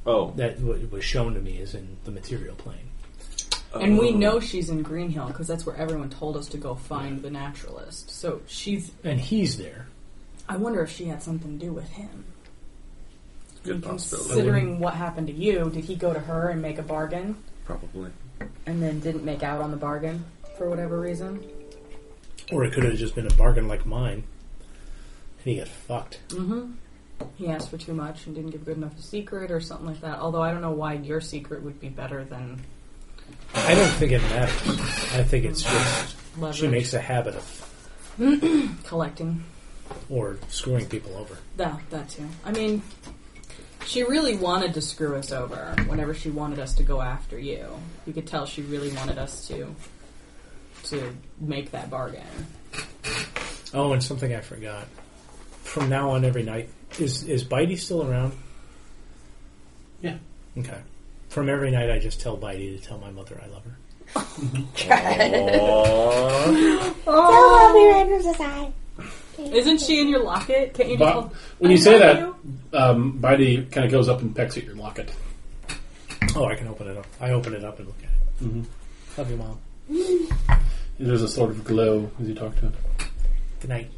Oh, that w- was shown to me is in the material plane. And we Oh. know she's in Green Hill because that's where everyone told us to go find the naturalist. So she's. And he's there. I wonder if she had something to do with him. good And possibility, Considering what happened to you, did he go to her and make a bargain? probably. and then didn't make out on the bargain for whatever reason. Or it could have just been a bargain like mine. And he got fucked. Mm-hmm. He asked for too much and didn't give good enough a secret or something like that. Although I don't know why your secret would be better than I don't think it matters. I think it's just she leverage makes a habit of collecting. or screwing people over. That that too. I mean, she really wanted to screw us over whenever she wanted us to go after you. You could tell she really wanted us to to make that bargain. Oh, and something I forgot. From now on, every night is is Bitey still around? Yeah. Okay. From every night, I just tell Bitey to tell my mother I love her. Oh. Aww. Isn't she in your locket? Can't you just But hold- when I you say love that, you. um, Bidey kind of goes up and pecks at your locket. Oh, I can open it up. I open it up and look at it. Mhm. Love you, mom. There's a sort of glow as you talk to him. Good night.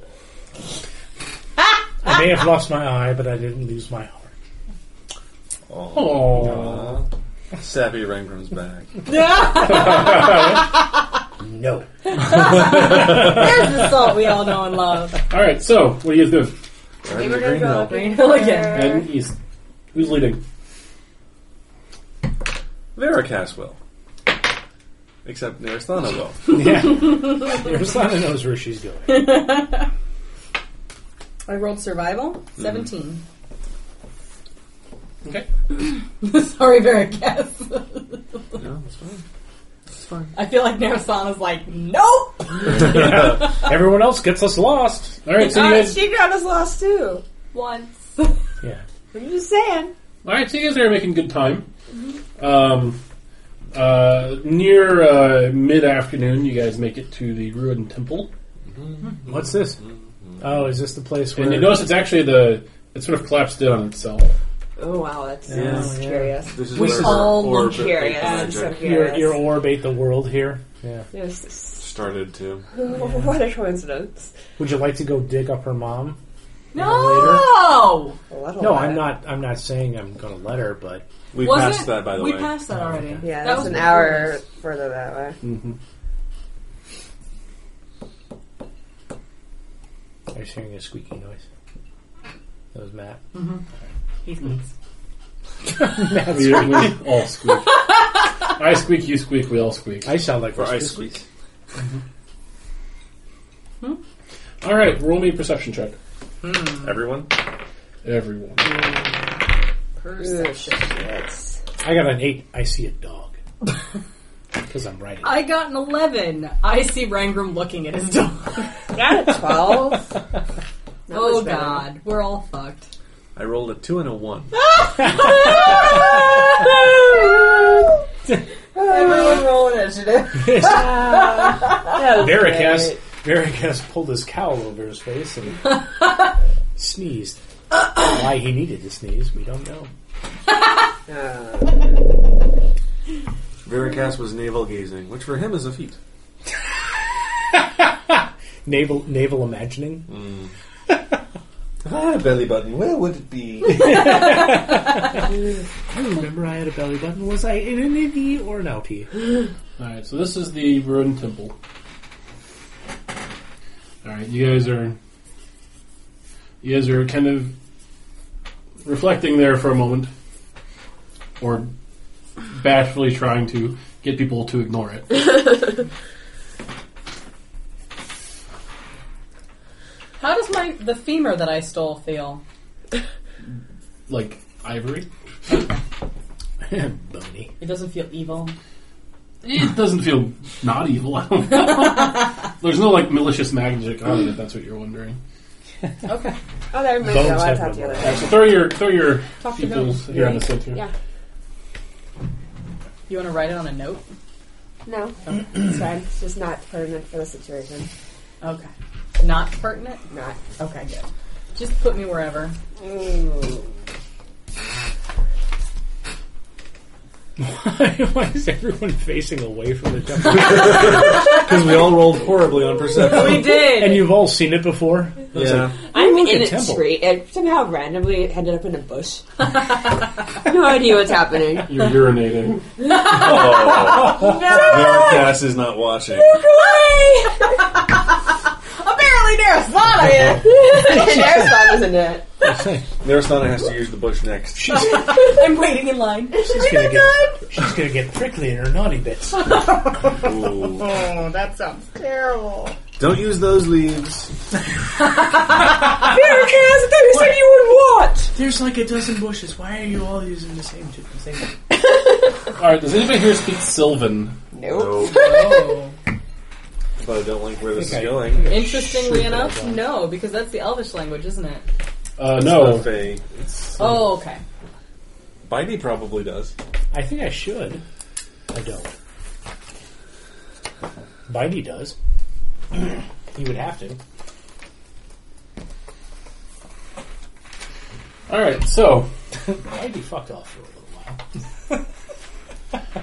I may have lost my eye, but I didn't lose my heart. Oh, Sappy Rangram's Uh-huh. back. No. There's the salt we all know and love. All right. So, what are you guys doing? Right in were the gonna green go hill. up Green Hill again. And he's, who's leading? Vera Caswell. Except Narasthana will. Yeah. Ursana knows where she's going. I rolled survival, 17. Okay. Sorry, Veracast. No, that's fine. That's fine. I feel like Narasana's like, nope! Everyone else gets us lost. All right. So you Alright, guys. she got us lost too. Once. Yeah. I'm just saying. All right. So you guys are making good time. Um, uh, near uh, mid-afternoon, you guys make it to the ruined temple, What's this? Oh, is this the place where? and you notice it's actually the it's sort of collapsed in on itself. Oh wow, that's, Yeah, that's yeah. curious. This is We where all our look curious. I'm magic so your, curious. your orb ate the world here. Yeah. Yes, this- started to. What a coincidence. Would you like to go dig up her mom? No! Let No, alone- I'm not. I'm not saying I'm going to let her, but We Wasn't passed it- that, by the we way. passed that already. Yeah, That that's was an before hour this. further that way. Mm-hmm. I was hearing a squeaky noise. That was Matt. He squeaks. We, we all squeak. I squeak, you squeak, we all squeak. I sound like For we're ice squeaky. squeak. All right, roll me a perception check, Everyone? everyone. Ugh, shit. I got an eight. I see a dog because I'm writing. I got an 11. I see Rangram looking at his dog. Got a 12. That Oh, was better. God. We're all fucked. I rolled a 2 and a 1. Everyone roll initiative. That was Varric has great. Varric has pulled his cowl over his face and sneezed. Why he needed to sneeze, we don't know. Uh, Veracast was navel gazing, which for him is a feat. Naval naval imagining. If I had a belly button, where would it be? I remember I had a belly button. Was I in an indie or an LP? All right, so this is the ruined temple. All right, you guys are you guys are kind of reflecting there for a moment, or bashfully trying to get people to ignore it. How does my the femur that I stole feel? like ivory, Bony. It doesn't feel evil. it doesn't feel not evil. I don't know. There's no like malicious magic on it. If that's what you're wondering. Okay. oh, that reminds me. I Bones want have to talk to no you later. All right, so throw your throw your Talk to peoples them. here on the set here. Yeah. You want to write it on a note? No, it's fine. It's just not pertinent for the situation. Okay. Not pertinent? Not. Okay, good. Just put me wherever. Mm. Why is everyone facing away from the temple? Because we all rolled horribly on perception. We did! and you've all seen it before. yeah. I'm look at in a Temple. tree and somehow randomly ended up in a bush. no idea what's happening. You're urinating. Oh, Veracast is not watching. Apparently Narasana is! There's fun, isn't it? Narasana has to use the bush next. She's, I'm waiting in line. she's gonna get she's gonna get prickly in her naughty bits. Ooh. Oh, that sounds terrible. Don't use those leaves. Veracast, I thought you said you would watch. There's like a dozen bushes. Why are you all using the same two thing? All right, does anybody here speak Sylvan? No. Oh. But I don't like where this is Okay. going. Interestingly Shoot that enough, down. no, because that's the Elvish language, isn't it? Uh, It's no. not Fae. Oh, okay. Bitey probably does. I think I should. I don't. Bitey does. he would have to. All right, so Bitey fucked off for a little while.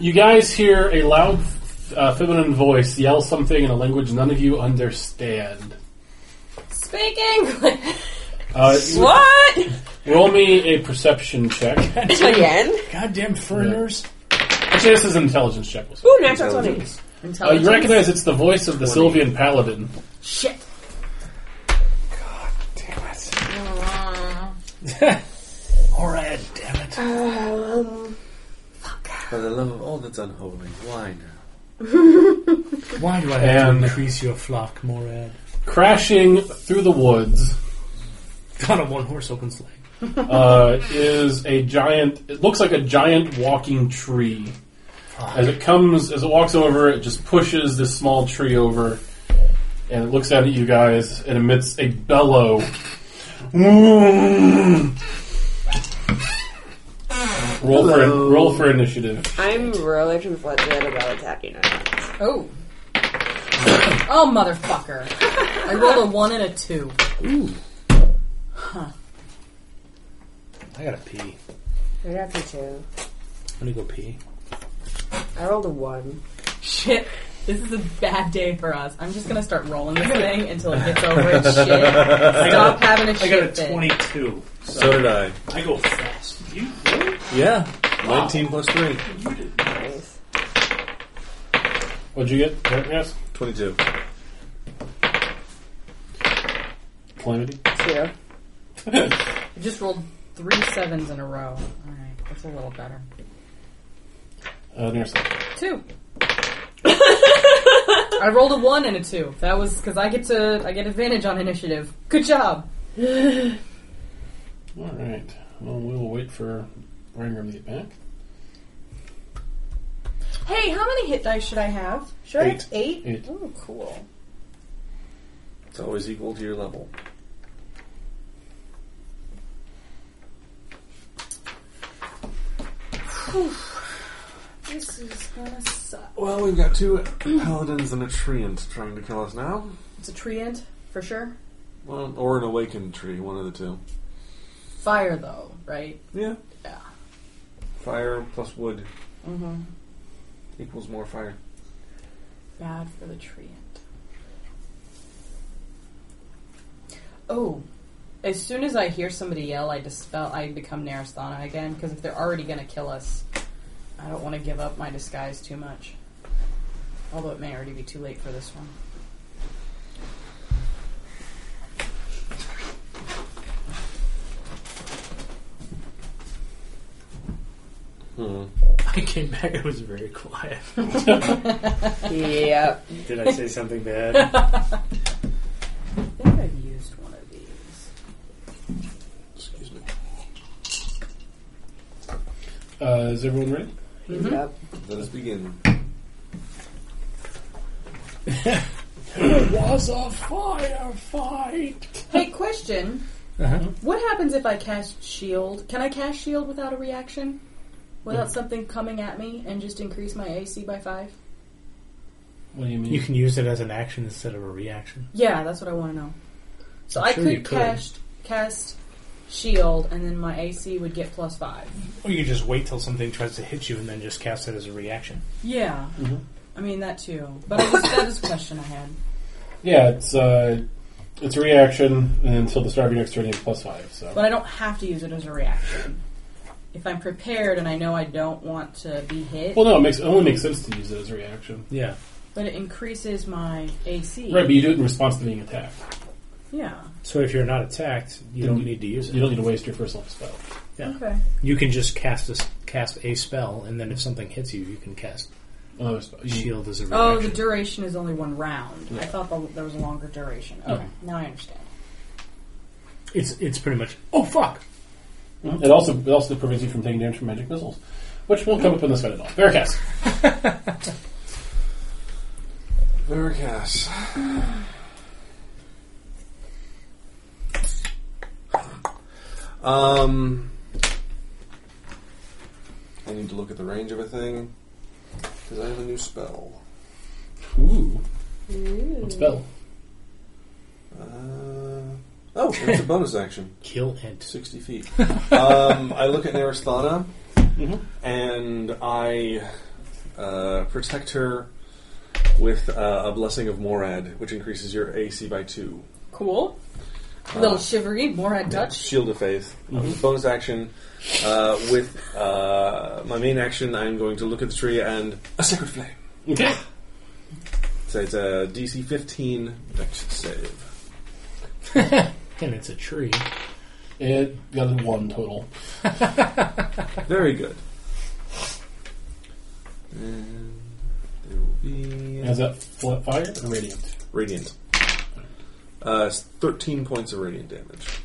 you guys hear a loud uh, feminine voice yell something in a language none of you understand. Speak English. Uh, What? roll me a perception check. Again? Goddamn foreigners. Actually, this is an intelligence check. Ooh, natural 20. Uh, you recognize it's the voice of the Sylvian Paladin. Shit. Alright, damn it. For the love of all that's unholy, why now? Why do I have And- to increase your flock, Morad? Crashing through the woods Not a one horse open sleigh. uh, is a giant. It looks like a giant walking tree. As it comes, as it walks over, it just pushes this small tree over, and it looks out at you guys and emits a bellow. roll for Hello. roll for initiative. I'm really conflicted about attacking it. Oh. Oh, motherfucker. I rolled a one and a two. I gotta pee. I got the two. I'm gonna go pee. I rolled a one. Shit. This is a bad day for us. I'm just gonna start rolling this thing until it gets over its shit. Stop having a I shit got a fit. 22. So did I. I go fast. You Yeah. 19 plus 3. Nice. What'd you get? Yes. 22. Calamity. Two. I just rolled three sevens in a row. Alright, that's a little better. Uh, nearest. Two. I rolled a one and a two. That was because I get to I get advantage on initiative. Good job. All right. Well, we will wait for Rangrim to get back. Hey, how many hit dice should I have? Should Eight. I have eight? Eight. Oh, cool. It's always equal to your level. This is gonna suck. Well, we've got two paladins and a treant trying to kill us now. It's a tree end for sure. Well, or an awakened tree, one of the two. Fire though, right? Yeah. Yeah. Fire plus wood Mm-hmm. equals more fire. Bad for the tree end. Oh, as soon as I hear somebody yell, I dispel. I become Narasthana again because if they're already gonna kill us, I don't want to give up my disguise too much. Although it may already be too late for this one. Hmm. I came back, it was very quiet. Yep. Did I say something bad? I think I've used one of these. Excuse me. Uh, is everyone ready? Yep. Let us begin. It was a firefight. Hey, question. Uh-huh. What happens if I cast shield? Can I cast shield without a reaction? Mm. Without something coming at me and just increase my AC by five? What do you mean? You can use it as an action instead of a reaction. Yeah, that's what I want to know. So I'm I sure you could, could. cast cast shield and then my AC would get plus five. Or you just wait till something tries to hit you and then just cast it as a reaction. Yeah. Mm-hmm. I mean that too. But I just, that is a question I had. yeah, it's uh, it's a reaction and until the start of your next turn. You have plus five. So But I don't have to use it as a reaction. If I'm prepared and I know I don't want to be hit, well, no, it makes it only makes sense to use it as a reaction. Yeah. but it increases my AC. Right, but you do it in response to being attacked. Yeah. So if you're not attacked, you Then don't you- need to use it. You don't need to waste your first level spell. Yeah. Okay. You can just cast a, s- cast a spell, and then if something hits you, you can cast Another spell. You- shield as a reaction. Oh, the duration is only one round. I Yeah. thought the, there was a longer duration. Okay, now I understand. it's it's pretty much. Oh fuck! Mhm. It also it also prevents you from taking damage from magic missiles, which won't come up in this fight at all. Veracast. Veracast. um, need to look at the range of a thing because I have a new spell. Ooh. Hmm. What spell? Uh, oh, and it's a bonus action. Kill Ent. 60 feet. um, I look at Narasthana and I uh, protect her with uh, a blessing of Morad, which increases your AC by two. Cool. Uh, Little shivery, Morad Dutch. Shield of Faith. Bonus action. Uh, with uh, my main action, I'm going to look at the tree and a sacred flame. Okay. So it's a DC 15 dex save. And it's a tree. It got a one total. Very good. And there will be Is that flat fire or radiant? radiant. Uh, it's 13 points of radiant damage.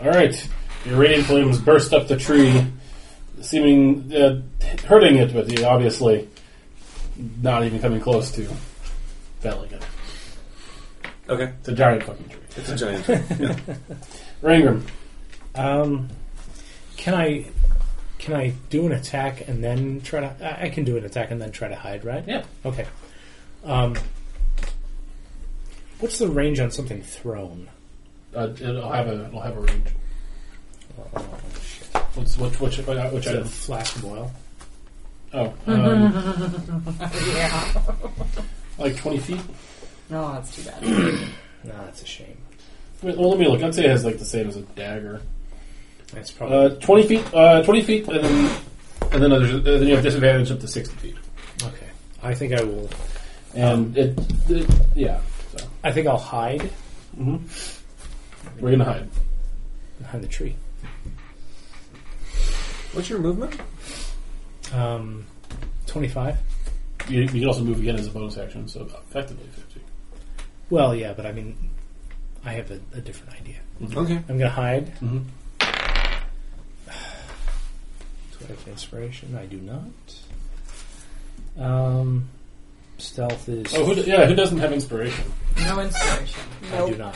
All right. Your radiant flames burst up the tree, seeming uh, hurting it, but you obviously not even coming close to felling it. Okay, It's a giant fucking tree. it's a giant. tree. Yeah. Rangram. Um, can I can I do an attack and then try to? I, I can do an attack and then try to hide, right? Yeah. Okay. Um, what's the range on something thrown? Uh, it'll have a it'll have a range. Oh, shit. What's which which uh, which Is it a item? flask boil? Oh, um, Yeah. like twenty feet. No, that's too bad. No, that's a shame. Wait, Well, let me look. I'd say it has like the same as a dagger. That's probably Uh, twenty feet. Uh, twenty feet, and then and then, there's, then you have disadvantage up to sixty feet. okay. I think I will. And it, it yeah. So mm-hmm. I think I'll hide we're gonna hide. behind the tree. What's your movement? Um, twenty-five. You, you can also move again as a bonus action, so effectively fifty. Well, yeah, but I mean, I have a, a different idea. Okay. I'm gonna hide. Mhm. Do I have inspiration? I do not. Um, stealth is. Oh, who, d- yeah. Who doesn't have inspiration? No inspiration. I do not.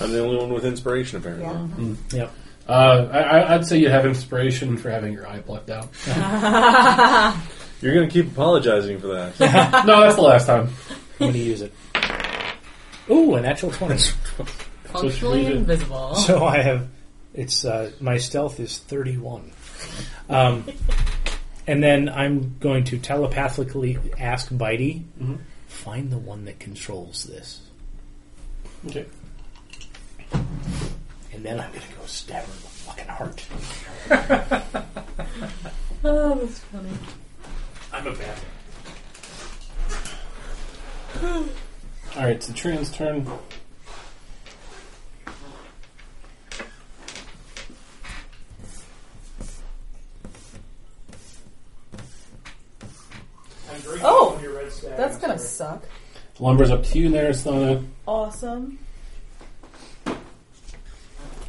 I'm the only one with inspiration, apparently. Yep. Uh, I, I, I'd say you have inspiration for having your eye plucked out. You're going to keep apologizing for that. no, that's the last time. I'm gonna use it. Ooh, a natural twenty. Functionally Functionally invisible. so I have. It's uh, my stealth is thirty-one. Um, and then I'm going to telepathically ask Bitey, find the one that controls this, Okay. and then I'm gonna go stab her in the fucking heart. Oh, that's funny. I'm a bad All right. So Trian's turn. I'm drinking Oh, from your red stag. That's I'm gonna sorry. suck. Lumber's up to you, Narasana, Awesome.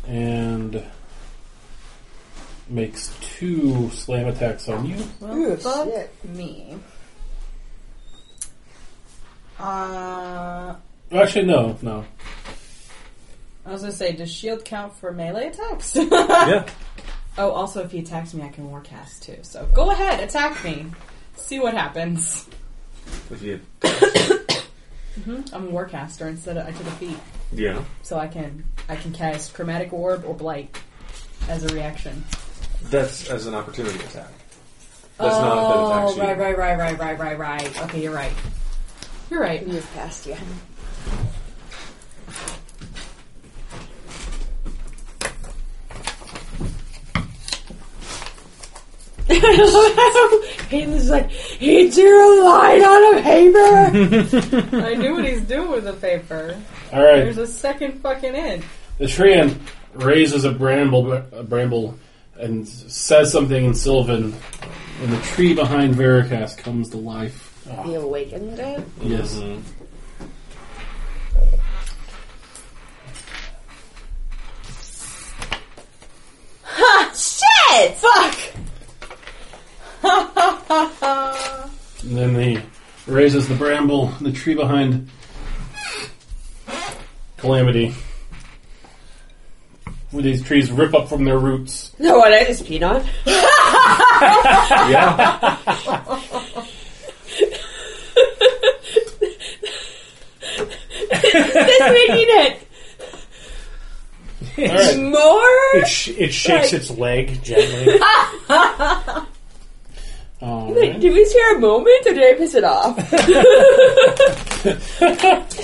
and makes two slam attacks on you. Well, Mm-hmm. Oh, fuck me. Uh, Well, Actually, no, no. I was gonna say, does shield count for melee attacks? yeah. oh, also, if he attacks me, I can warcast too. So go ahead, attack me. See what happens. If you, I'm a warcaster instead of I took a feat, yeah. so I can I can cast chromatic orb or blight as a reaction. That's as an opportunity attack. That's oh, not if that attacks you. right, right, right, right, right, right, right. Okay, you're right. You're right. Move past you. Hayden's like, he drew a line on a paper. I knew what he's doing with the paper. All right. There's a second fucking in. The Trian raises a bramble, a bramble and says something in Sylvan, and the tree behind Veracast comes to life. Uh, You awakened eh? it. Yes. Mm-hmm. Shit! Fuck! And then he raises the bramble, and the tree behind Calamity where these trees rip up from their roots. No, what I just peed on. Yeah. This making it Alright. more. It, sh- it shakes its leg gently. Wait, did we share a moment or did I piss it off?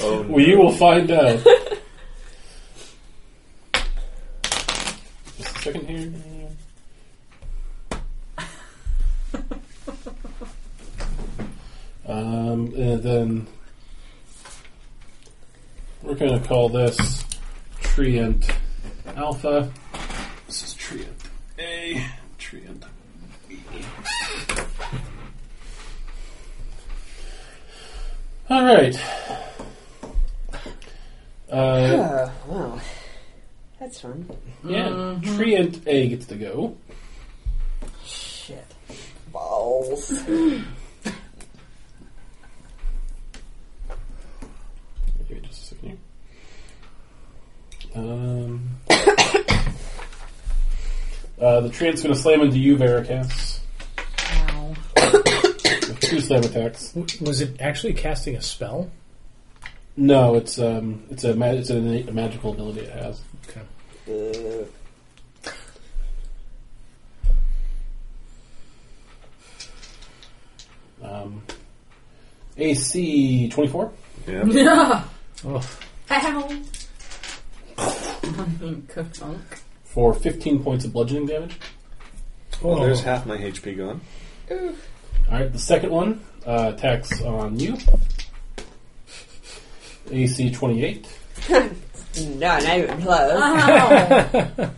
Oh, no. Well, you will find out. Just a second here. Um, and then we're going to call this Treant Alpha. This is Treant A, Treant B. All right. Uh, oh, wow. That's fun. yeah, Treant A gets to go. Shit. Balls. Give me just a second here. Um, uh, the Treant's going to slam into you, Veracast, Ow. with two slam attacks. Was it actually casting a spell? No, it's um, it's a ma- it's an innate a magical ability it has. Okay. Um, AC twenty four. Yeah. Oh, Ow. Ka-thunk. For 15 points of bludgeoning damage. Oh, Well, Oh, Oh. there's half my HP gone. Alright, the second one uh, attacks on you. AC 28. No, not even close. Ow.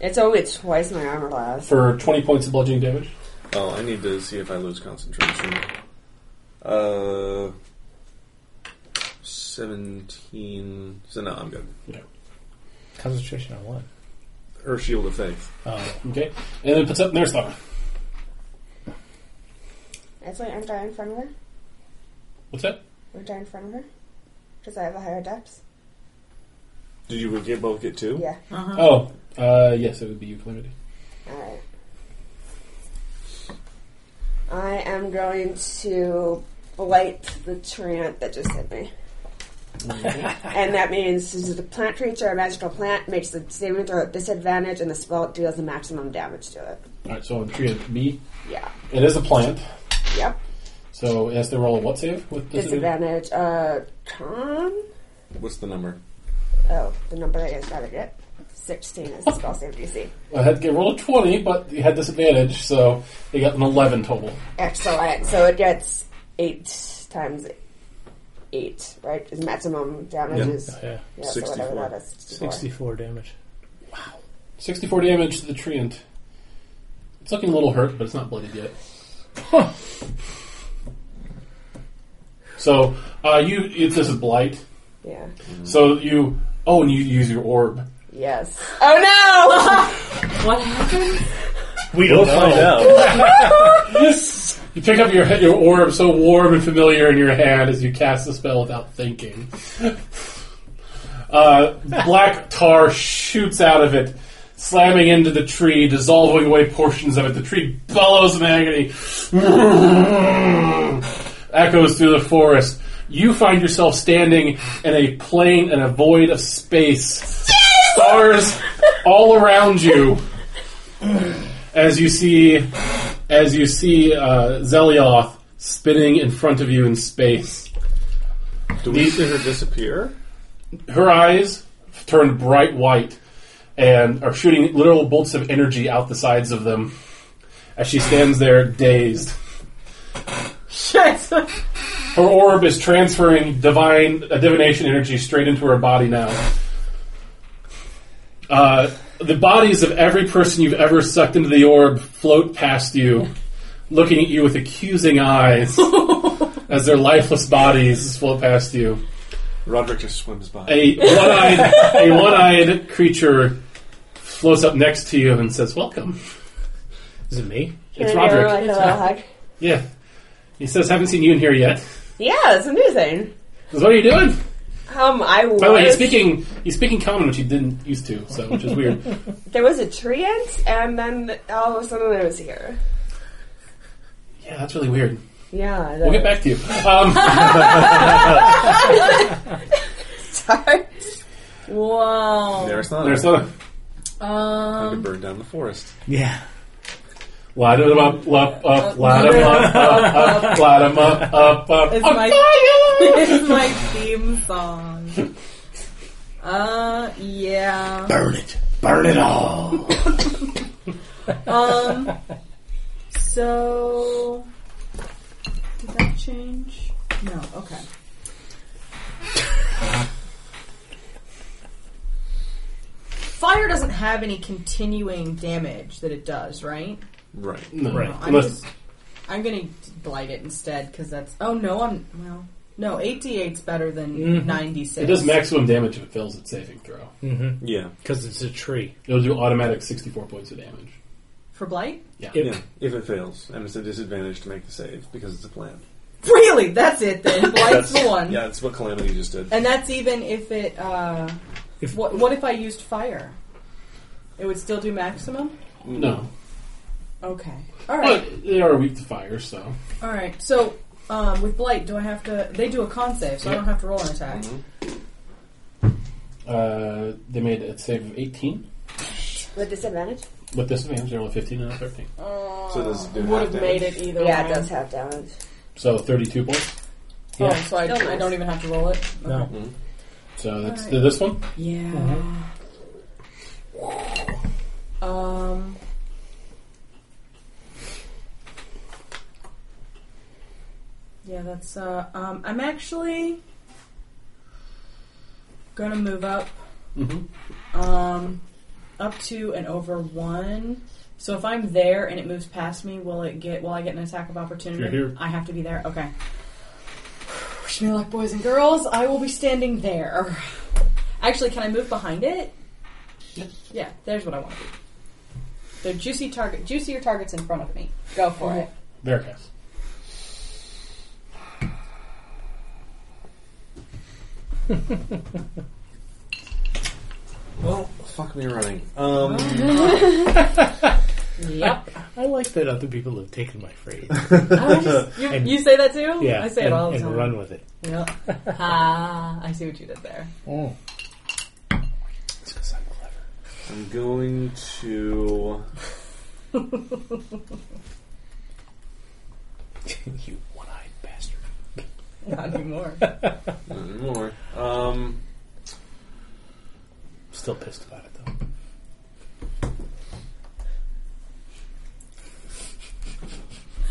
It's only twice my armor class. For 20 points of bludgeoning damage. Oh, I need to see if I lose concentration. Uh, seventeen. So no, I'm good. concentration on what? Her shield of faith. Oh, Okay? And then puts up Nerstara. That's why aren't I in front of her? What's that? Aren't I in front of her? Because I have a higher depth. Did you get both get two? Yeah. Oh, uh, yes, it would be you, Clarity. Alright. I am going to blight the treant that just hit me. Okay. And that means since it's a plant creature, a magical plant, makes the saving throw at disadvantage, and the spell deals the maximum damage to it. Alright, so on Treant B, Yeah. it is a plant. Yep. So it has to roll a what save with disadvantage? Disadvantage. Uh, con? What's the number? Oh, the number I guess rather get. 16 is the spell save DC. I had to get roll a 20, but you had disadvantage, so you got an 11 total. Excellent. So it gets 8 times 8, right? Is maximum damage Yeah. is. yeah. Yeah, so whatever 64. that is. 64. 64 damage. 64 damage to the Treant. It's looking a little hurt, but it's not bloodied yet. So, uh, you, it, this is Blight. Yeah. So you, oh, and you use your orb. Yes. Oh What happened? We We'll don't find out. Yes! You pick up your, your orb so warm and familiar in your hand as you cast the spell without thinking. Uh, black tar shoots out of it, slamming into the tree, dissolving away portions of it. The tree bellows in agony, echoes through the forest. You find yourself standing in a plain and a void of space, stars all around you. As you see as you see uh, Zelioth spinning in front of you in space. Do we see her disappear? Her eyes turn bright white and are shooting literal bolts of energy out the sides of them as she stands there dazed. Shit. Her orb is transferring divine uh, divination energy straight into her body now. Uh, the bodies of every person you've ever sucked into the orb float past you, looking at you with accusing eyes as their lifeless bodies float past you. Roderick just swims by. A one-eyed, a one-eyed creature floats up next to you and says, "Welcome." Is it me? no! It's Roderick. Like a little hug. Yeah, he says, "Haven't seen you in here yet." Yeah, it's amazing. He says, "What are you doing?" Um, I was. By the way, he's speaking he's speaking common, which he didn't used to, so which is weird. There was a tree ant, and then all of a sudden I was here. yeah, that's really weird. Yeah. We'll get back to you. Um, Sorry. Whoa. There's not. there's another. Time to Um, burn down the forest. Yeah. Light 'em up, up, up, light 'em up, Uh, up, up, light 'em up, up, Um, up. it's up. my it's my theme song. Uh, yeah. Burn it. Burn it all. Um. So, did that change? No. Okay. Fire doesn't have any continuing damage that it does, right? Right. No, Right. I'm Unless, just, I'm gonna blight it instead because that's. Oh no, I'm well. No, 88's better than Mhm. 96. Mm-hmm. it does maximum damage if it fails its saving throw. Mm-hmm. Yeah. Because it's a tree. It'll do automatic 64 points of damage. for blight. It- Yeah. If it fails, and it's a disadvantage to make the save because it's a plan. Really, that's it then. Blight's That's- the one. Yeah, that's what Calamity just did. And that's even if it. Uh, If- what, what if I used fire? It would still do maximum. No. Okay. All right. But they are weak to fire, so. All right. So um, with blight, do I have to? They do a con save, so I don't have to roll an attack. Uh, they made a save of 18. With disadvantage? With disadvantage, they rolled 15 and a 13. So does it do Would half have made damage? it either. yeah, way. it does have damage. So 32 points. Oh, Yeah. so I, Still I don't nice. even have to roll it. No. Mm-hmm. So that's Alright. this one. Yeah. Um. Yeah, that's. Uh, um, I'm actually gonna move up, Mhm. um, up to and over one. So if I'm there and it moves past me, will it get? Will I get an attack of opportunity? If you're here. I have to be there. Okay. Wish me luck, boys and girls. I will be standing there. Actually, can I move behind it? Yeah, there's what I want to do. So juicy target, juicier targets in front of me. Go for it. Veracast. Well, fuck me running. Um, Yep. I like that other people have taken my phrase. I just- you, And- you say that too? Yeah. I say it and, all the and time. run with it. Yep. Ah, I see what you did there. Oh. It's because I'm clever. I'm going to. you one-eyed bastard. Not anymore. Not anymore. Um, Still pissed about it though.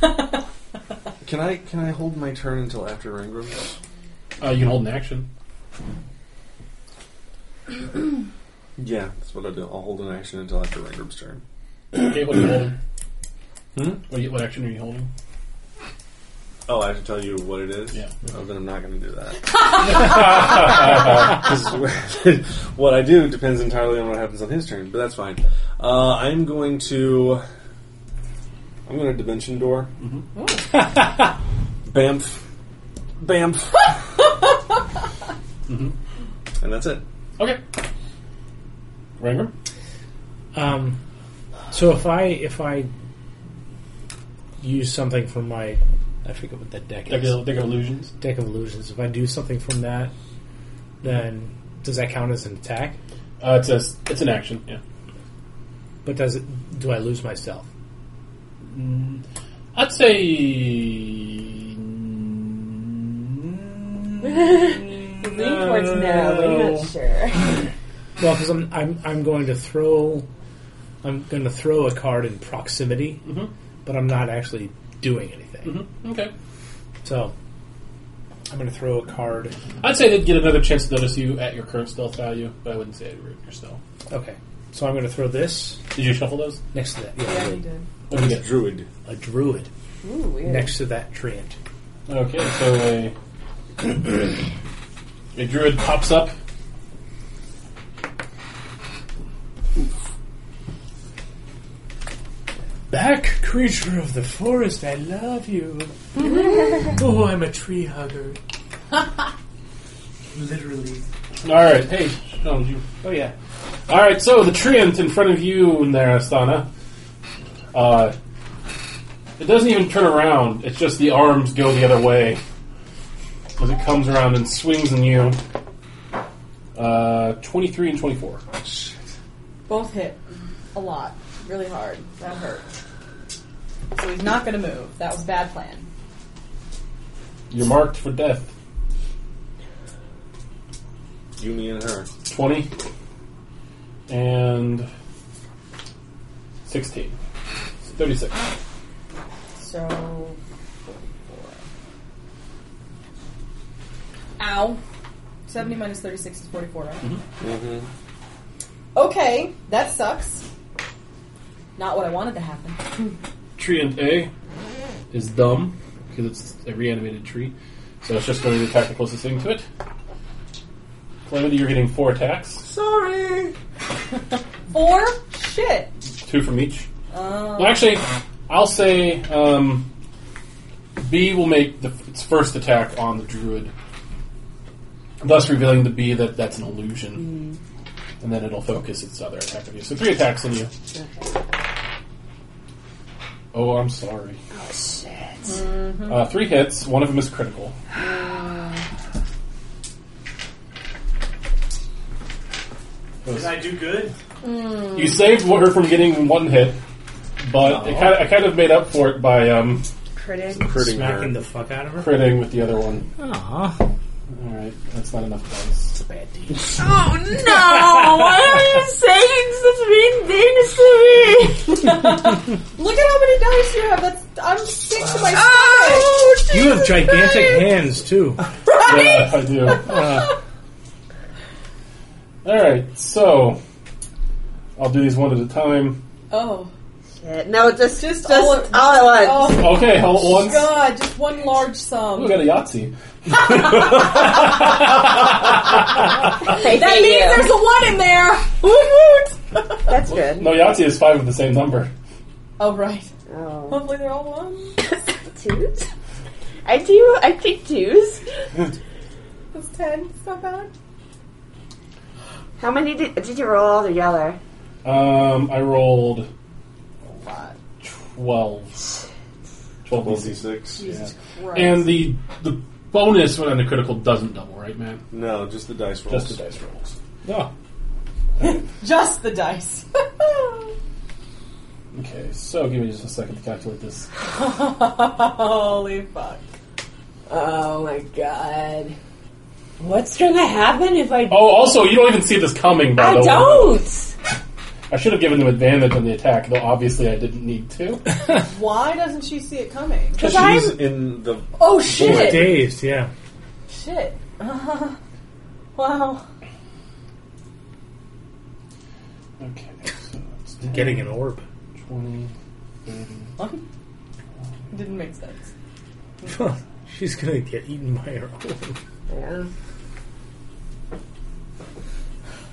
can I can I hold my turn until after Rangram? Uh, you can hold an action. Yeah, that's what I do. I'll hold an action until after Rangram's turn. Okay, what are you holding? Hmm? What, are you, what action are you holding? Oh, I have to tell you what it is. Yeah. Oh, then I'm not going to do that. 'Cause what I do depends entirely on what happens on his turn, but that's fine. Uh, I'm going to. I'm going to dimension door. Mm-hmm. Bamf, bamf, Mm-hmm. and that's it. Okay. Ranger? Um, so if I if I use something from my I forget what that deck Deck is of, deck of illusions. deck of illusions. If I do something from that, then does that count as an attack? Uh, it says it's an action. Yeah. But does it? Do I lose myself? I'd say no. Lean towards no, but you're not sure. Well, because I'm, I'm I'm going to throw I'm going to throw a card in proximity, Mm-hmm. but I'm not actually doing anything. Okay. So I'm going to throw a card. I'd say they'd get another chance to notice you at your current stealth value, but I wouldn't say it would your stealth. Okay, so I'm going to throw this Did you shuffle those? next to that. yeah, Yeah, you did. What did you get? Druid. a druid Ooh, weird. next to that treant. Okay, so a a druid pops up. Back, creature of the forest, I love you. oh, I'm a tree hugger. Literally. All right. Hey. Oh, you. Oh yeah. All right. So the treant in front of you, in there, Astana. Uh, it doesn't even turn around. It's just the arms go the other way as it comes around and swings in you. Uh, twenty-three and twenty-four. Both hit a lot, really hard. That hurt. So he's not going to move. That was a bad plan. You're marked for death. You, me, and her. 20 and 16. 36. So. 44. Ow. 70 minus 36 is 44, right? Mm-hmm. Okay, that sucks. Not what I wanted to happen. Tree and A is dumb because it's a reanimated tree. So it's just going to attack the closest thing to it. Calamity, you're getting four attacks, Sorry. Four? Shit. two from each. Um, Well, actually, I'll say um, B will make the, its first attack on the druid, thus revealing to B that that's an illusion, Mm. and then it'll focus its other attack on you. So three attacks on you. Oh, I'm sorry. Oh shit! Uh, three hits. One of them is critical. Did I do good? You saved her from getting one hit, but it kind of, I kind of made up for it by um, Hurting Smacking her. the fuck out of her. critting with the other one. Aw, All right, that's not enough dice. it's a bad deal. Oh no! Why are you saying such mean things to me? look at how many dice you have. That's I'm sick to my Oh, You have gigantic hands too. Yeah, I do. Uh, All right, so I'll do these one at a time. Oh, No, just Just just, all all, at- at once. oh Okay, hold on. Oh, god! Just one large sum. we got a Yahtzee. That means there's a one in there. Woot woot. that's good. No, Yahtzee is five with the same number. Oh right. Oh. Hopefully they're all one. Twos? I do. I pick twos. That's ten. It's not bad. How many did, did you roll all together? Um, I rolled twelve. Twelve DCs. Multi-six. Jesus Christ. And the the bonus when on the critical doesn't double, right, Oh. man? No, just the dice rolls. Just the dice rolls. Yeah. Just the dice. Okay, so give me just a second to calculate this. Holy fuck. Oh my god. What's gonna happen if I? Oh, also, you don't even see this coming, by I the way. don't. I should have given them advantage on the attack, though obviously I didn't need to. Why doesn't she see it coming? She's I'm- in the. Oh shit! Dazed, yeah. Shit. wow. Okay, so it's Getting an orb. 20. Didn't make sense. She's gonna get eaten by her orb. Yeah.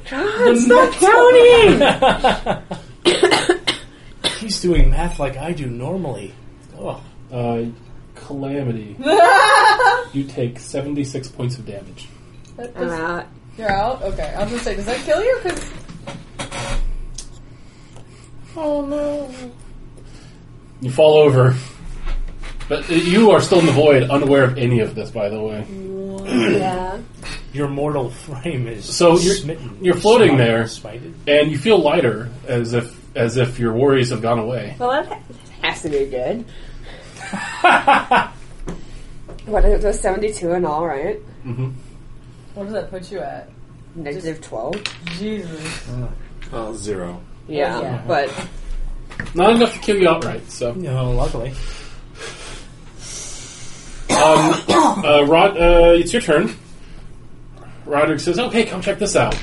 Stop counting! He's doing math like I do normally. Oh, Uh, calamity. you take 76 points of damage. That I'm does- out. You're out? Okay. I was gonna say, does that kill you? Because You fall over. But uh, you are still in the void, unaware of any of this, by the way. Yeah. your mortal frame is So you're- smitten. you're floating Smited- there. Smited. And you feel lighter, as if as if your worries have gone away. Well, that has to be good. what it was seventy-two in all, right? what does that put you at? Negative twelve. Jesus. Uh, zero. Yeah, Yeah. but Not enough to kill you outright, so. No, luckily. Um, uh, Rod, uh, it's your turn. Roderick says, "Okay, come check this out."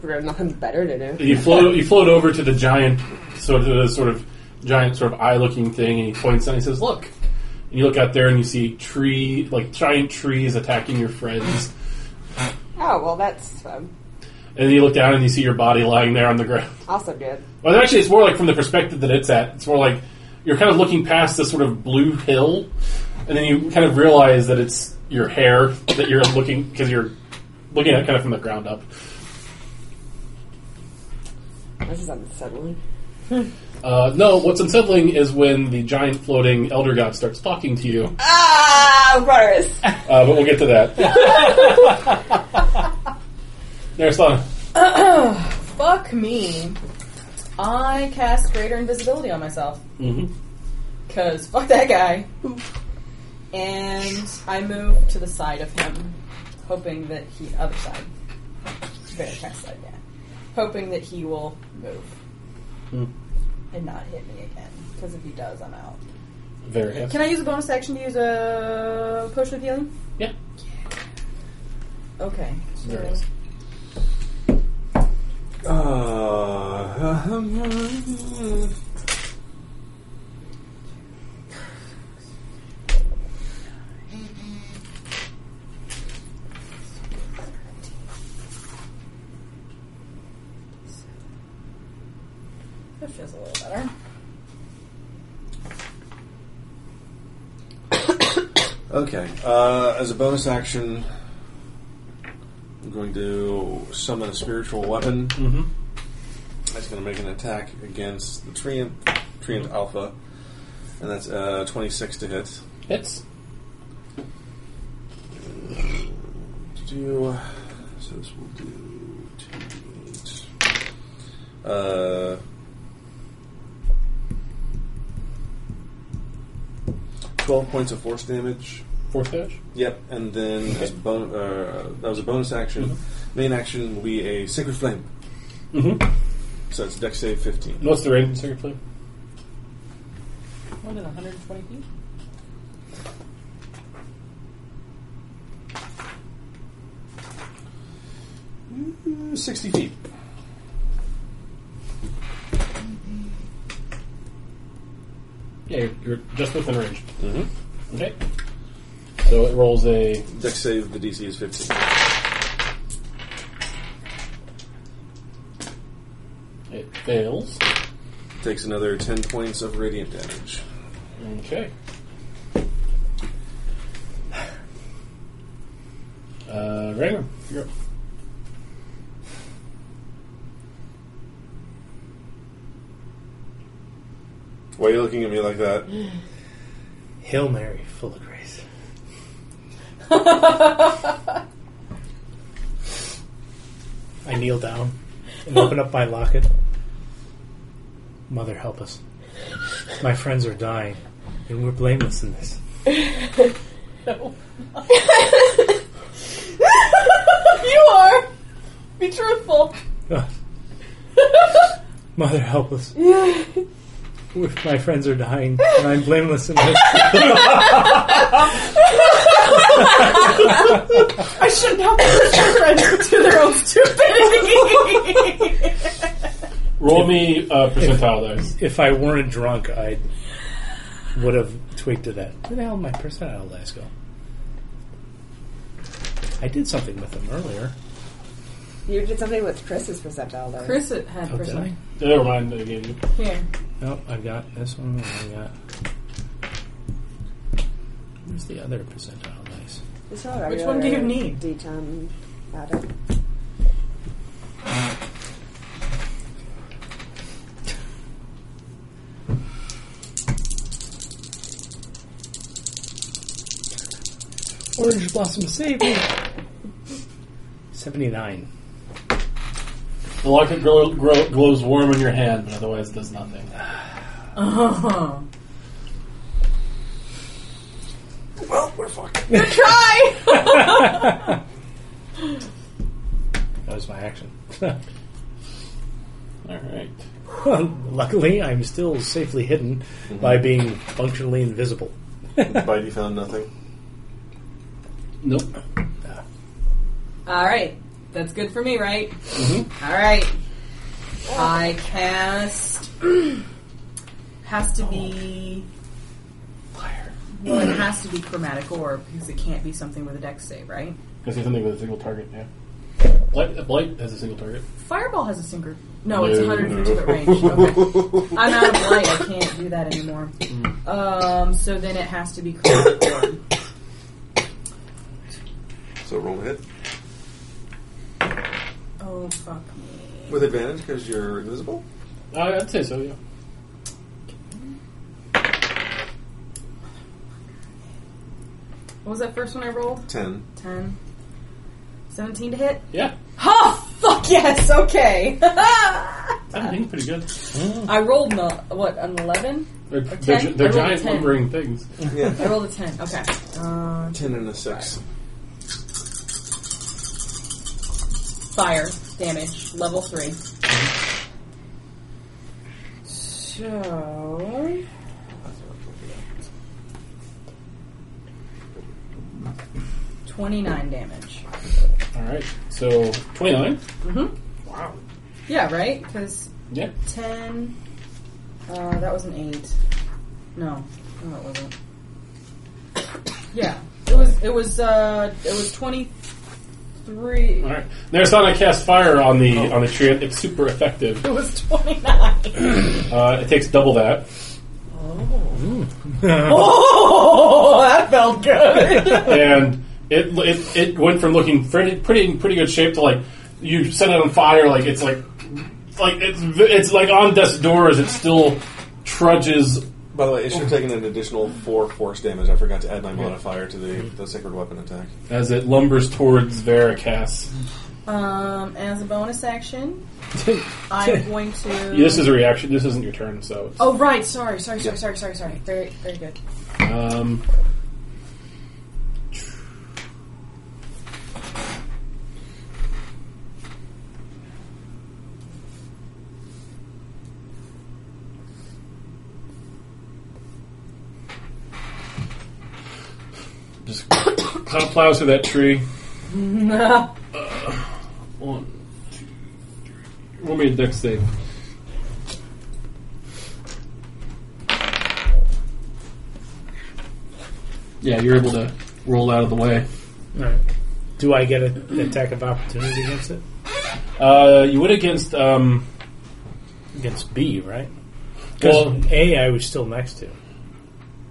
we have nothing better to do. You float, you float over to the giant, sort of the sort of giant, sort of eye-looking thing, and he points and he says, "Look." And you look out there and you see tree, like giant trees attacking your friends. Oh well, that's um, And then you look down and you see your body lying there on the ground. also good. Well, actually, it's more like from the perspective that it's at. It's more like you're kind of looking past this sort of blue hill, and then you kind of realize that it's your hair that you're looking because you're looking at it kind of from the ground up. This is unsettling. Uh, no, what's unsettling is when the giant floating elder god starts talking to you. Ah, brothers. Uh, but we'll get to that. Narasana. Fuck me. I cast greater invisibility on myself. Mm-hmm. Because fuck that guy. And I move to the side of him, hoping that he. Other side. Better attack side, yeah. Hoping that he will move Hmm. and not hit me again. Because if he does, I'm out. Very happy. Can I use a bonus action to use a potion of healing? Yeah. Okay. So There it is. Uh, That feels a little better. okay. Uh, as a bonus action, I'm going to summon a spiritual weapon. Mm-hmm. That's going to make an attack against the Treant, Treant Alpha, and that's uh, 26 to hit. Hits. Do so. This will do two eight. Uh, twelve points of force damage. Fourth dash. Yep, and then as bon- uh, that was a bonus action. Main action will be a sacred flame. Mm-hmm. So it's dex save fifteen. What's the range of Sacred Flame? What is 120 feet? Uh, Sixty feet. Yeah, you're, you're just within range. Mm-hmm. Okay. So it rolls a Dex save. The DC is fifteen. It fails. Takes another ten points of radiant damage. Okay. Uh, Rhaegar, you're up. Why are you looking at me like that? Hail Mary, full of grace. I kneel down and open up my locket. Mother, help us. My friends are dying, and we're blameless in this. you are! Be truthful! Ugh. Mother, help us. We're- My friends are dying, and I'm blameless in this. I shouldn't have pushed your friends to their own stupidity! Roll me uh, percentile dice. If I weren't drunk, I would have tweaked it at. Where the hell did my percentile dice go? I did something with them earlier. You did something with Chris's percentile, though. Chris had Oh, did I? percent. Never mind, I gave you. Here. Nope, I've got this one. and I got. Where's the other percentile dice? It's all right. Which one do you need? D10 added. Orange Blossom, save me! 79. The locket glow, grow, glows warm in your hand, but otherwise it does nothing. Uh-huh. Well, we're fucked. Try! That was my action. All right. Luckily, I'm still safely hidden by being functionally invisible. Bitey found nothing. Nope. Alright. That's good for me, right? Alright. I cast. has to be. Well, it has to be chromatic orb because it can't be something with a dex save, right? I say something with a single target, yeah. Blight, uh, Blight has a single target. Fireball has a sinker. No, it's No. 150 foot range. Okay. I'm out of light. I can't do that anymore. Um, so then it has to be chromatic orb. So roll a hit. Oh, fuck me. With advantage because you're invisible? I, Uh, I'd say so, yeah. What was that first one I rolled? Ten. 10. 17 to hit? Yeah. Oh, fuck yes, okay. I I'm being pretty good. rolled, an, el- what, an 11? They're, A they're, ten? they're I rolled a giant ten. lumbering things. I Yeah. rolled a 10, okay. Uh, Ten and a six. fire, damage, level 3. So. Twenty-nine damage. All right. So 29. Mm-hmm. Wow. Yeah, right. Because Yeah. ten. Uh, that was an eight. No, no, it wasn't. Yeah, it was. It was. Uh, it was twenty-three. All right. Narasana casts fire on the on the tree. It's super effective. It was twenty-nine. Uh, it takes double that. oh, that felt good. and it, it it went from looking pretty pretty pretty good shape to like you set it on fire like it's like like it's it's like on death's door as it still trudges. By the way, it should have taken an additional four force damage. I forgot to add my modifier to the, the sacred weapon attack. As it lumbers towards Veracast. um, as a bonus action, I'm going to. This is a reaction. This isn't your turn, so. It's, Oh right, sorry, sorry, sorry, sorry, sorry, sorry. Very, very good. Um, just kind of plows through that tree. Uh, one, two, three. Roll me a dex save. Yeah, you're able to roll out of the way. Alright. Do I get a- an attack of opportunity against it? Uh, you would against um, Against B, right? Because well, A, I was still next to.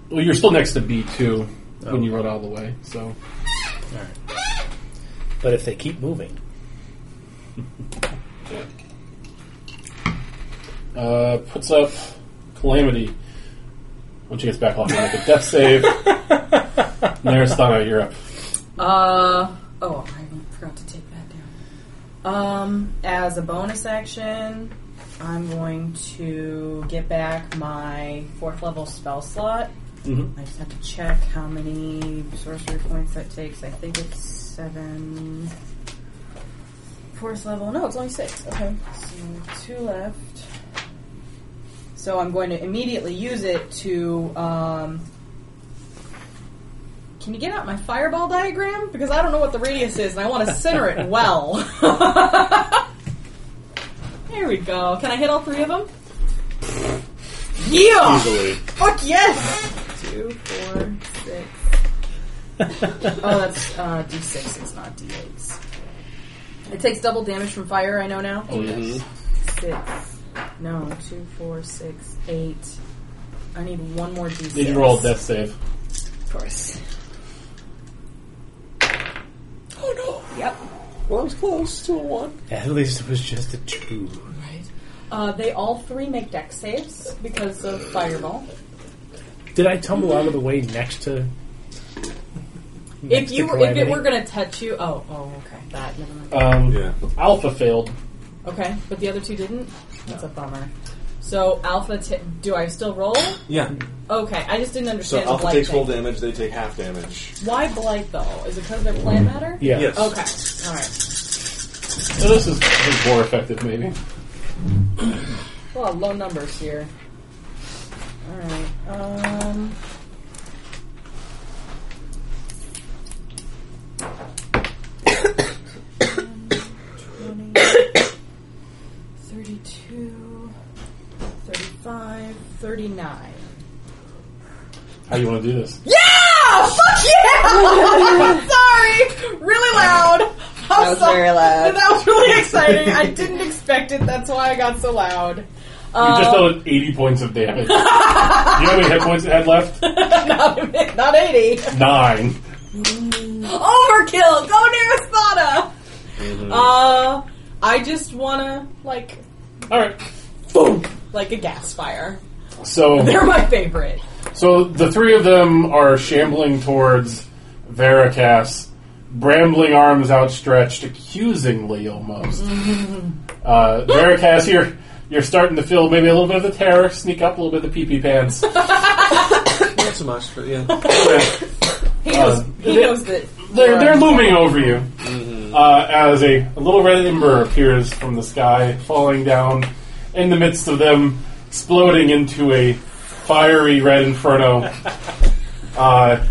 well, you're still next to B two Oh. when you rolled out of the way. So But if they keep moving, uh, puts up calamity. When she gets back on, make a death save. Narasana, you're up. Uh oh, I forgot to take that down. Um, as a bonus action, I'm going to get back my fourth level spell slot. Mhm. Mm-hmm. I just have to check how many sorcery points that takes. I think it's seven. Fourth level. No, it's only six. Okay, so two left. So I'm going to immediately use it to. Um, can you get out my fireball diagram? Because I don't know what the radius is, and I want to center it well. there we go. Can I hit all three of them? Yeah! Easily. Fuck yes! Two, four, six. oh, that's uh, d6. It's not d8s. It takes double damage from fire. I know now. Oh yes. Six. No, two, four, six, eight. I need one more d6. Need you roll a death save. Of course. Oh no! Yep. Well, I was close to a one. at least it was just a two. Right. Uh, they all three make deck saves because of fireball. Did I tumble out of the way next to? next If to you were, if it Calamity? were gonna touch you, oh, oh, okay, that never mind. Um, Yeah. Alpha failed. Okay, but the other two didn't. That's a bummer. So alpha, t- do I still roll? Yeah. Okay, I just didn't So understand. the Alpha blight takes thing. full damage, they take half damage. Why blight though? Is it because they're plant matter? yeah. Yes. Okay. All right. So this is, this is more effective, maybe. Well, low numbers here. All right. Um. Twenty. Thirty-two. Thirty-five. Thirty-nine. How you want to do this? Yeah! Fuck yeah! Sorry! Really loud! I'm That was sorry. very loud. That was really exciting. I didn't expect it. That's why I got so loud. you just Um, dealt 80 points of damage. Do you know how many hit points it had left? not, not 80. Nine. Mm-hmm. Overkill! Go near Espada! Uh, I just wanna like All right. boom, like a gas fire. So They're my favorite. So the three of them are shambling towards Veracast, brambling arms outstretched, accusingly almost. uh, Veracast, you're you're starting to feel maybe a little bit of the terror, sneak up a little bit of the pee pee pants. Not so much, but yeah. He knows. Uh, he they- knows that. they're, they're looming over you uh, as a, a little red ember appears from the sky, falling down in the midst of them, exploding into a fiery red inferno. uh,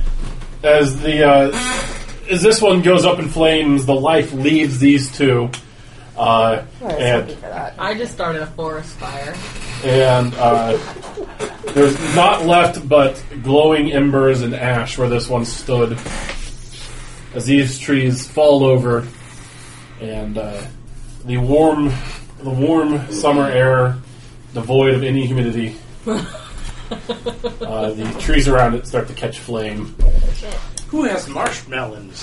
as the uh, as this one goes up in flames, the life leaves these two, uh, I was and looking for that. I just started a forest fire. and uh, there's not left but glowing embers and ash where this one stood as these trees fall over and uh, the warm the warm summer air devoid of any humidity uh, the trees around it start to catch flame Who has marshmallows?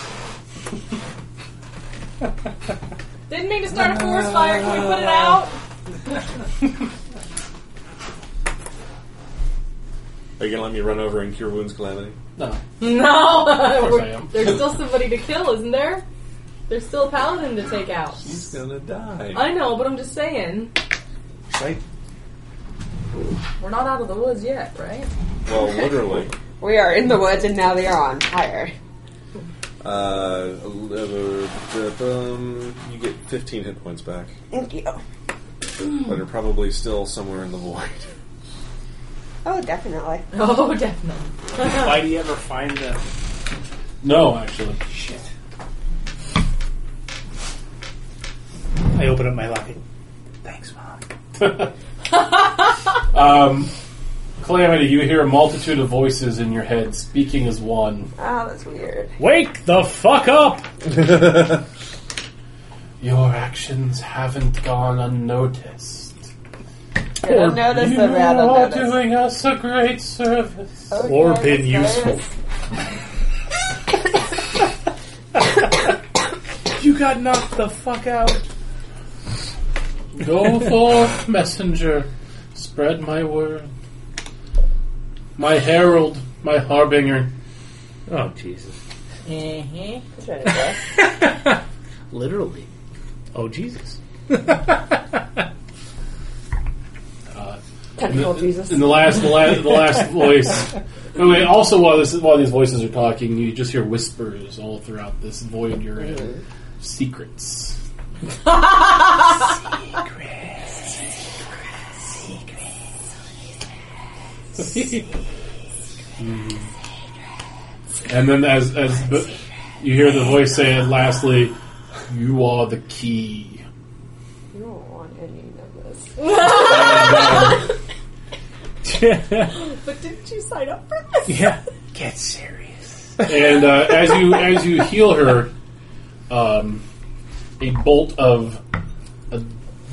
Didn't mean to start a forest fire. Can we put it out? Are you gonna let me run over and cure wounds, calamity? no No. course I We're- am. There's still somebody to kill, isn't there? There's still a paladin to take out. He's gonna die. I know, but I'm just saying. Right? We're not out of the woods yet, right? Well, literally. We are in the woods and now they are on fire. Uh, um, you get 15 hit points back, Thank you. but are probably still somewhere in the void. Oh, definitely. Oh, definitely. Why do you ever find them? no actually Shit. I open up my locket. Thanks, Mom. um, calamity you hear a multitude of voices in your head speaking as one Oh, that's weird. Wake the fuck up! Your actions haven't gone unnoticed. I don't notice you them, I don't are notice. doing us a great service. Oh, Or yeah, been that's useful. nice. You got knocked the fuck out. Go forth, messenger. Spread my word. My herald, my harbinger. Oh, Jesus. Mm-hmm. Mhm. That's what it is. Literally. Oh, Jesus. Technical Jesus. In the last, the last, the last voice. By the way, also while this, while these voices are talking, you just hear whispers all throughout this void you're in. Secrets. And then, as as the, you hear the voice saying, "Lastly, you are the key." You don't want any of this. But didn't you sign up for this? yeah. Get serious. And uh, as you as you heal her, um, a bolt of a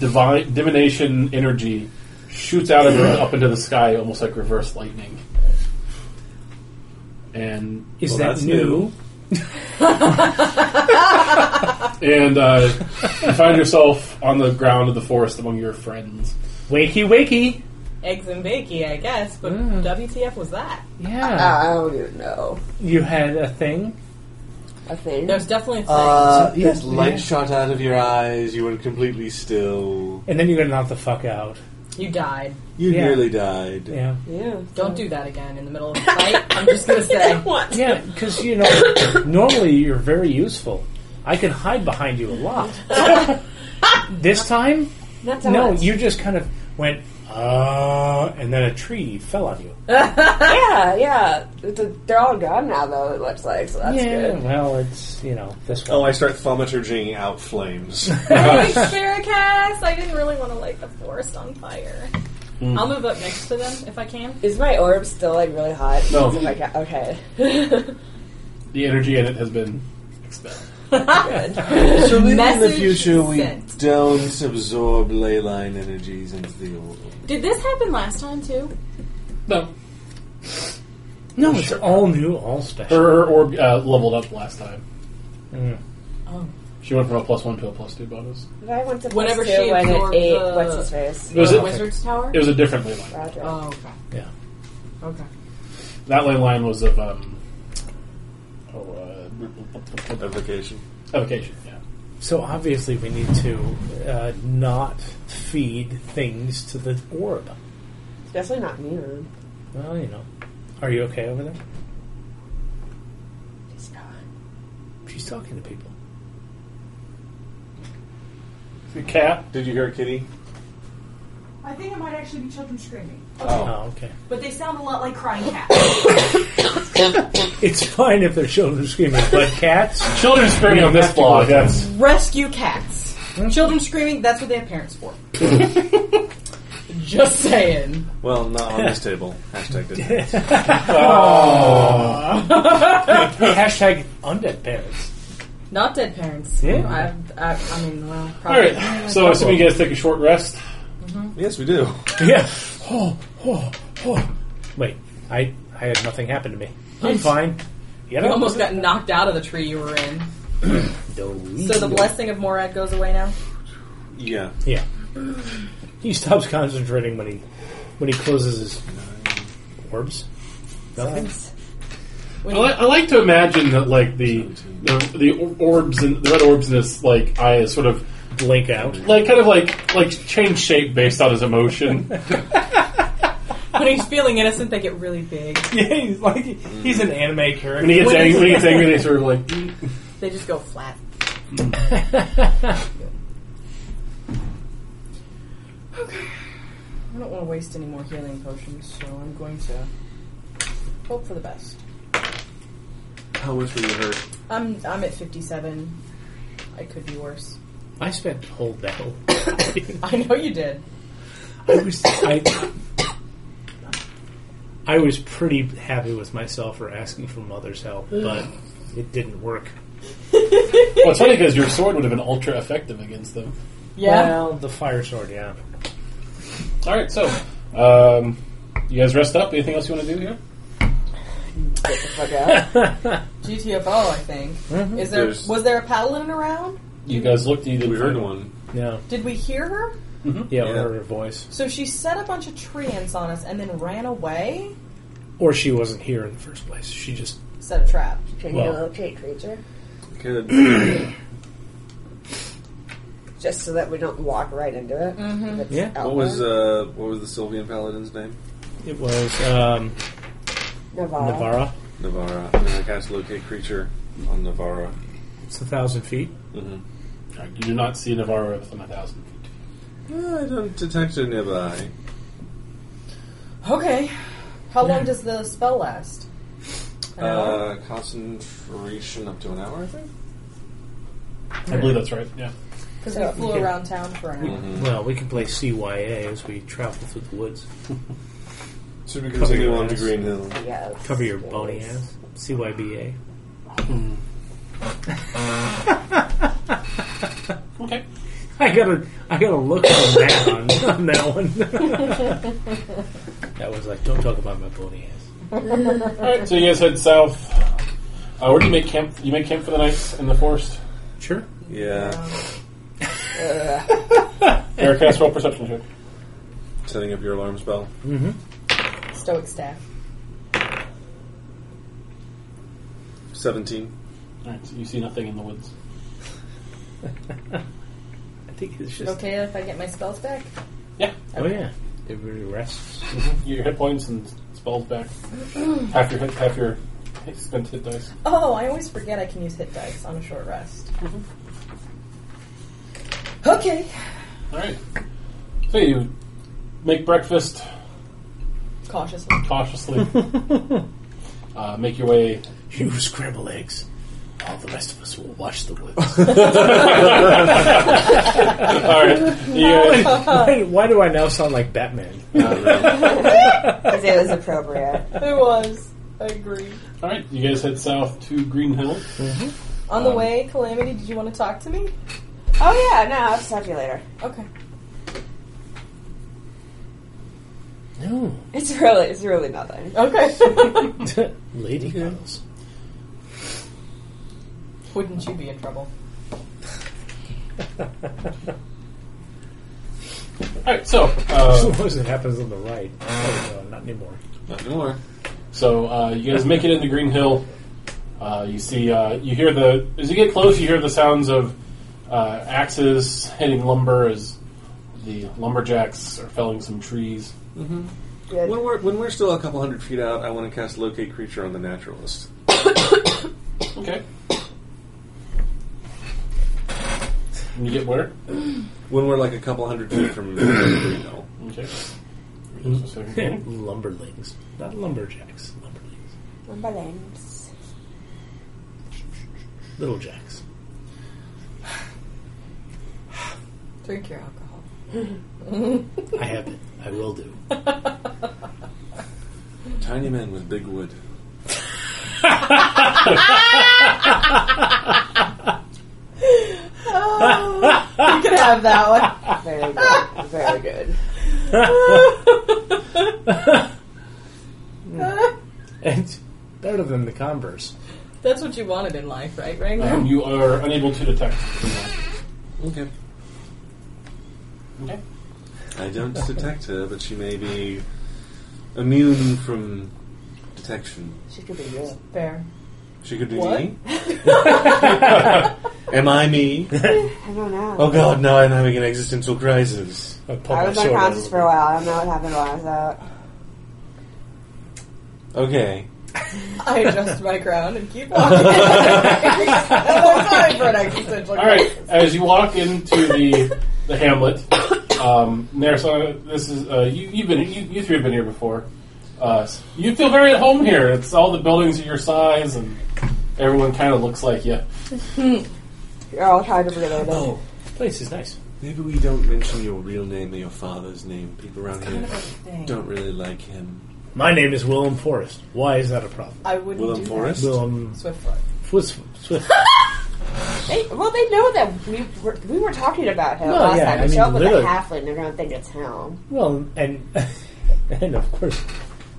divine divination energy shoots out of her up into the sky, almost like reverse lightning. And Is Well, that that's new? new. and uh, you find yourself on the ground of the forest among your friends. Wakey, wakey. Eggs and bakey, I guess. But Mm. WTF was that? Yeah. I don't even know. Uh-huh. you had a thing? A thing. There's definitely a thing. Uh, yes, light yeah. shot out of your eyes, you went completely still. And then you got knocked the fuck out. you died. You Yeah. nearly died. Yeah. Yeah. Don't do that again in the middle of the fight. I'm just gonna say. Yeah, because, you know, normally you're very useful. I can hide behind you a lot. this time, That's how no, it's- you just kind of went, uh, and then a tree fell on you. Yeah, yeah. It's a- they're all gone now, though, it looks like, so that's yeah, good. well, it's, you know, this one. Oh, I start thaumaturging out flames. Thanks, Veracast. I didn't really want to light the forest on fire. I'll move up next to them if I can. Is my orb still, like, really hot? No. Is it like- okay. The energy in it has been expelled. so maybe in the Message future we sent. don't absorb ley line energies into the old one. Did this happen last time too? No, no, it's all new, all special. her, her orb uh, leveled up last time. Mm. Oh, She went from a plus one to a plus two bonus. But I went to plus Whenever two she when it absorbed ate. the- What's his face? It was the a- Wizard's Tower? It was a different ley line. Roger. oh, okay. Yeah. Okay. That ley line was of um, oh, uh, Evocation. evocation. Yeah. So obviously, we need to uh, not feed things to the orb. Especially not Neon. Well, you know. Are you okay over there? He's gone. She's talking to people. The cat. Did you hear Kitty? I think it might actually be children screaming, Oh. Oh, okay. but they sound a lot like crying cats. It's fine if there's children screaming, but cats. Children screaming on this Have to blog. watch That's Rescue cats. Hmm? Children screaming, that's what they have parents for. Just saying. Well, not on this table. Hashtag didn't. Hashtag undead parents. Not dead parents. Yeah. I, I, I mean, well, all probably. right. So I assume you guys take a short rest. Yes, we do. Yeah. Oh, oh, oh. Wait, I I had nothing happen to me. I'm fine. You You know? almost got knocked out of the tree you were in. Do- So the blessing of Morad goes away now? Yeah. Yeah. He stops concentrating when he when he closes his orbs. Nothing. We I, need- li- I like to imagine that like the the, the or- orbs and the red orbs in this like eye is sort of Blink out. like kind of like like change shape based on his emotion. when he's feeling innocent, they get really big. Yeah, he's like he's an anime character. when he gets angry, when he gets angry, they sort of like They just go flat. I don't want to waste any more healing potions, so I'm going to hope for the best. How much were you hurt? I'm I'm at 57. I could be worse. I spent the whole battle. I know you did. I was I, I was pretty happy with myself for asking for mother's help, but it didn't work. well, it's funny because your sword would have been ultra effective against them. Yeah. Well, the fire sword, yeah. All right, so um, you guys rest up. Anything else you want to do here? Get the fuck out. GTFO, I think. Is there There's- was there a paladin around? You guys looked. You didn't We heard find one. Yeah, Did we hear her? yeah, I Yeah. heard her voice. So she set a bunch of treants on us and then ran away. Or she wasn't here in the first place. She just Set a trap. Can Well. you locate creature? Good. Just so that we don't walk right into it. Mm-hmm. If it's Yeah. out What was there. uh what was the Sylvian Paladin's name? it was um, Navarre? Navara. Navara. And I cast locate creature on Navara. It's a thousand feet. Mm-hmm. All right, you do not see Navarro within a thousand feet. Uh, I don't detect her nearby. Okay. How long does the spell last? An hour? Uh, concentration up to an hour, I think. I believe that's right. Yeah. Because we flew Okay. around town for an hour. Mm-hmm. Well, we can play CYA as we travel through the woods. Should we Cover continue your on to ass. Green Hill? Yes. Cover your Yes. bony ass. CYBA. Okay. I gotta, I gotta look at the map on, on that one. that was like, don't talk about my bony ass. All right. So you guys head south. Uh, where do you make camp? You make camp for the night in the forest. Sure. Yeah. Eric, cast roll perception check. Setting up your alarm spell. Mm-hmm. Stoic staff. Seventeen. All right. So you see nothing in the woods. I think it's just. Okay, if I get my spells back. Yeah. Mm-hmm. Oh yeah. Everybody rests. Your hit points and spells back. half your hit, half your spent hit dice. Oh, I always forget I can use hit dice on a short rest. Okay. All right. So you make breakfast Cautiously. cautiously. uh, make your way. You scramble eggs. All the rest of us will watch the woods. All right. You guys, why, why do I now sound like Batman? Because it was appropriate. It was. I agree. all right. You guys head south to Green Hill. Mm-hmm. On the way, Calamity, did you want to talk to me? oh yeah, no, I'll just talk to you later. Okay. No, It's really, it's really nothing. Okay. lady girls. Wouldn't you be in trouble? Alright, so. Uh, Suppose it happens on the right. Oh, no, not anymore. Not anymore. So uh, you guys make it into Green Hill. Uh, you see, uh, you hear the as you get close, you hear the sounds of uh, axes hitting lumber as the lumberjacks are felling some trees. When we're when we're still a couple hundred feet out, I want to cast locate creature on the naturalist. Okay. And you get where? When we're like a couple hundred feet from Green Hill. Okay. Just a second. Lumberlings. Not lumberjacks. Lumberlings. Lumberlands. Little jacks. Drink your alcohol. I have it. I will do. Tiny men with big wood. you can have that one. Very good. Very good. And better than the Converse. That's what you wanted in life, right, Ring? Um, you are unable to detect. Okay. Okay. I don't detect her, but she may be immune from detection. She could be you. Fair. She could be me. Am I me? I don't know. Oh god, now I'm having an existential crisis. I, pulled I my was sword out a little unconscious for a bit. while. I don't know what happened while I was out. Okay. I adjust my crown and keep walking. There's time for an existential All right. As you walk into the the hamlet, um, Narasana, this is uh, you, you've been you, you three have been here before. Uh, you feel very at home here. It's all the buildings are your size, and everyone kind of looks like you. You're all kind of related. Oh, Place is nice. maybe we don't mention your real name or your father's name. People around here thing. don't really like him. My name is Willem Forrest. Why is that a problem? I wouldn't Willem do Forrest? Willem that. Swiftfoot. Swiss, Swiss. They, well, they know that we were, we were talking about him No, last yeah, time. I We mean, show up with a literally. halfling, they're going to think it's him. Well, and and of course,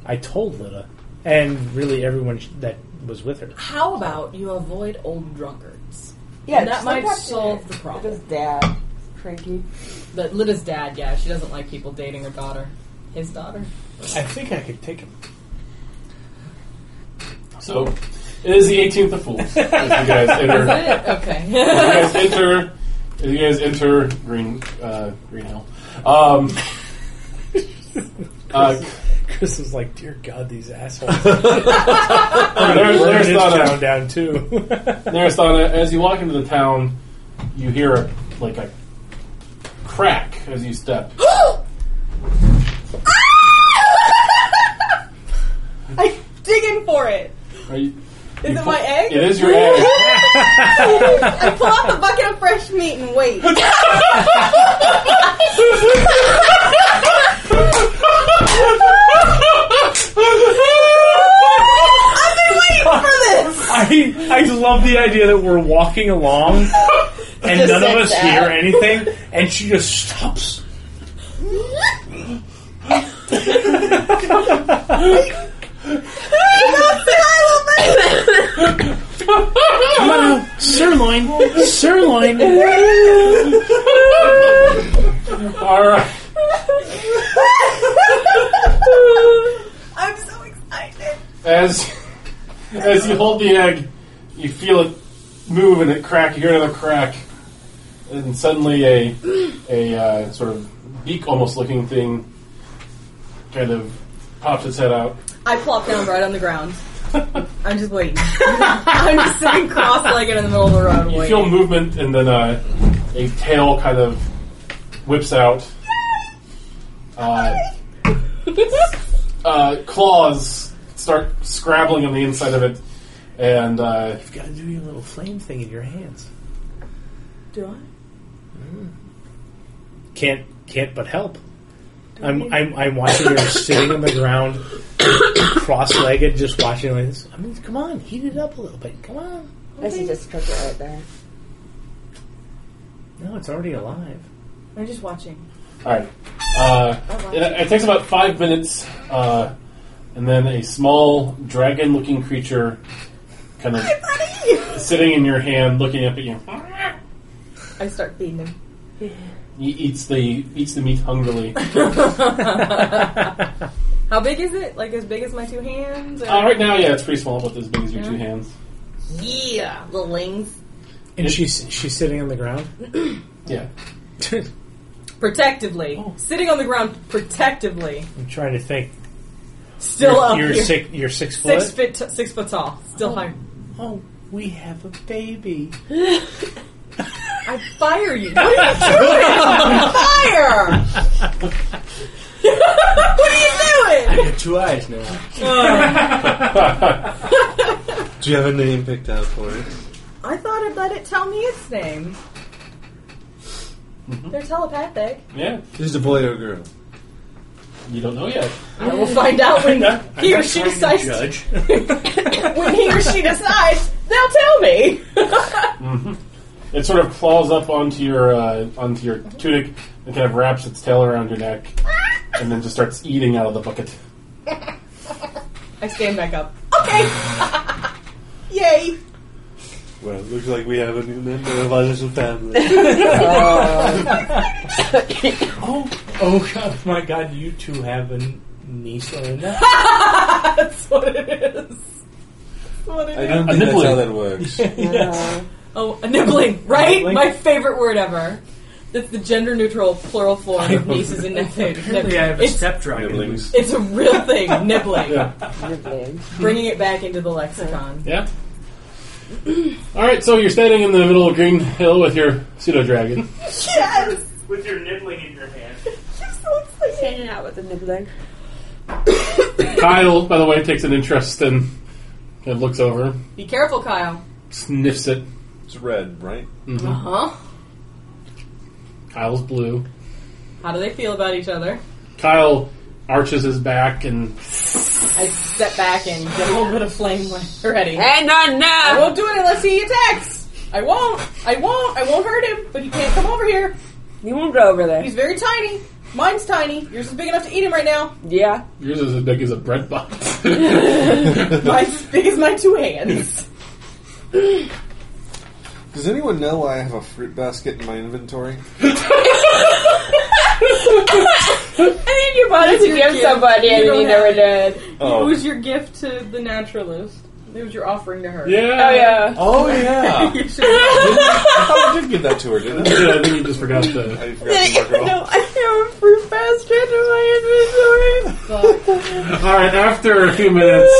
I told Lita, and really everyone sh- that was with her. How about you avoid old drunkards? Yeah, And that just might like solve the problem. His dad, cranky. That Lida's dad, yeah, she doesn't like people dating her daughter. His daughter. I think I could take him. So it is the 18th of Fools. as you guys enter, as you okay. guys enter, as you guys enter Green uh, Green Hill. Um, uh, Chris was like, "Dear God, these assholes." there, there's not a, down, down too. Narasana, as you walk into the town, you hear a, like a crack as you step. I digging for it. Are you- Is you it pull- my egg? It is your egg. I pull out the bucket of fresh meat and wait. I I love the idea that we're walking along and none of us hear anything, and she just stops. Come on now, sirloin, sirloin. All right. I'm so excited. As as you hold the egg, you feel it move and it crack. You hear another crack, and suddenly a a uh, sort of beak almost looking thing kind of pops its head out. I plop down right on the ground. I'm just waiting. I'm just sitting cross-legged in the middle of the road You waiting. feel movement, and then uh, a tail kind of whips out. Uh, uh, claws start scrabbling on the inside of it, and uh, You've got to do your little flame thing in your hands. Do I? Can't can't but help. I'm I'm, I'm watching her sitting on the ground, cross-legged, just watching like this. I mean, come on, heat it up a little bit. Come on. I should just cook it right there. No, it's already alive. I'm just watching. all right. Uh, it, it takes about five minutes, uh, and then a small dragon-looking creature, kind of sitting in your hand, looking up at you. I start feeding him. He eats the eats the meat hungrily. How big is it? Like as big as my two hands? Or? Uh, right now, yeah, it's pretty small, but as big as your two hands. Yeah, little lings. And she's she's sitting on the ground. Yeah. Protectively. Sitting on the ground protectively. I'm trying to think. Still you're, up you're here. six. You're six foot. Six foot, t- six foot tall. Still high. Oh, we have a baby. I fire you. What are you doing? Fire! what are you doing? got two eyes now. Do you have a name picked out for it? I thought I'd let it tell me its name. They're telepathic. Yeah. Is it a boy or a girl? You don't know yet. I will find out when he or she decides. To, Judge. when he or she decides, they'll tell me. It sort of claws up onto your uh, onto your tunic and kind of wraps its tail around your neck, and then just starts eating out of the bucket. I stand back up. Okay. Yay. Well, it looks like we have a new member of our little family. Oh, oh God, my God! You two have a niece or a nephew. That's what it is. That's what it I is. don't A think that's nibbling. how that works. Oh, a nibbling, right? Nibbling. My favorite word ever. That's the gender neutral plural form of nieces and nephews. Apparently, I have a It's, step dragon. Nibblings. it's a real thing, nibbling. Yeah. Bringing it back into the lexicon. Yeah. All right, so you're standing in the middle of Green Hill with your pseudo dragon. Yes! With your nibbling in your hand. I'm so excited. Hanging out with the nibbling. Kyle, by the way, takes an interest and kind of looks over, Be careful, Kyle. sniffs it. It's red, right? Uh huh. Kyle's blue. How do they feel about each other? Kyle arches his back and I step back and get a little bit of flame ready. And on I now! won't do it unless he attacks. I won't. I won't. I won't hurt him. But he can't come over here. You won't go over there. He's very tiny. Mine's tiny. Yours is big enough to eat him right now. Yeah. yours is as big as a bread box. Mine's as big as my two hands. Does anyone know I have a fruit basket in my inventory? I mean, you wanted to give somebody and don't you never did. Oh. It was your gift to the naturalist. It was your offering to her. yeah. Oh, yeah. Oh yeah, You should- I thought I did give that to her, didn't I? Yeah, I think you just forgot to. I forgot to mark it off. I have a fruit basket in my inventory. All right, after a few minutes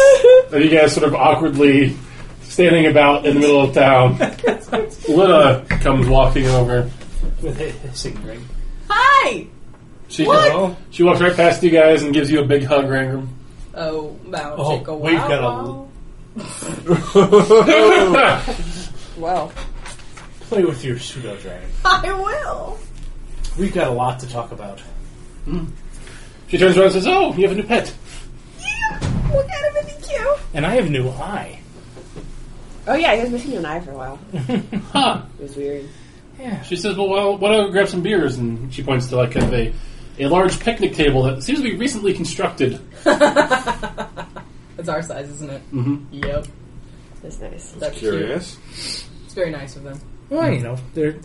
of you guys sort of awkwardly standing about in the middle of town, Lina comes walking over. with a hissing drink. Hi. She What? she walks right past you guys and gives you a big hug, Rangram. Oh, wow. Oh, take a we've while. got a- Well, Play with your pseudo dragon. I will. We've got a lot to talk about. she turns around and says, "Oh, you have a new pet." Yeah. Look at him. Isn't he cute? And I have a new eye. oh yeah, he was missing an eye for a while. Huh? It was weird. She says, "Well, why don't- why don't we grab some beers?" And she points to like kind of a a large picnic table that seems to be recently constructed. It's our size, isn't it? Mhm. Yep. That's nice. That's cute. Curious. It's very nice of them. Well, you know, they're,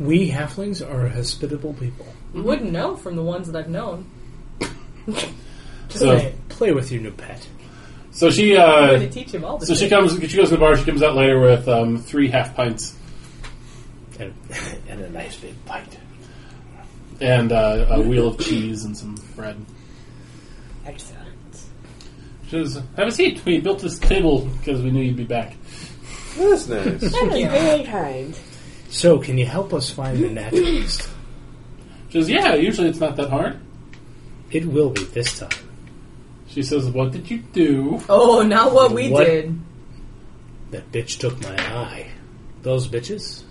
we halflings are a hospitable people. You wouldn't know from the ones that I've known. Just So- saying. Play with your new pet. So she I'm going uh, to teach him all this. so she comes she goes to the bar. She comes out later with um, three half pints And, and a nice big bite. and uh, a wheel of cheese and some bread. Excellent. She says, "Have a seat. We built this table because we knew you'd be back." That's nice. That was you. very kind. So, can you help us find the naturalist? She says, "Yeah. Usually it's not that hard." It will be this time. She says, "What did you do?" Oh, not what we What? did. That bitch took my eye. Those bitches?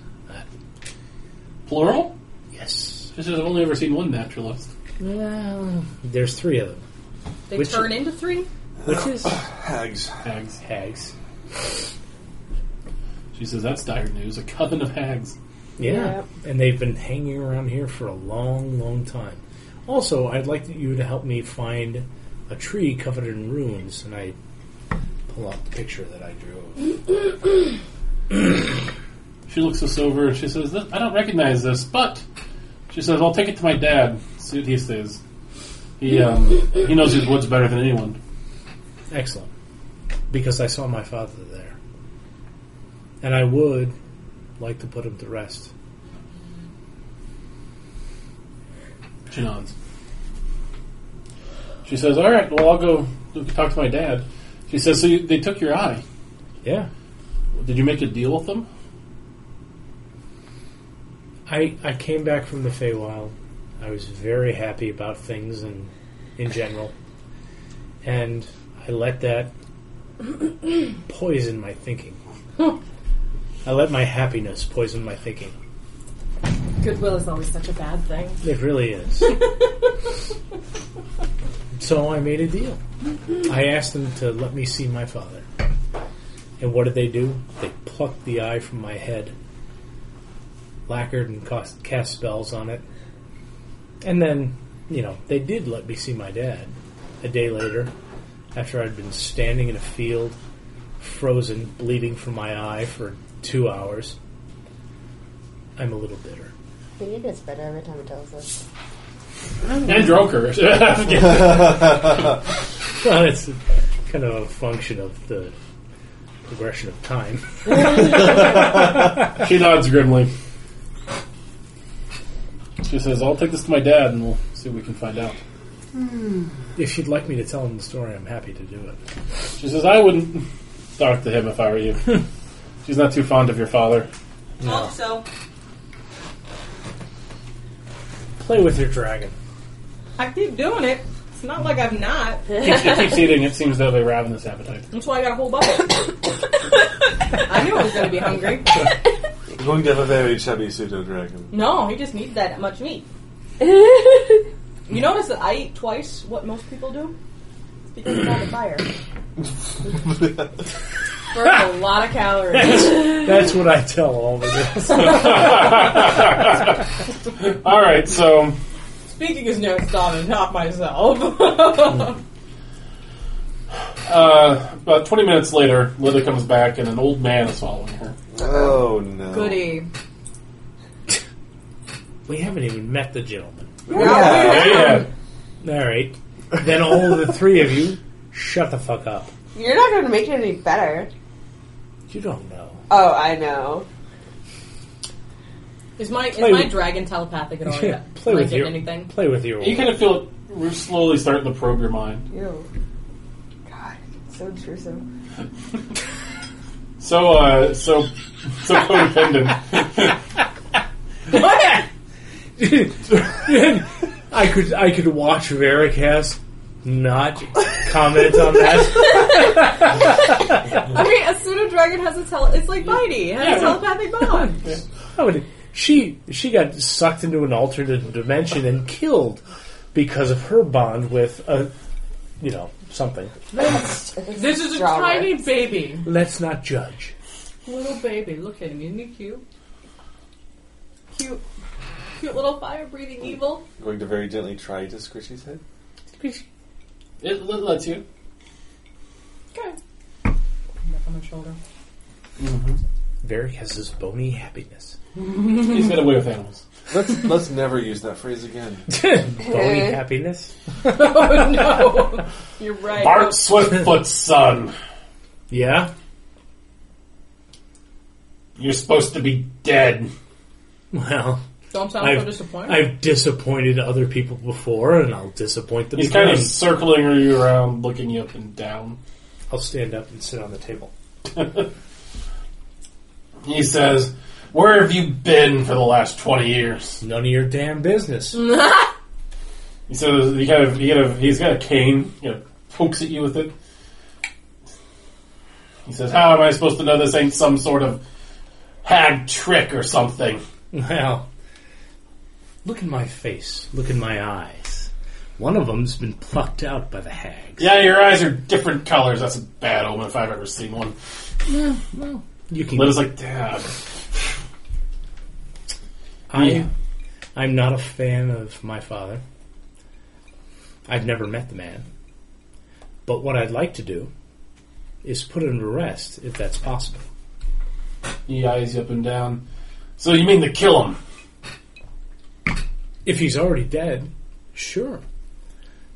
Plural. Yes. She says, "I've only ever seen one naturalist." Well, there's three of them. They Which- turn into three? Which is Hags. Hags. hags. She says, "That's dire news. A coven of hags." Yeah. And they've been hanging around here for a long, long time. Also, I'd like you to help me find a tree covered in runes, and I pull out the picture that I drew. She looks us over and she says, "This- I don't recognize this, but she says, I'll take it to my dad, see what he says. He, um, he knows his woods better than anyone. Excellent. Because I saw my father there. And I would like to put him to rest. She nods. She says, All right, well, I'll go talk to my dad. She says, So you, they took your eye. Yeah. Did you make a deal with them? I, I came back from the Feywild. I was very happy about things and in general. And I let that poison my thinking. I let my happiness poison my thinking. Goodwill is always such a bad thing. It really is. so I made a deal. I asked them to let me see my father. And what did they do? They plucked the eye from my head, lacquered and cost, cast spells on it. And then, you know, they did let me see my dad a day later after I'd been standing in a field, frozen, bleeding from my eye for two hours. I'm a little bitter. He gets better every time he tells us. And Droker. Well, it's kind of a function of the progression of time. she nods grimly. She says, I'll take this to my dad and we'll see what we can find out. If you'd like me to tell him the story, I'm happy to do it. She says, I wouldn't talk to him if I were you. She's not too fond of your father. Also, Play with your dragon. I keep doing it. It's not like I'm not. Keeps- It keeps eating, it seems to have a ravenous appetite. That's why I got a whole bucket. I knew I was going to be hungry. I'm going to have a very chubby pseudo dragon. No, he just needs that much meat. You notice that I eat twice what most people do? It's because it's on the fire. Burn a lot of calories. That's what I tell all of them. Alright, so Speaking as notes, Donna, not myself. uh, about 20 minutes later, Lita comes back and an old man is following her. Oh no. Goody. We haven't even met the gentleman. Yeah. Yeah. All right. Then all the three of you, shut the fuck up. You're not going to make it any better. You don't know. Oh, I know. Is my is Play my with- dragon telepathic at all? Yeah, Am play I with getting your anything? play with your. You kind of feel it we're slowly starting to probe your mind. Ew. God, so intrusive. So, uh, so, so codependent. I could I could watch Veracast not comment on that. I mean, a pseudo dragon has a tele. It's like Mighty has a telepathic bond. I would, she she got sucked into an alternate dimension and killed because of her bond with a you know something. this is a Drama. tiny baby, Let's not judge. little baby. Look at him, isn't he cute? Cute, cute little fire breathing evil. I'm going to very gently try to squish his head. it lets you. Okay. Up on my shoulder. Varric has this bony happiness. He's got away with animals. Let's let's never use that phrase again. bony happiness. oh no, you're right. Bart Swiftfoot's son. Yeah. You're supposed to be dead. Well, Don't sound so I've- disappointed. I've disappointed other people before, and I'll disappoint them He's kind again. of circling you around, looking you up and down. I'll stand up and sit on the table. He says, Where have you been for the last 20 years? None of your damn business. He says, he kind of, he kind of, He's got a cane, you know, pokes at you with it. He says, How am I supposed to know this ain't some sort of hag trick or something? Well, look in my face. Look in my eyes. One of them's been plucked out by the hags. Yeah, your eyes are different colors. That's a bad omen if I've ever seen one. You can. Lita's like, Damn. I, Yeah. I'm not a fan of my father. I've never met the man. But what I'd like to do is put him to rest, if that's possible. He eyes you up and down. So you mean to kill him? If he's already dead, sure.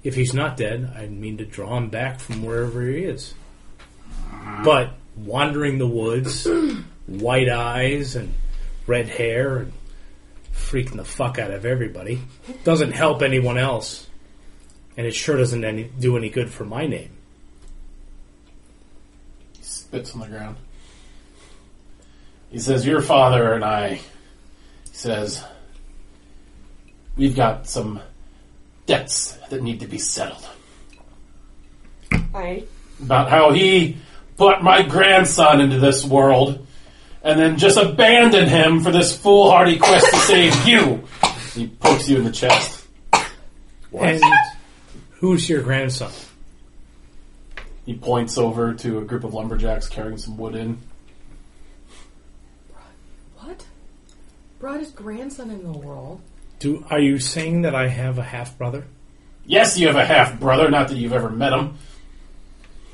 If he's not dead, I mean to draw him back from wherever he is. But wandering the woods, white eyes and red hair and freaking the fuck out of everybody doesn't help anyone else. And it sure doesn't any, do any good for my name. He spits on the ground. He says, Your father and I, he says, we've got some debts that need to be settled. I About how he put my grandson into this world and then just abandoned him for this foolhardy quest to save you. He pokes you in the chest. And who's your grandson? He points over to a group of lumberjacks carrying some wood in. What? Brought his grandson in the world. Do are you saying that I have a half brother? Yes, you have a half brother, not that you've ever met him.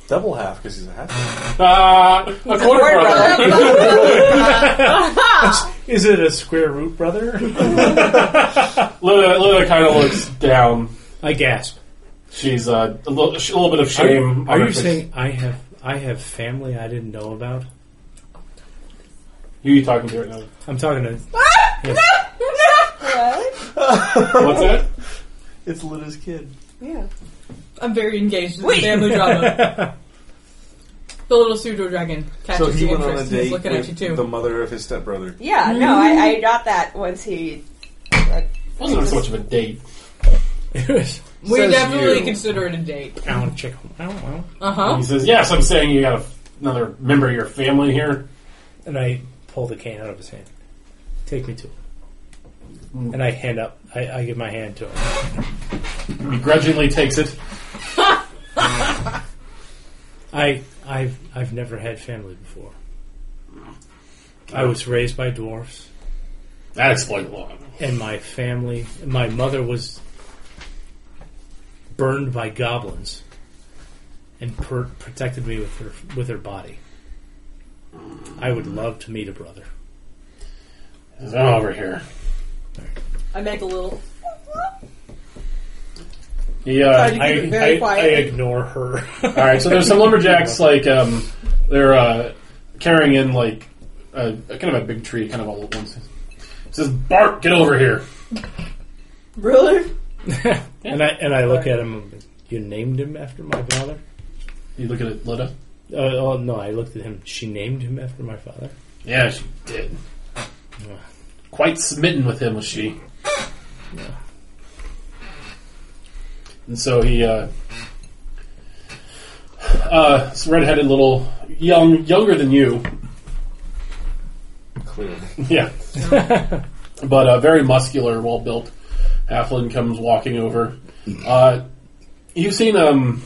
Double half because he's a half. Uh, a quarter brother. Is it a square root brother? Luna, Luna kind of looks down. I gasp. She's uh, a, little, a little bit of shame. Are on her you face. saying I have I have family I didn't know about? Who are you talking to right now? I'm talking to What's that? It's Litta's kid. yeah. I'm very engaged in the family drama. The little pseudo dragon catches so he your went on a interest. and He's date looking at you with too. the mother of his stepbrother. Yeah, no, I, I got that once he. Like, Wasn't so much of a date. it was we Says definitely you. consider it a date. Alan Chickle. I don't know. Uh huh. He says, "Yes, I'm saying you got a, another member of your family here." And I pull the cane out of his hand. Take me to him. And I hand up I, I give my hand to him. Begrudgingly takes it. I I've I've never had family before. I was raised by dwarfs. That explains a lot. and my family my mother was burned by goblins and per- protected me with her with her body i would love to meet a brother He says, "I'm over here." I make a little. He, uh, i, keep it very I- quiet. I ignore her all right, so there's some lumberjacks like um, they're uh, carrying in like a, a kind of a big tree, kind of all at once. He says, "Bart, get over here." Really? and i and i look at him you named him after my father You look at it, Lita. uh, oh no i looked at him she named him after my father Yeah, she did. Quite smitten with him was she. And so he, uh, uh, this redheaded little young, younger than you, Clearly. yeah, but uh, very muscular, well built. Halfling comes walking over. Uh, you've seen um,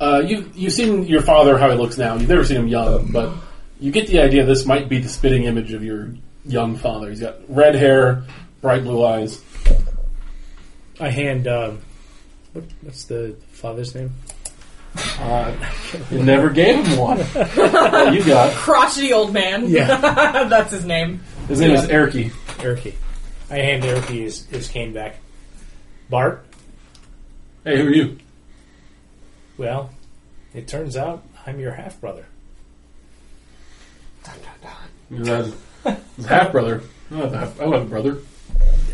uh, you you've seen your father how he looks now. You've never seen him young, but you get the idea. This might be the spitting image of your young father. He's got red hair, bright blue eyes. i hand um, what, what's the father's name Uh, you never gave him one. Well, you got Crotchety old man. Yeah. That's his name. his name is E. Erky. erky i hand erky his, his cane back bart Hey, who are you? Well, it turns out I'm your half brother. He says, His half brother. I don't have a half- I don't have a brother.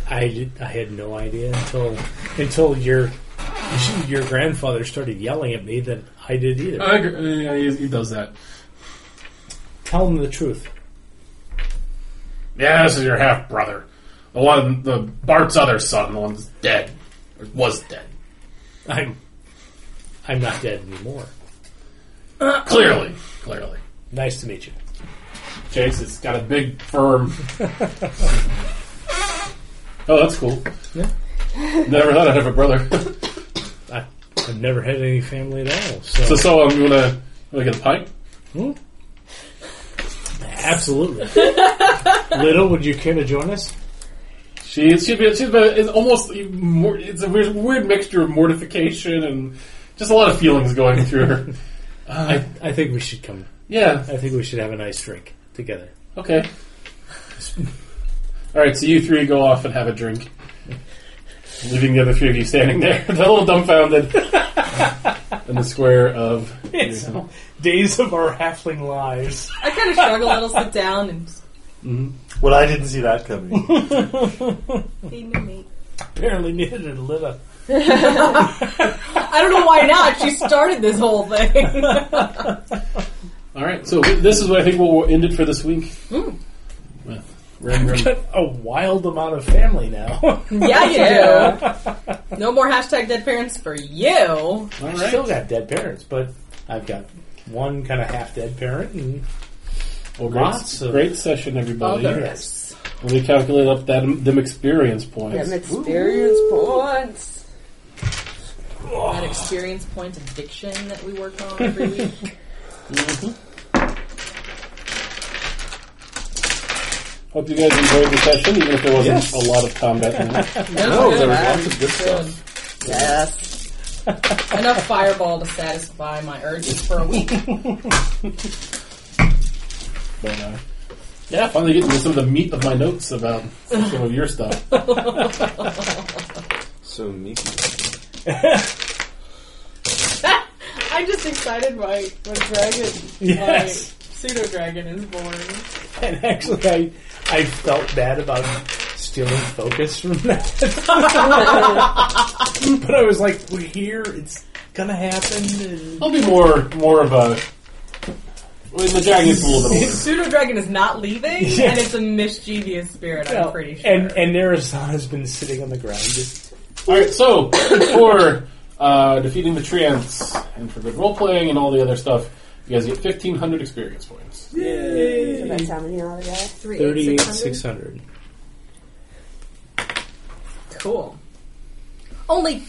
I, did- I had no idea until until your your grandfather started yelling at me that I did either. I agree. Yeah, Uh, he, he does that. Tell him the truth. Yeah, this is your half brother. The one, the Bart's other son, the one that's dead, or was dead. I'm I'm not dead anymore. Clearly, clearly. Nice to meet you. Jace has got a big firm. oh, that's cool. Yeah. Never thought I'd have a brother. I, I've never had any family at all, so, so, so um, I'm gonna, gonna get a pint. Hmm? absolutely. Little, would you care to join us? She, she's been, she's been, it's almost even more, it's a weird, weird mixture of mortification and just a lot of feelings going through her. Uh. I, I think we should come Yeah. I think we should have a nice drink together. Okay. All right. So you three go off and have a drink, leaving the other three of you standing there, a little dumbfounded, in the square of. Days of our halfling lives. I kind of shrug a little, sit down, and Mhm. Well, I didn't see that coming. Feed me meat. Apparently needed a liver. I don't know why not. She started this whole thing. All right. So this is what I think we'll end it for this week. Hmm. With Ren Ren. A wild amount of family now. yeah, you do. No more hashtag dead parents for you. All I still right. got dead parents, but I've got one kind of half dead parent and Well, lots great, of- great session, everybody. Yes. And we calculate up that them experience points. Them experience points. That experience point addiction that we work on every week. Hope you guys enjoyed the session, even if there wasn't a lot of combat. in it. No, there was lots of good stuff. Yes. Enough fireball to satisfy my urges for a week. But, uh, yeah, finally getting to some of the meat of my notes about some of your stuff. So Miki. I'm just excited by what dragon, Yes. pseudo dragon is born. And actually, I I felt bad about stealing focus from that. but I was like, we're here. It's gonna happen. and- I'll be more more of a. Well, the dragon's a little bit older. Pseudo dragon is not leaving, Yeah. and it's a mischievous spirit. I'm pretty sure. And and Narasana's been sitting on the ground. Just, All right, so for uh, defeating the tree ants and for good role playing and all the other stuff, you guys get fifteen hundred experience points. So that's how many all together? Three, Thirty-eight, 600. six hundred. Cool. Only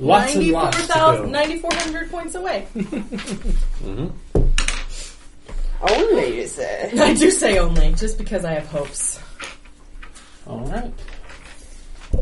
Lots and lots to go. 94,000 9,400 points away. Only you say. I do say only, just because I have hopes. All right.